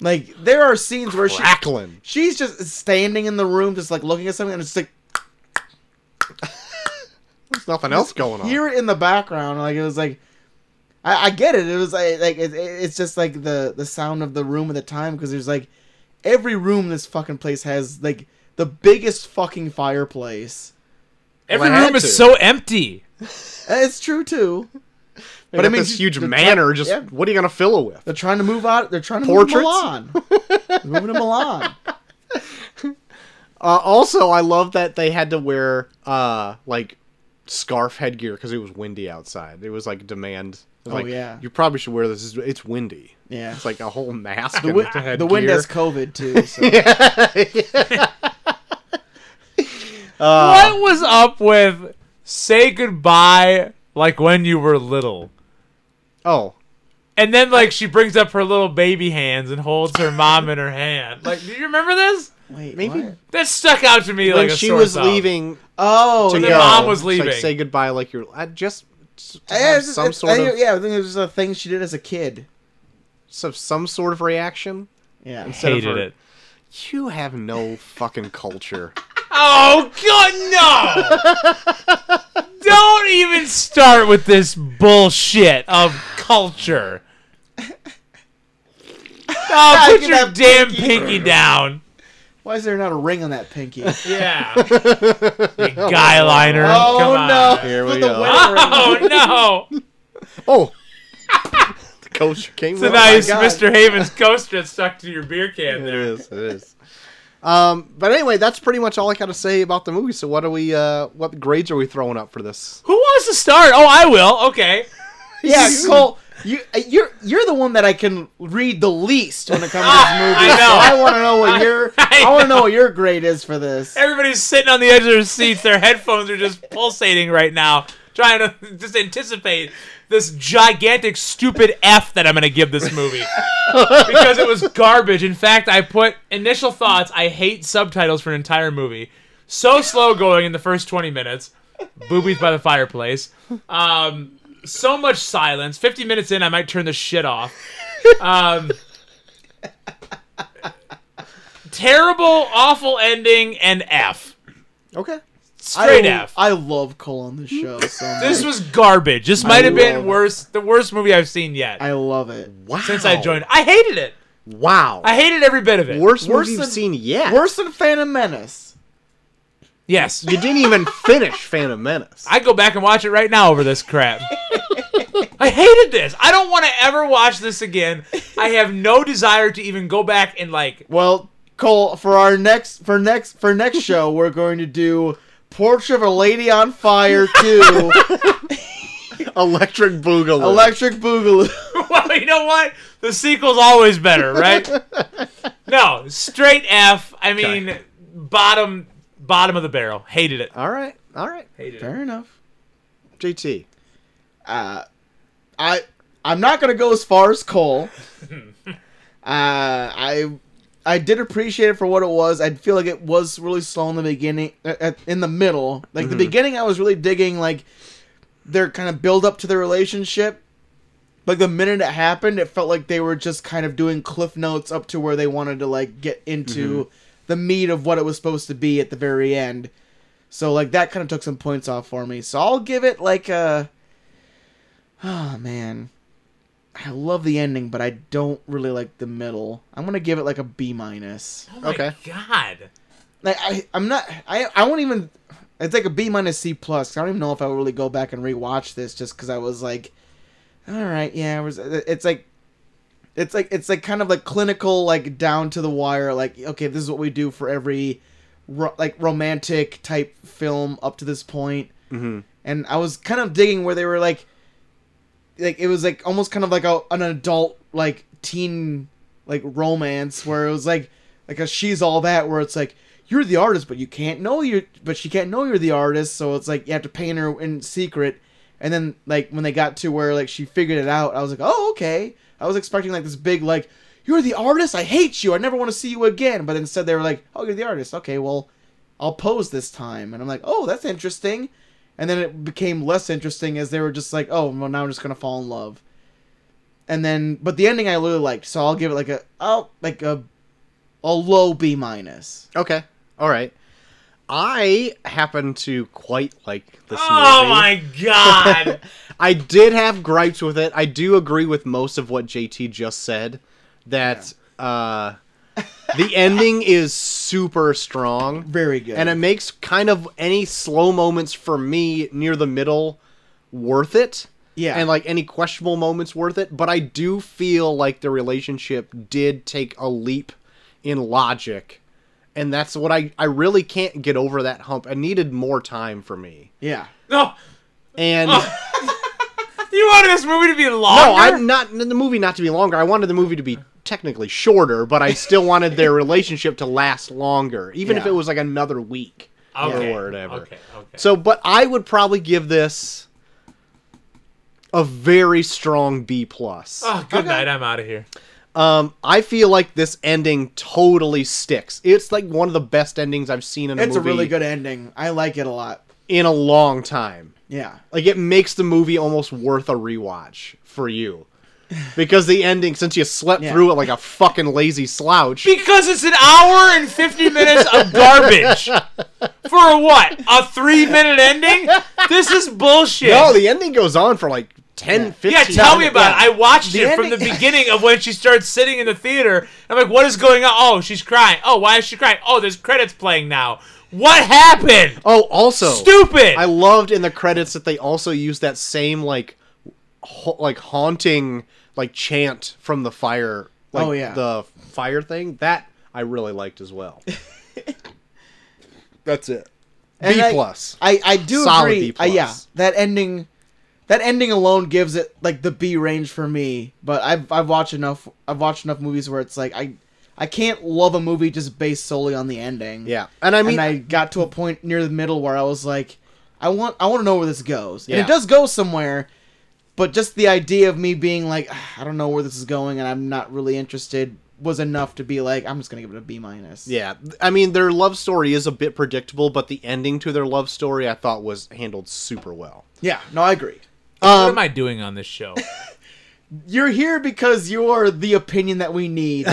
Speaker 1: like there are scenes where she
Speaker 2: Crackling.
Speaker 1: she's just standing in the room, just like looking at something, and it's like
Speaker 2: There's nothing else going on.
Speaker 1: hear it in the background. Like it was like, I, I get it. It was like, like it, it- it's just like the the sound of the room at the time because there's like every room this fucking place has like the biggest fucking fireplace.
Speaker 3: Every
Speaker 2: Well, I had
Speaker 3: room
Speaker 2: to.
Speaker 3: is so empty.
Speaker 1: And it's true too.
Speaker 2: but I mean, this huge manor. Just
Speaker 1: yeah.
Speaker 2: what are you gonna fill it with?
Speaker 1: They're trying to move out. They're trying to
Speaker 2: Portraits?
Speaker 1: move to Milan. They're moving to Milan.
Speaker 2: Uh, also, I love that they had to wear uh, like scarf headgear because it was windy outside. It was like demand. It was
Speaker 1: Oh,
Speaker 2: like,
Speaker 1: yeah.
Speaker 2: You probably should wear this. It's windy.
Speaker 1: Yeah.
Speaker 2: It's like a whole mask.
Speaker 1: The,
Speaker 2: and
Speaker 1: wi-
Speaker 2: headgear.
Speaker 1: the wind has COVID too. So. Uh.
Speaker 3: what was up with say goodbye like when you were little?
Speaker 2: Oh,
Speaker 3: And then like she brings up her little baby hands and holds her mom in her hand. Like, do you remember this?
Speaker 1: Wait,
Speaker 2: Maybe-
Speaker 1: what?
Speaker 3: That stuck out to me
Speaker 2: when
Speaker 3: like a
Speaker 2: she
Speaker 3: sore
Speaker 2: was
Speaker 3: thumb.
Speaker 2: leaving
Speaker 1: Oh,
Speaker 2: to
Speaker 3: the
Speaker 1: yeah.
Speaker 2: go,
Speaker 3: mom was
Speaker 2: it's like,
Speaker 3: leaving.
Speaker 2: say goodbye like you're. I just s-
Speaker 1: I-
Speaker 2: have
Speaker 1: it's-
Speaker 2: some
Speaker 1: it's-
Speaker 2: sort
Speaker 1: I-
Speaker 2: of
Speaker 1: yeah, I think it was just a thing she did as a kid.
Speaker 2: some, some sort of reaction.
Speaker 1: Yeah.
Speaker 2: Instead of
Speaker 3: Hated
Speaker 2: her-
Speaker 3: it.
Speaker 2: You have no fucking culture.
Speaker 3: Oh god, no! Don't even start with this bullshit of culture. Oh,
Speaker 1: at
Speaker 3: put your
Speaker 1: that
Speaker 3: damn pinky down.
Speaker 1: Why is there not a ring on that pinky?
Speaker 3: Yeah. Big guy liner.
Speaker 1: Oh,
Speaker 3: Come on.
Speaker 1: no.
Speaker 2: Here
Speaker 1: Put
Speaker 2: we
Speaker 1: the
Speaker 2: go.
Speaker 1: wedding ring on.
Speaker 3: Oh no!
Speaker 2: Oh, the culture came.
Speaker 3: It's a
Speaker 2: up.
Speaker 3: nice
Speaker 1: God.
Speaker 3: Mr. Haven's coaster that's stuck to your beer can
Speaker 2: It
Speaker 3: there.
Speaker 2: is. It is. Um, but anyway, that's pretty much all I got to say about the movie. So, what are we? Uh, what grades are we throwing up for this?
Speaker 3: Who wants to start? Oh, I will. Okay.
Speaker 1: yeah, Cole, you uh, you're you're the one that I can read the least when it comes to
Speaker 3: Ah,
Speaker 1: this movie.
Speaker 3: I
Speaker 1: so
Speaker 3: know.
Speaker 1: I want to know what your
Speaker 3: I
Speaker 1: I, want to know what your grade is for this.
Speaker 3: Everybody's sitting on the edge of their seats. Their headphones are just pulsating right now, trying to just anticipate this gigantic, stupid F that I'm going to give this movie. because it was garbage. In fact, I put initial thoughts. I hate subtitles for an entire movie. So slow going in the first 20 minutes. Boobies by the fireplace. Um, so much silence. 50 minutes in, I might turn this shit off. Um, terrible, awful ending, and F.
Speaker 2: Okay.
Speaker 3: Straight
Speaker 1: I,
Speaker 3: F.
Speaker 1: I love Cole on the show so much.
Speaker 3: this was garbage. This might have
Speaker 1: love-
Speaker 3: been worse. The worst movie I've seen yet
Speaker 1: I love it.
Speaker 2: Wow.
Speaker 3: since I joined. I hated it.
Speaker 2: Wow.
Speaker 3: I hated every bit of it.
Speaker 2: worst
Speaker 1: Worse
Speaker 2: movie you've
Speaker 1: than-
Speaker 2: seen yet.
Speaker 1: Worse than Phantom Menace.
Speaker 3: Yes.
Speaker 2: You didn't even finish Phantom Menace.
Speaker 3: I go back and watch it right now over this crap. I hated this. I don't want to ever watch this again. I have no desire to even go back and like.
Speaker 1: Well, Cole, for our next for next for next show, we're going to do Portrait of a Lady on Fire 2,
Speaker 2: Electric Boogaloo.
Speaker 1: Electric Boogaloo.
Speaker 3: Well, you know what? The sequel's always better, right? No, straight F. I mean, bottom bottom of the barrel. Hated it.
Speaker 2: all right. All right.
Speaker 3: Hated it.
Speaker 1: Fair enough.
Speaker 2: JT.
Speaker 1: Uh, I I'm not gonna go as far as Cole. uh, I I did appreciate it for what it was. I feel like it was really slow in the beginning, uh, at, in the middle. Like
Speaker 2: Mm-hmm.
Speaker 1: the beginning, I was really digging like their kind of build up to their relationship. Like the minute it happened, it felt like they were just kind of doing cliff notes up to where they wanted to like get into the meat of what it was supposed to be at the very end. So like that kind of took some points off for me. So I'll give it like a Oh man. I love the ending, but I don't really like the middle. I'm gonna give it like a B minus.
Speaker 3: Oh my
Speaker 2: Okay.
Speaker 3: God.
Speaker 1: Like I, I'm not. I, I won't even. It's like a B minus C plus. 'cause I don't even know if I would really go back and rewatch this just because I was like, all right, yeah. It was, it's like, it's like it's like kind of like clinical, like down to the wire. Like okay, this is what we do for every, ro- like romantic type film up to this point.
Speaker 2: Mhm.
Speaker 1: And I was kind of digging where they were like, like it was like almost kind of like a, an adult like teen like romance where it was like like a she's all that where it's like you're the artist but you can't know you but she can't know you're the artist so it's like you have to paint her in secret and then like when they got to where like she figured it out I was like oh okay I was expecting like this big like you're the artist I hate you I never want to see you again but instead they were like oh you're the artist okay well I'll pose this time and I'm like oh that's interesting and then it became less interesting as they were just like oh well now I'm just gonna fall in love and then but the ending I really liked, so I'll give it like a oh like a a low B minus.
Speaker 2: Okay. All right. I happen to quite like this
Speaker 3: Oh
Speaker 2: movie.
Speaker 3: my God.
Speaker 2: I did have gripes with it. I do agree with most of what JT just said. That uh, the ending is super strong.
Speaker 1: Very good.
Speaker 2: And it makes kind of any slow moments for me near the middle worth it.
Speaker 1: Yeah.
Speaker 2: And like any questionable moments worth it. But I do feel like the relationship did take a leap in logic and that's what I I really can't get over that hump. I needed more time for me,
Speaker 1: Yeah.
Speaker 3: No,
Speaker 2: and
Speaker 1: Oh,
Speaker 3: you wanted this movie to be
Speaker 2: no,
Speaker 3: longer.
Speaker 2: I'm not the movie not to be longer. I wanted the movie to be technically shorter, but I still wanted their relationship to last longer, even if
Speaker 1: Yeah.
Speaker 2: it was like another week
Speaker 3: Okay,
Speaker 2: or whatever.
Speaker 3: Okay, okay.
Speaker 2: So, but I would probably give this a very strong B plus.
Speaker 3: oh, good night. I'm out of here.
Speaker 2: Um, I feel like this ending totally sticks. It's like one of the best endings I've seen in a
Speaker 1: It's a
Speaker 2: movie
Speaker 1: really good ending. I like it a lot.
Speaker 2: in a long time.
Speaker 1: Yeah.
Speaker 2: Like it makes the movie almost worth a rewatch for you. Because the ending, since you slept
Speaker 1: Yeah.
Speaker 2: through it like a fucking lazy slouch,
Speaker 3: Because it's an hour and 50 minutes of garbage. For what? A three minute ending? This is bullshit.
Speaker 2: no, oh, the ending goes on for like 10,
Speaker 1: Yeah.
Speaker 2: 15
Speaker 3: yeah, tell me about it. I watched
Speaker 1: The
Speaker 3: it from
Speaker 1: ending-
Speaker 3: the beginning of when she starts sitting in the theater. I'm like, what is going on? Oh, she's crying. Oh, why is she crying? Oh, there's credits playing now. What happened?
Speaker 2: Oh, also,
Speaker 3: Stupid.
Speaker 2: I loved in the credits that they also used that same like, ha- like haunting like chant from the fire. Like,
Speaker 1: Oh, yeah.
Speaker 2: the fire thing that I really liked as well. That's it. B
Speaker 1: And I-
Speaker 2: plus.
Speaker 1: I, I do
Speaker 2: Solid
Speaker 1: agree.
Speaker 2: B
Speaker 1: Uh, yeah,
Speaker 2: plus.
Speaker 1: that ending, that ending alone gives it like the B range for me. But I've I've watched enough I've watched enough movies where it's like I I can't love a movie just based solely on the ending.
Speaker 2: yeah, and I mean,
Speaker 1: and I got to a point near the middle where I was like, I want I want to know where this goes. And
Speaker 2: Yeah.
Speaker 1: it does go somewhere, but just the idea of me being like, "Ah, I don't know where this is going, and I'm not really interested was enough to be like, I'm just gonna give it a B minus.
Speaker 2: Yeah, I mean their love story is a bit predictable, but the ending to their love story I thought was handled super well.
Speaker 1: yeah. No, I agree.
Speaker 3: what am I doing on this show?
Speaker 1: You're here because you are the opinion that we need.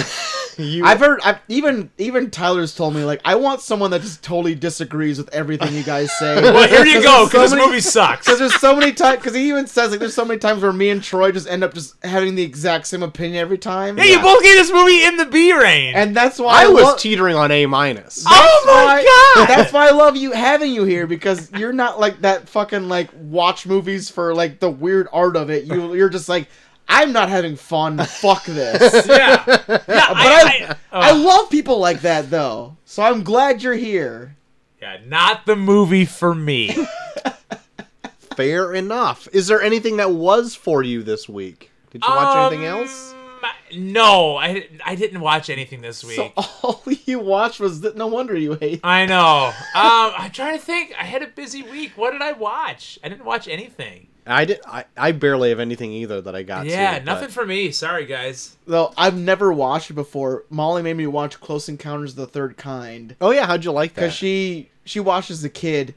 Speaker 2: You,
Speaker 1: I've heard I've, even even Tyler's told me like I want someone that just totally disagrees with everything you guys say.
Speaker 3: Well, here you go,
Speaker 1: Because
Speaker 3: because this movie sucks.
Speaker 1: Because there's so many times, because he even says like there's so many times where me and Troy just end up just having the exact same opinion every time.
Speaker 3: Yeah, you both gave this movie in the B range.
Speaker 1: And that's why
Speaker 2: I
Speaker 1: lo-
Speaker 2: was teetering on A minus.
Speaker 3: Oh
Speaker 1: that's
Speaker 3: my
Speaker 1: why-
Speaker 3: God!
Speaker 1: That's why I love you having you here because you're not like that fucking like watch movies for like the weird art of it. You you're just like I'm not having fun. Fuck this.
Speaker 3: yeah. yeah but I, Oh, I, uh.
Speaker 1: I love people like that though, so I'm glad you're here.
Speaker 3: yeah, not the movie for me.
Speaker 2: Fair enough. Is there anything that was for you this week? Did you watch anything
Speaker 3: Um,
Speaker 2: else?
Speaker 3: No, I didn't- I didn't watch anything this week.
Speaker 1: So oh. all you watched was that. No wonder you hate.
Speaker 3: I know. Um, I'm trying to think. I had a busy week. What did I watch? I didn't watch anything.
Speaker 2: I did. I, I barely have anything either that I got.
Speaker 3: yeah,
Speaker 2: to, but-
Speaker 3: nothing for me. Sorry, guys.
Speaker 1: Though I've never watched it before. Molly made me watch Close Encounters of the Third Kind.
Speaker 2: Oh yeah, how'd you like that?
Speaker 1: because she she watches the kid.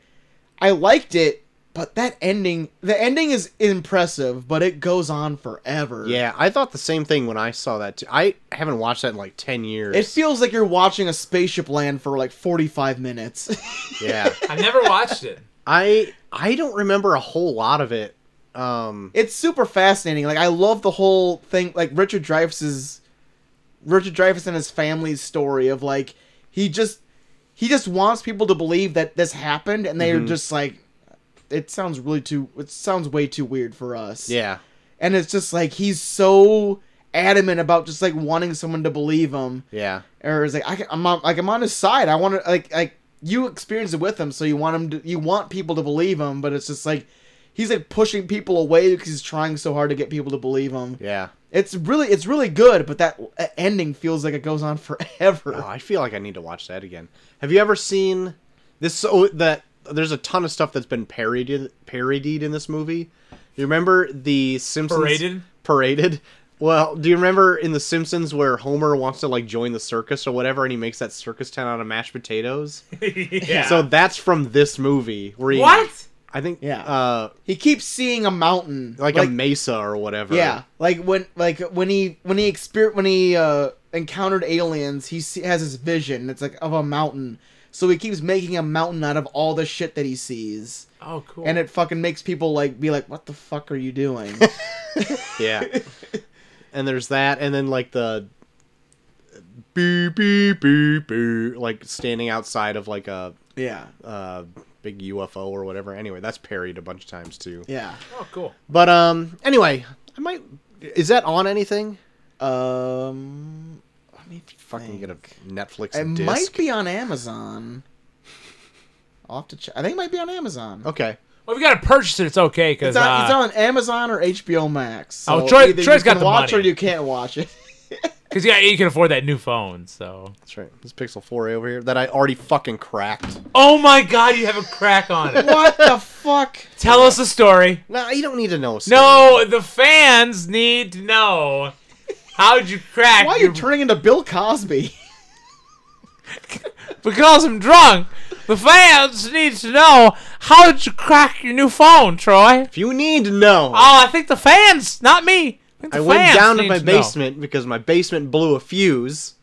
Speaker 1: I liked it, but that ending the ending is impressive, but it goes on forever.
Speaker 2: yeah, I thought the same thing when I saw that. Too. I haven't watched that in like ten years.
Speaker 1: It feels like you're watching a spaceship land for like 45 minutes.
Speaker 2: yeah,
Speaker 3: I've never watched it.
Speaker 2: I I don't remember a whole lot of it. Um,
Speaker 1: it's super fascinating. Like I love the whole thing like Richard Dreyfuss's Richard Dreyfuss and his family's story of like he just he just wants people to believe that this happened and they're just like it sounds really too it sounds way too weird for us.
Speaker 2: yeah,
Speaker 1: and it's just like he's so adamant about just like wanting someone to believe him
Speaker 2: yeah.
Speaker 1: or is like I can, I'm on, like I'm on his side. I want to like like you experience it with him, so you want him to you want people to believe him, but it's just like he's like pushing people away because he's trying so hard to get people to believe him.
Speaker 2: Yeah.
Speaker 1: It's really it's really good, but that uh, ending feels like it goes on forever.
Speaker 2: Oh, I feel like I need to watch that again. Have you ever seen this? So that there's a ton of stuff that's been parodied parodied in this movie. You remember the Simpsons
Speaker 3: Paraded?
Speaker 2: Paraded. Well, do you remember in the Simpsons where Homer wants to like join the circus or whatever, and he makes that circus tent out of mashed potatoes?
Speaker 3: yeah.
Speaker 2: So that's from this movie. Where he,
Speaker 3: what?
Speaker 2: I think.
Speaker 1: Yeah.
Speaker 2: Uh,
Speaker 1: He keeps seeing a mountain
Speaker 2: like, a mesa or whatever.
Speaker 1: Yeah, like when like when he when he exper- when he uh, encountered aliens, he see- has his vision. It's like of a mountain, so he keeps making a mountain out of all the shit that he sees,
Speaker 3: Oh, cool.
Speaker 1: and it fucking makes people like be like, "What the fuck are you doing?"
Speaker 2: Yeah. and there's that, and then like the beep beep beep beep, like standing outside of like a
Speaker 1: yeah,
Speaker 2: uh, big UFO or whatever. Anyway, that's parried a bunch of times too.
Speaker 1: yeah.
Speaker 3: oh, cool.
Speaker 2: But um, anyway, I might. Is that on anything?
Speaker 1: Um, I'm me
Speaker 2: Fucking
Speaker 1: think.
Speaker 2: get a Netflix
Speaker 1: It
Speaker 2: disc.
Speaker 1: might be on Amazon. I'll have to check. I think it might be on Amazon.
Speaker 2: Okay.
Speaker 3: Well, if you got to purchase it, it's okay because
Speaker 1: It's on, it's
Speaker 3: uh,
Speaker 1: on Amazon or HBO Max. So
Speaker 3: Oh, Troy-
Speaker 1: either
Speaker 3: Troy's
Speaker 1: you
Speaker 3: got
Speaker 1: can
Speaker 3: the
Speaker 1: watch
Speaker 3: money.
Speaker 1: or you can't watch it.
Speaker 3: 'cause, yeah, you can afford that new phone. So,
Speaker 2: That's right. This Pixel 4a over here that I already fucking cracked.
Speaker 3: oh my God, you have a crack on it.
Speaker 1: what the fuck?
Speaker 3: Tell us the story.
Speaker 2: Nah, you don't need to know. Steve.
Speaker 3: No, the fans need to know. How'd you crack?
Speaker 1: Why are you
Speaker 3: your-
Speaker 1: turning into Bill Cosby?
Speaker 3: because I'm drunk. The fans need to know how'd you crack your new phone, Troy?
Speaker 2: If you need to know,
Speaker 3: Oh, I think the fans, not me. I, think the
Speaker 2: I went
Speaker 3: fans
Speaker 2: down to
Speaker 3: need
Speaker 2: my
Speaker 3: know.
Speaker 2: basement because my basement blew a fuse.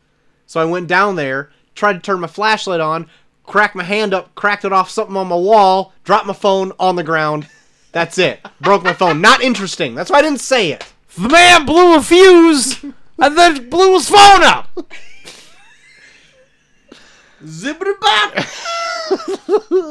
Speaker 2: So I went down there, tried to turn my flashlight on, cracked my hand up, cracked it off something on my wall, dropped my phone on the ground. That's it. Broke my phone. Not interesting. That's why I didn't say it.
Speaker 3: The man blew a fuse and then blew his phone up.
Speaker 1: Zibbity bop!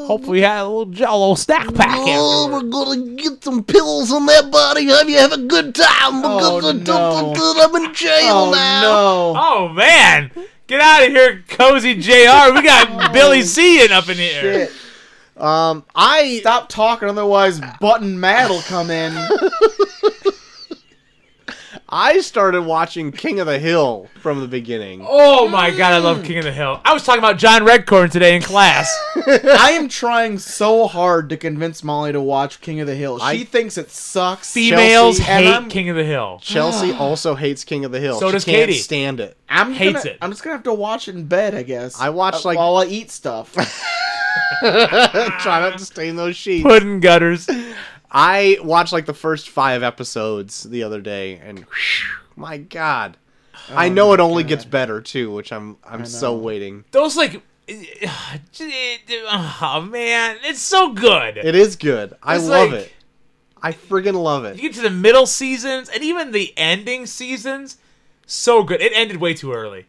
Speaker 3: Hopefully, he had a little jello snack pack.
Speaker 2: Oh,
Speaker 3: afterward.
Speaker 2: we're gonna get some pills on that body. Have you have a good time? Because
Speaker 1: Oh,
Speaker 2: I don't
Speaker 1: no.
Speaker 2: feel good. I'm in jail
Speaker 1: Oh
Speaker 2: now.
Speaker 1: no!
Speaker 3: Oh man, get out of here, cozy Jr. We got Billy C in up in here.
Speaker 1: Shit.
Speaker 2: Um, I
Speaker 1: Stop talking, otherwise Button Mad will come in.
Speaker 2: I started watching King of the Hill from the beginning.
Speaker 3: Oh my god, I love King of the Hill. I was talking about John Redcorn today in class.
Speaker 1: I am trying so hard to convince Molly to watch King of the Hill. She
Speaker 2: I-
Speaker 1: thinks it sucks.
Speaker 3: Females
Speaker 1: Chelsea, and
Speaker 3: hate
Speaker 1: I'm-
Speaker 3: King of the Hill.
Speaker 2: Chelsea
Speaker 1: Ah.
Speaker 2: also hates King of the Hill.
Speaker 3: So
Speaker 2: she
Speaker 3: does
Speaker 2: can't
Speaker 3: Katie.
Speaker 2: stand it.
Speaker 1: I'm gonna-
Speaker 3: hates it.
Speaker 1: I'm just gonna have to watch it in bed, I guess.
Speaker 2: I watched,
Speaker 1: Uh,
Speaker 2: like-
Speaker 1: while I eat stuff.
Speaker 2: Try not to stain those sheets.
Speaker 3: Pudding gutters.
Speaker 2: I watched like the first five episodes the other day, and whew, my God,
Speaker 1: Oh
Speaker 2: I know it only gets better too, which I'm I'm so
Speaker 1: know.
Speaker 2: waiting.
Speaker 3: Those like, oh man, it's so good.
Speaker 2: It is good. I
Speaker 3: It's
Speaker 2: love
Speaker 3: like-
Speaker 2: it. I friggin' love
Speaker 3: you
Speaker 2: it.
Speaker 3: get to the middle seasons and even the ending seasons, so good. It ended way too early.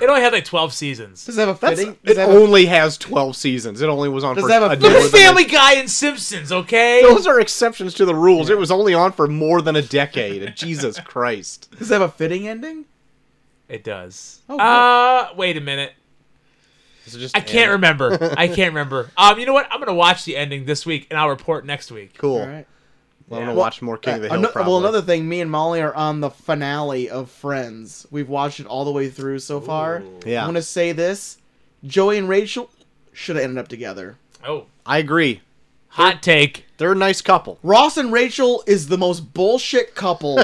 Speaker 3: It only had like twelve seasons.
Speaker 1: Does it have a
Speaker 2: That's,
Speaker 1: fitting? Does
Speaker 2: it
Speaker 1: it have a-
Speaker 2: only has twelve seasons. It only was on
Speaker 1: Does
Speaker 2: for
Speaker 1: it have a
Speaker 2: day
Speaker 3: Look
Speaker 2: more
Speaker 3: at
Speaker 2: than a-
Speaker 3: Family Guy and Simpsons, okay?
Speaker 2: Those are exceptions to the rules. It was only on for more than a decade. Jesus Christ.
Speaker 1: does it have a fitting ending?
Speaker 3: It does.
Speaker 1: Oh, good.
Speaker 3: uh, wait a minute. I can't remember. I can't remember. Um, you know what? I'm gonna watch the ending this week and I'll report next week.
Speaker 2: Cool.
Speaker 1: All right.
Speaker 2: Well, I'm
Speaker 3: Yeah.
Speaker 2: gonna watch more King of the
Speaker 1: Uh,
Speaker 2: Hill.
Speaker 1: ano-
Speaker 2: probably.
Speaker 1: well, another thing, me and Molly are on the finale of Friends. We've watched it all the way through so far.
Speaker 2: Yeah.
Speaker 1: I'm gonna say this: Joey and Rachel should have ended up together.
Speaker 3: Oh,
Speaker 2: I agree.
Speaker 3: hot take.
Speaker 2: They're a nice couple.
Speaker 1: Ross and Rachel is the most bullshit couple.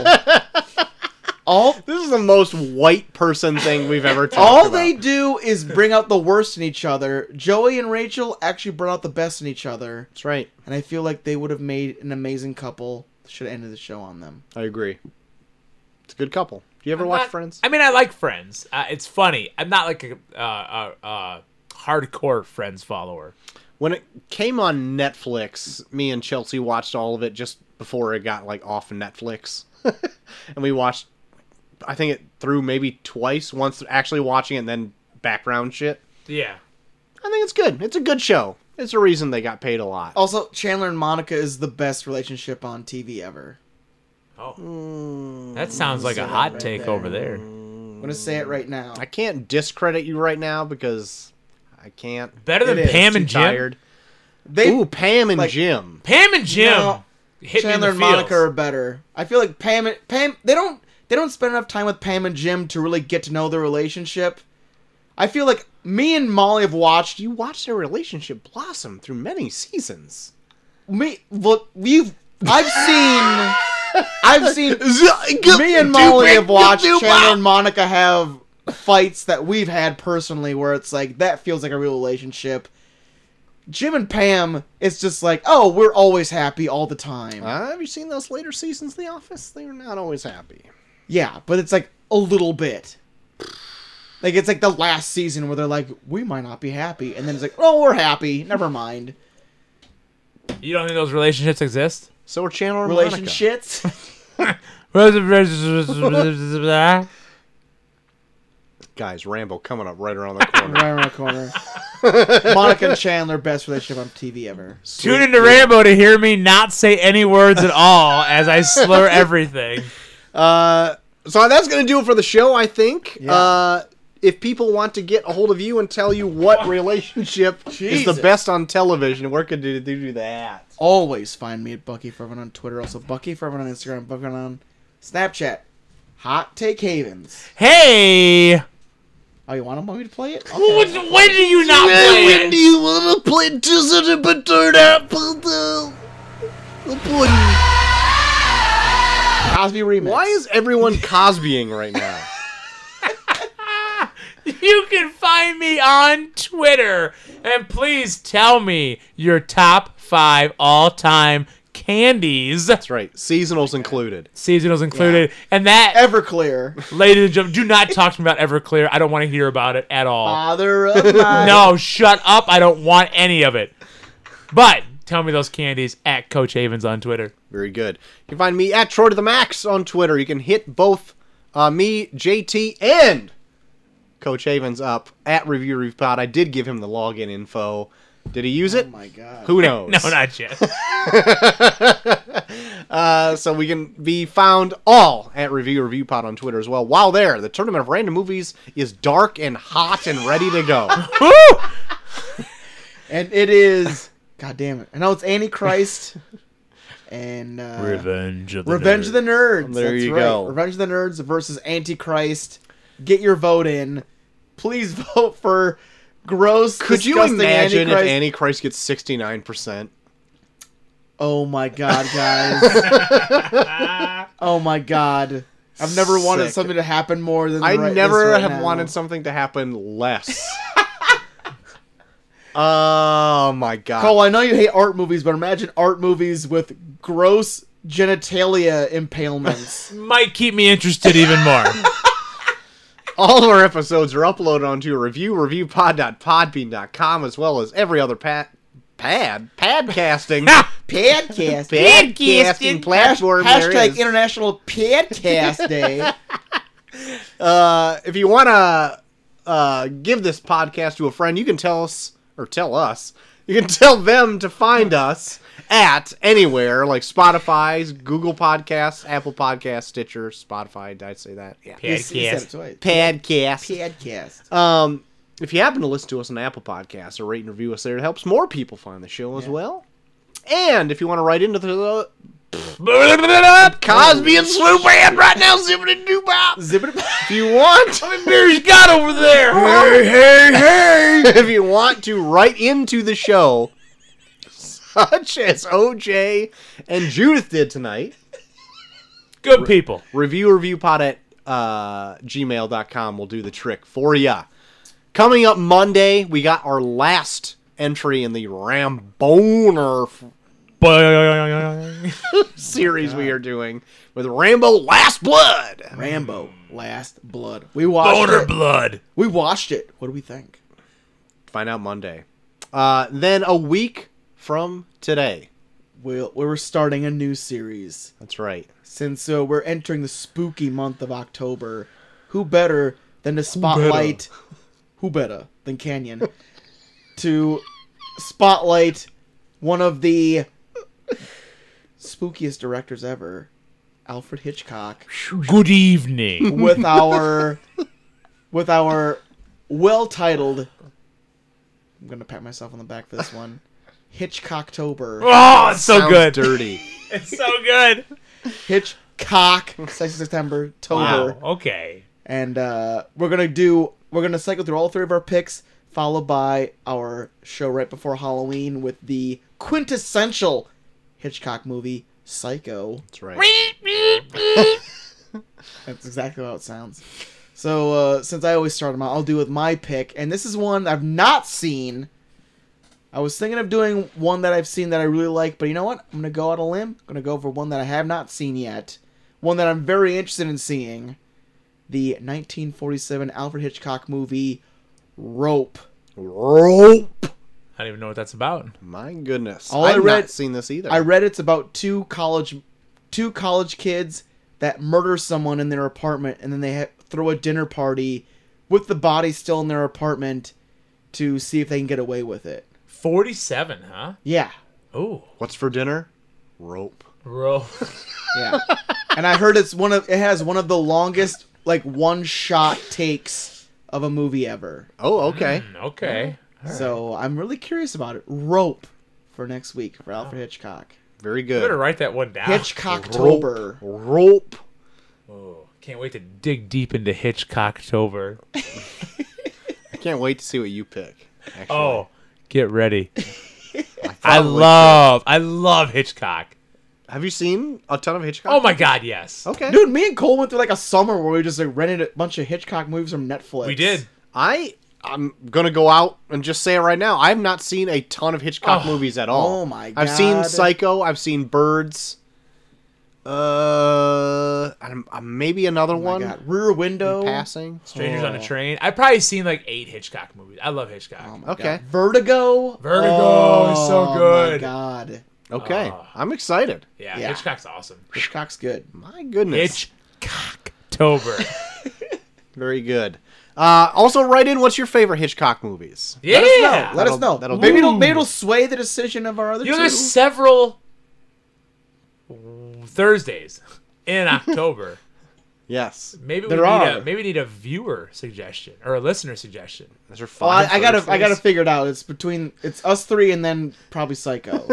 Speaker 1: all
Speaker 2: This is the most white person thing we've ever talked
Speaker 1: all
Speaker 2: about.
Speaker 1: they do is bring out the worst in each other. Joey and Rachel actually brought out the best in each other,
Speaker 2: That's right.
Speaker 1: and I feel like they would have made an amazing couple. Should have ended the show on them.
Speaker 2: I agree. It's a good couple. Do you ever watch
Speaker 3: Not-
Speaker 2: Friends?
Speaker 3: I mean, I like Friends. Uh, it's funny. I'm not like a uh, uh, uh, hardcore Friends follower.
Speaker 2: When it came on Netflix, me and Chelsea watched all of it just before it got like off Netflix, and we watched. I think it through maybe twice. Once actually watching it, and then background shit.
Speaker 3: Yeah.
Speaker 2: I think it's good. It's a good show. It's a reason they got paid a lot.
Speaker 1: Also, Chandler and Monica is the best relationship on TV ever.
Speaker 3: Oh. That sounds like a hot take over there.
Speaker 1: I'm gonna say it right now.
Speaker 2: I can't discredit you right now because I can't.
Speaker 3: Better than
Speaker 1: It is.
Speaker 3: Pam and
Speaker 2: Too
Speaker 3: Jim.
Speaker 2: tired.
Speaker 1: They
Speaker 2: Ooh, Pam and
Speaker 1: like-
Speaker 2: Jim.
Speaker 3: Pam and Jim
Speaker 1: No.
Speaker 3: hit
Speaker 1: Chandler
Speaker 3: me in
Speaker 1: and
Speaker 3: the feels.
Speaker 1: Monica are better. I feel like Pam and Pam they don't they don't spend enough time with Pam and Jim to really get to know their relationship. I feel like me and Molly have watched
Speaker 2: You watched their relationship blossom through many seasons.
Speaker 1: me well we've I've seen I've seen me
Speaker 2: Me
Speaker 1: and Molly have watched Chandler and Monica have fights that we've had personally where it's like that feels like a real relationship. Jim and Pam, it's just like, oh, we're always happy all the time.
Speaker 2: Uh, have you seen those later seasons of The Office? They were not always happy.
Speaker 1: Yeah, but it's like a little bit. Like it's like the last season where they're like, we might not be happy, and then it's like, oh, we're happy. Never mind.
Speaker 3: You don't think those relationships exist?
Speaker 2: So were Chandler and Monica.
Speaker 1: Relationships.
Speaker 3: That's
Speaker 2: Guys, Rambo coming up right around the corner.
Speaker 1: right around the corner. Monica and Chandler, best relationship on TV ever.
Speaker 3: Tune into Rambo to hear me not say any words at all as I slur everything.
Speaker 2: Uh, So that's going to do it for the show, I think.
Speaker 1: Yeah.
Speaker 2: Uh, if people want to get a hold of you and tell you what relationship is
Speaker 1: Jesus.
Speaker 2: the best on television, where could they do that?
Speaker 1: Always find me at Bucky Furman on Twitter. Also, Bucky Furman on Instagram. Bucky Furman on Snapchat. Hot Take Havens.
Speaker 3: Hey,
Speaker 1: Oh, you want me to play it?
Speaker 3: Who
Speaker 1: Okay.
Speaker 3: would- when do you not play it?
Speaker 2: you want to play Desert but turn out
Speaker 1: Cosby remix.
Speaker 2: Why is everyone Cosbying right now?
Speaker 3: You can find me on Twitter. And please tell me your top five all time candies,
Speaker 2: That's right, seasonals included.
Speaker 3: seasonals included. And that,
Speaker 1: Everclear?
Speaker 3: ladies and gentlemen, do not talk to me about Everclear. I don't want to hear about it at all.
Speaker 1: Father of mine.
Speaker 3: No, shut up. I don't want any of it. But tell me those candies at Coach Havens on Twitter.
Speaker 2: Very good. You can find me at Troy to the Max on Twitter. You can hit both uh, me, JT, and Coach Havens up at Review Review Pod. I did give him the login info. Did he use it?
Speaker 1: Oh my god.
Speaker 2: Who knows?
Speaker 3: No, not yet.
Speaker 2: Uh, so we can be found all at Review Review Pod on Twitter as well. While there, the Tournament of Random Movies is dark and hot and ready to go.
Speaker 3: Woo!
Speaker 1: And it is. God damn it. I know it's Antichrist. and. Uh,
Speaker 3: Revenge of the
Speaker 1: Revenge of the Nerds.
Speaker 2: There
Speaker 1: That's
Speaker 2: you
Speaker 1: right.
Speaker 2: go.
Speaker 1: Revenge of the Nerds versus Antichrist. Get your vote in. Please vote for gross.
Speaker 2: Could you
Speaker 1: disgusting
Speaker 2: imagine
Speaker 1: Antichrist.
Speaker 2: if Antichrist gets sixty nine percent?
Speaker 1: Oh my god, guys! oh my god! I've never wanted
Speaker 2: Sick.
Speaker 1: something to happen more than
Speaker 2: I
Speaker 1: right- this
Speaker 2: never
Speaker 1: right
Speaker 2: have
Speaker 1: now.
Speaker 2: wanted something to happen less. oh my god!
Speaker 1: Cole, I know you hate art movies, but imagine art movies with gross genitalia impalements.
Speaker 3: Might keep me interested even more.
Speaker 2: All of our episodes are uploaded onto review reviewpod.podbean.com as well as every other pad pad padcasting
Speaker 1: Padcast.
Speaker 2: padcasting
Speaker 3: Padcasting.
Speaker 2: platform. there
Speaker 1: Hashtag
Speaker 2: is.
Speaker 1: International Padcast Day.
Speaker 2: uh, if you want to uh, give this podcast to a friend, you can tell us or tell us. You can tell them to find us at anywhere like Spotify's, Google Podcasts, Apple Podcasts, Stitcher, Spotify. Did I say that? Yeah.
Speaker 1: You s- you said it twice.
Speaker 3: Podcast.
Speaker 1: Uh,
Speaker 2: Podcast.
Speaker 1: Padcast.
Speaker 2: Um, if you happen to listen to us on Apple Podcasts or rate and review us there, it helps more people find the show as well. And if you want to write into the Cosby and Slew Band right now, zippity doo bop.
Speaker 1: Zippity-
Speaker 2: If you want.
Speaker 3: Beer's got over there.
Speaker 2: hey, hey, hey! if you want to write into the show, such as OJ and Judith did tonight,
Speaker 3: Good people.
Speaker 2: review reviewpod at uh, gmail.com will do the trick for ya. Coming up Monday, we got our last entry in the Ramboner f- series we are doing with Rambo Last Blood.
Speaker 1: Rambo: Last Blood. We watched it.
Speaker 3: blood.
Speaker 1: We watched it. What do we think?
Speaker 2: Find out Monday. Uh, then a week from today.
Speaker 1: We'll, we're starting a new series.
Speaker 2: That's right.
Speaker 1: since uh, we're entering the spooky month of October, who better than to spotlight, who better than Canyon, to spotlight one of the spookiest directors ever, Alfred Hitchcock,
Speaker 3: Good evening.
Speaker 1: with our with our well titled. I'm gonna pat myself on the back for this one. Hitchcocktober.
Speaker 3: Oh, it's so
Speaker 2: Sounds
Speaker 3: good.
Speaker 2: Dirty.
Speaker 3: It's so good.
Speaker 1: Hitchcock. Sexy September. Tober.
Speaker 3: Wow. Okay.
Speaker 1: and uh, we're gonna do we're gonna cycle through all three of our picks followed by our show right before halloween with the quintessential hitchcock movie psycho
Speaker 2: That's right.
Speaker 1: that's exactly how it sounds so uh, since i always start them out i'll do with my pick and this is one i've not seen i was thinking of doing one that i've seen that i really like but you know what i'm gonna go out on a limb i'm gonna go for one that i have not seen yet one that i'm very interested in seeing the 1947 alfred hitchcock movie rope
Speaker 2: Rope.
Speaker 3: I don't even know what that's about.
Speaker 2: My goodness.
Speaker 1: All I
Speaker 2: I've
Speaker 1: read-
Speaker 2: not seen this either.
Speaker 1: I read it's about two college, two college kids that murder someone in their apartment, and then they ha- throw a dinner party with the body still in their apartment to see if they can get away with it.
Speaker 3: Forty-seven, huh?
Speaker 1: Yeah,
Speaker 3: Oh,
Speaker 2: What's for dinner? Rope.
Speaker 3: Roll.
Speaker 1: Yeah. and I heard it's one of it has one of the longest like one shot takes of a movie ever.
Speaker 2: Oh, okay.
Speaker 3: Mm. Okay.
Speaker 1: So I'm really curious about it. Rope for next week for
Speaker 2: Oh.
Speaker 1: Alfred Hitchcock.
Speaker 2: Very
Speaker 3: Better
Speaker 2: good.
Speaker 3: write that one down.
Speaker 1: Hitchcocktober.
Speaker 2: Ah, Rope.
Speaker 3: Oh, can't wait to dig deep into Hitchcocktober.
Speaker 2: I can't wait to see what you pick. Actually.
Speaker 3: Oh, get ready. I
Speaker 2: Probably-
Speaker 3: love, I love Hitchcock.
Speaker 2: Have you seen a ton of Hitchcock?
Speaker 3: Oh my God, yes.
Speaker 2: Okay.
Speaker 1: Dude, me and Cole went through like a summer where we just like rented a bunch of Hitchcock movies from Netflix.
Speaker 3: We did.
Speaker 2: I I'm gonna go out and just say it right now. I've not seen a ton of Hitchcock
Speaker 3: Oh.
Speaker 2: movies at all.
Speaker 1: Oh my
Speaker 2: I've seen
Speaker 1: God.
Speaker 2: Psycho. I've seen Birds. Uh, I'm, i maybe another
Speaker 1: Oh my
Speaker 2: one.
Speaker 1: God. Oh Rear Window.
Speaker 2: Passing.
Speaker 3: Strangers on a Train. I've probably seen like eight Hitchcock movies. I love Hitchcock.
Speaker 1: Oh my
Speaker 2: Okay.
Speaker 1: God. Vertigo.
Speaker 3: Vertigo is so
Speaker 1: Oh my
Speaker 3: good.
Speaker 1: god.
Speaker 2: Okay,
Speaker 3: Ah.
Speaker 2: I'm excited.
Speaker 3: yeah,
Speaker 1: Yeah.
Speaker 3: Hitchcock's awesome.
Speaker 1: Hitchcock's good.
Speaker 2: My goodness,
Speaker 3: Hitchcocktober.
Speaker 2: very good. Uh, also, write in what's your favorite Hitchcock movies.
Speaker 3: yeah.
Speaker 1: Let us
Speaker 2: That'll-
Speaker 1: know.
Speaker 2: that'll
Speaker 1: maybe
Speaker 2: do.
Speaker 1: it'll maybe it'll sway the decision of our other
Speaker 3: You
Speaker 1: two.
Speaker 3: know, there's several Thursdays in October.
Speaker 2: Yes,
Speaker 3: Maybe
Speaker 1: There
Speaker 3: we need
Speaker 1: are.
Speaker 3: a maybe we need a viewer suggestion or a listener suggestion.
Speaker 2: those are
Speaker 1: Well, Oh, I,
Speaker 2: five.
Speaker 1: I gotta I gotta
Speaker 2: Thursdays.
Speaker 1: figure it out. It's between it's us three and then probably Psycho.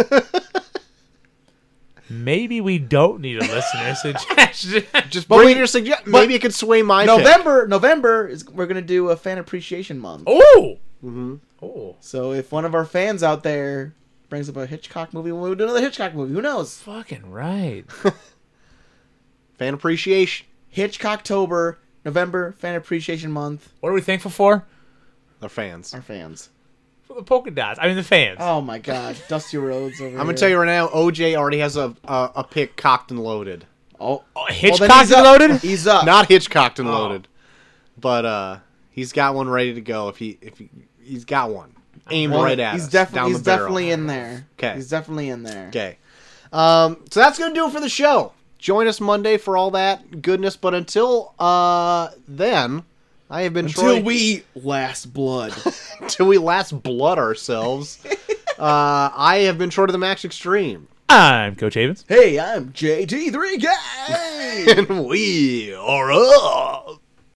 Speaker 3: Maybe we don't need a listener suggestion.
Speaker 2: just bring
Speaker 1: wait,
Speaker 2: your suggestion. Maybe it could sway my pick.
Speaker 1: November November is we're gonna do a fan appreciation month.
Speaker 3: oh.
Speaker 1: Mm-hmm.
Speaker 3: Oh.
Speaker 1: So if one of our fans out there brings up a Hitchcock movie, we'll do another Hitchcock movie. Who knows?
Speaker 3: Fucking right.
Speaker 2: Fan appreciation.
Speaker 1: Hitchcocktober, November fan appreciation month.
Speaker 3: What are we thankful for?
Speaker 2: The fans.
Speaker 1: Our fans.
Speaker 3: For the polka dots. I mean the fans.
Speaker 1: Oh my God, Dusty Rhodes. Over
Speaker 2: I'm gonna tell you right now, OJ already has a a, a pick cocked and loaded.
Speaker 1: Oh,
Speaker 3: Oh,
Speaker 1: well, then
Speaker 3: Hitchcock's
Speaker 1: he's up.
Speaker 3: loaded.
Speaker 1: He's up.
Speaker 2: Not Hitchcocked and
Speaker 3: Oh.
Speaker 2: loaded, but uh, he's got one ready to go. If he if he, he's got one, aim
Speaker 1: Well,
Speaker 2: right at
Speaker 1: He's,
Speaker 2: us.
Speaker 1: defi-
Speaker 2: down
Speaker 1: he's
Speaker 2: the barrel.
Speaker 1: definitely in there.
Speaker 2: 'Kay.
Speaker 1: He's definitely in there.
Speaker 2: Okay. Um, so that's going to do it for the show. Join us Monday for all that goodness. But until uh, then, I have been
Speaker 1: Till
Speaker 2: Troy.
Speaker 1: we last blood.
Speaker 2: Until we last blood ourselves. uh, I have been Troy to the Max Extreme.
Speaker 3: I'm Coach Havens.
Speaker 1: hey, I'm JT3 Guy.
Speaker 2: And we are up.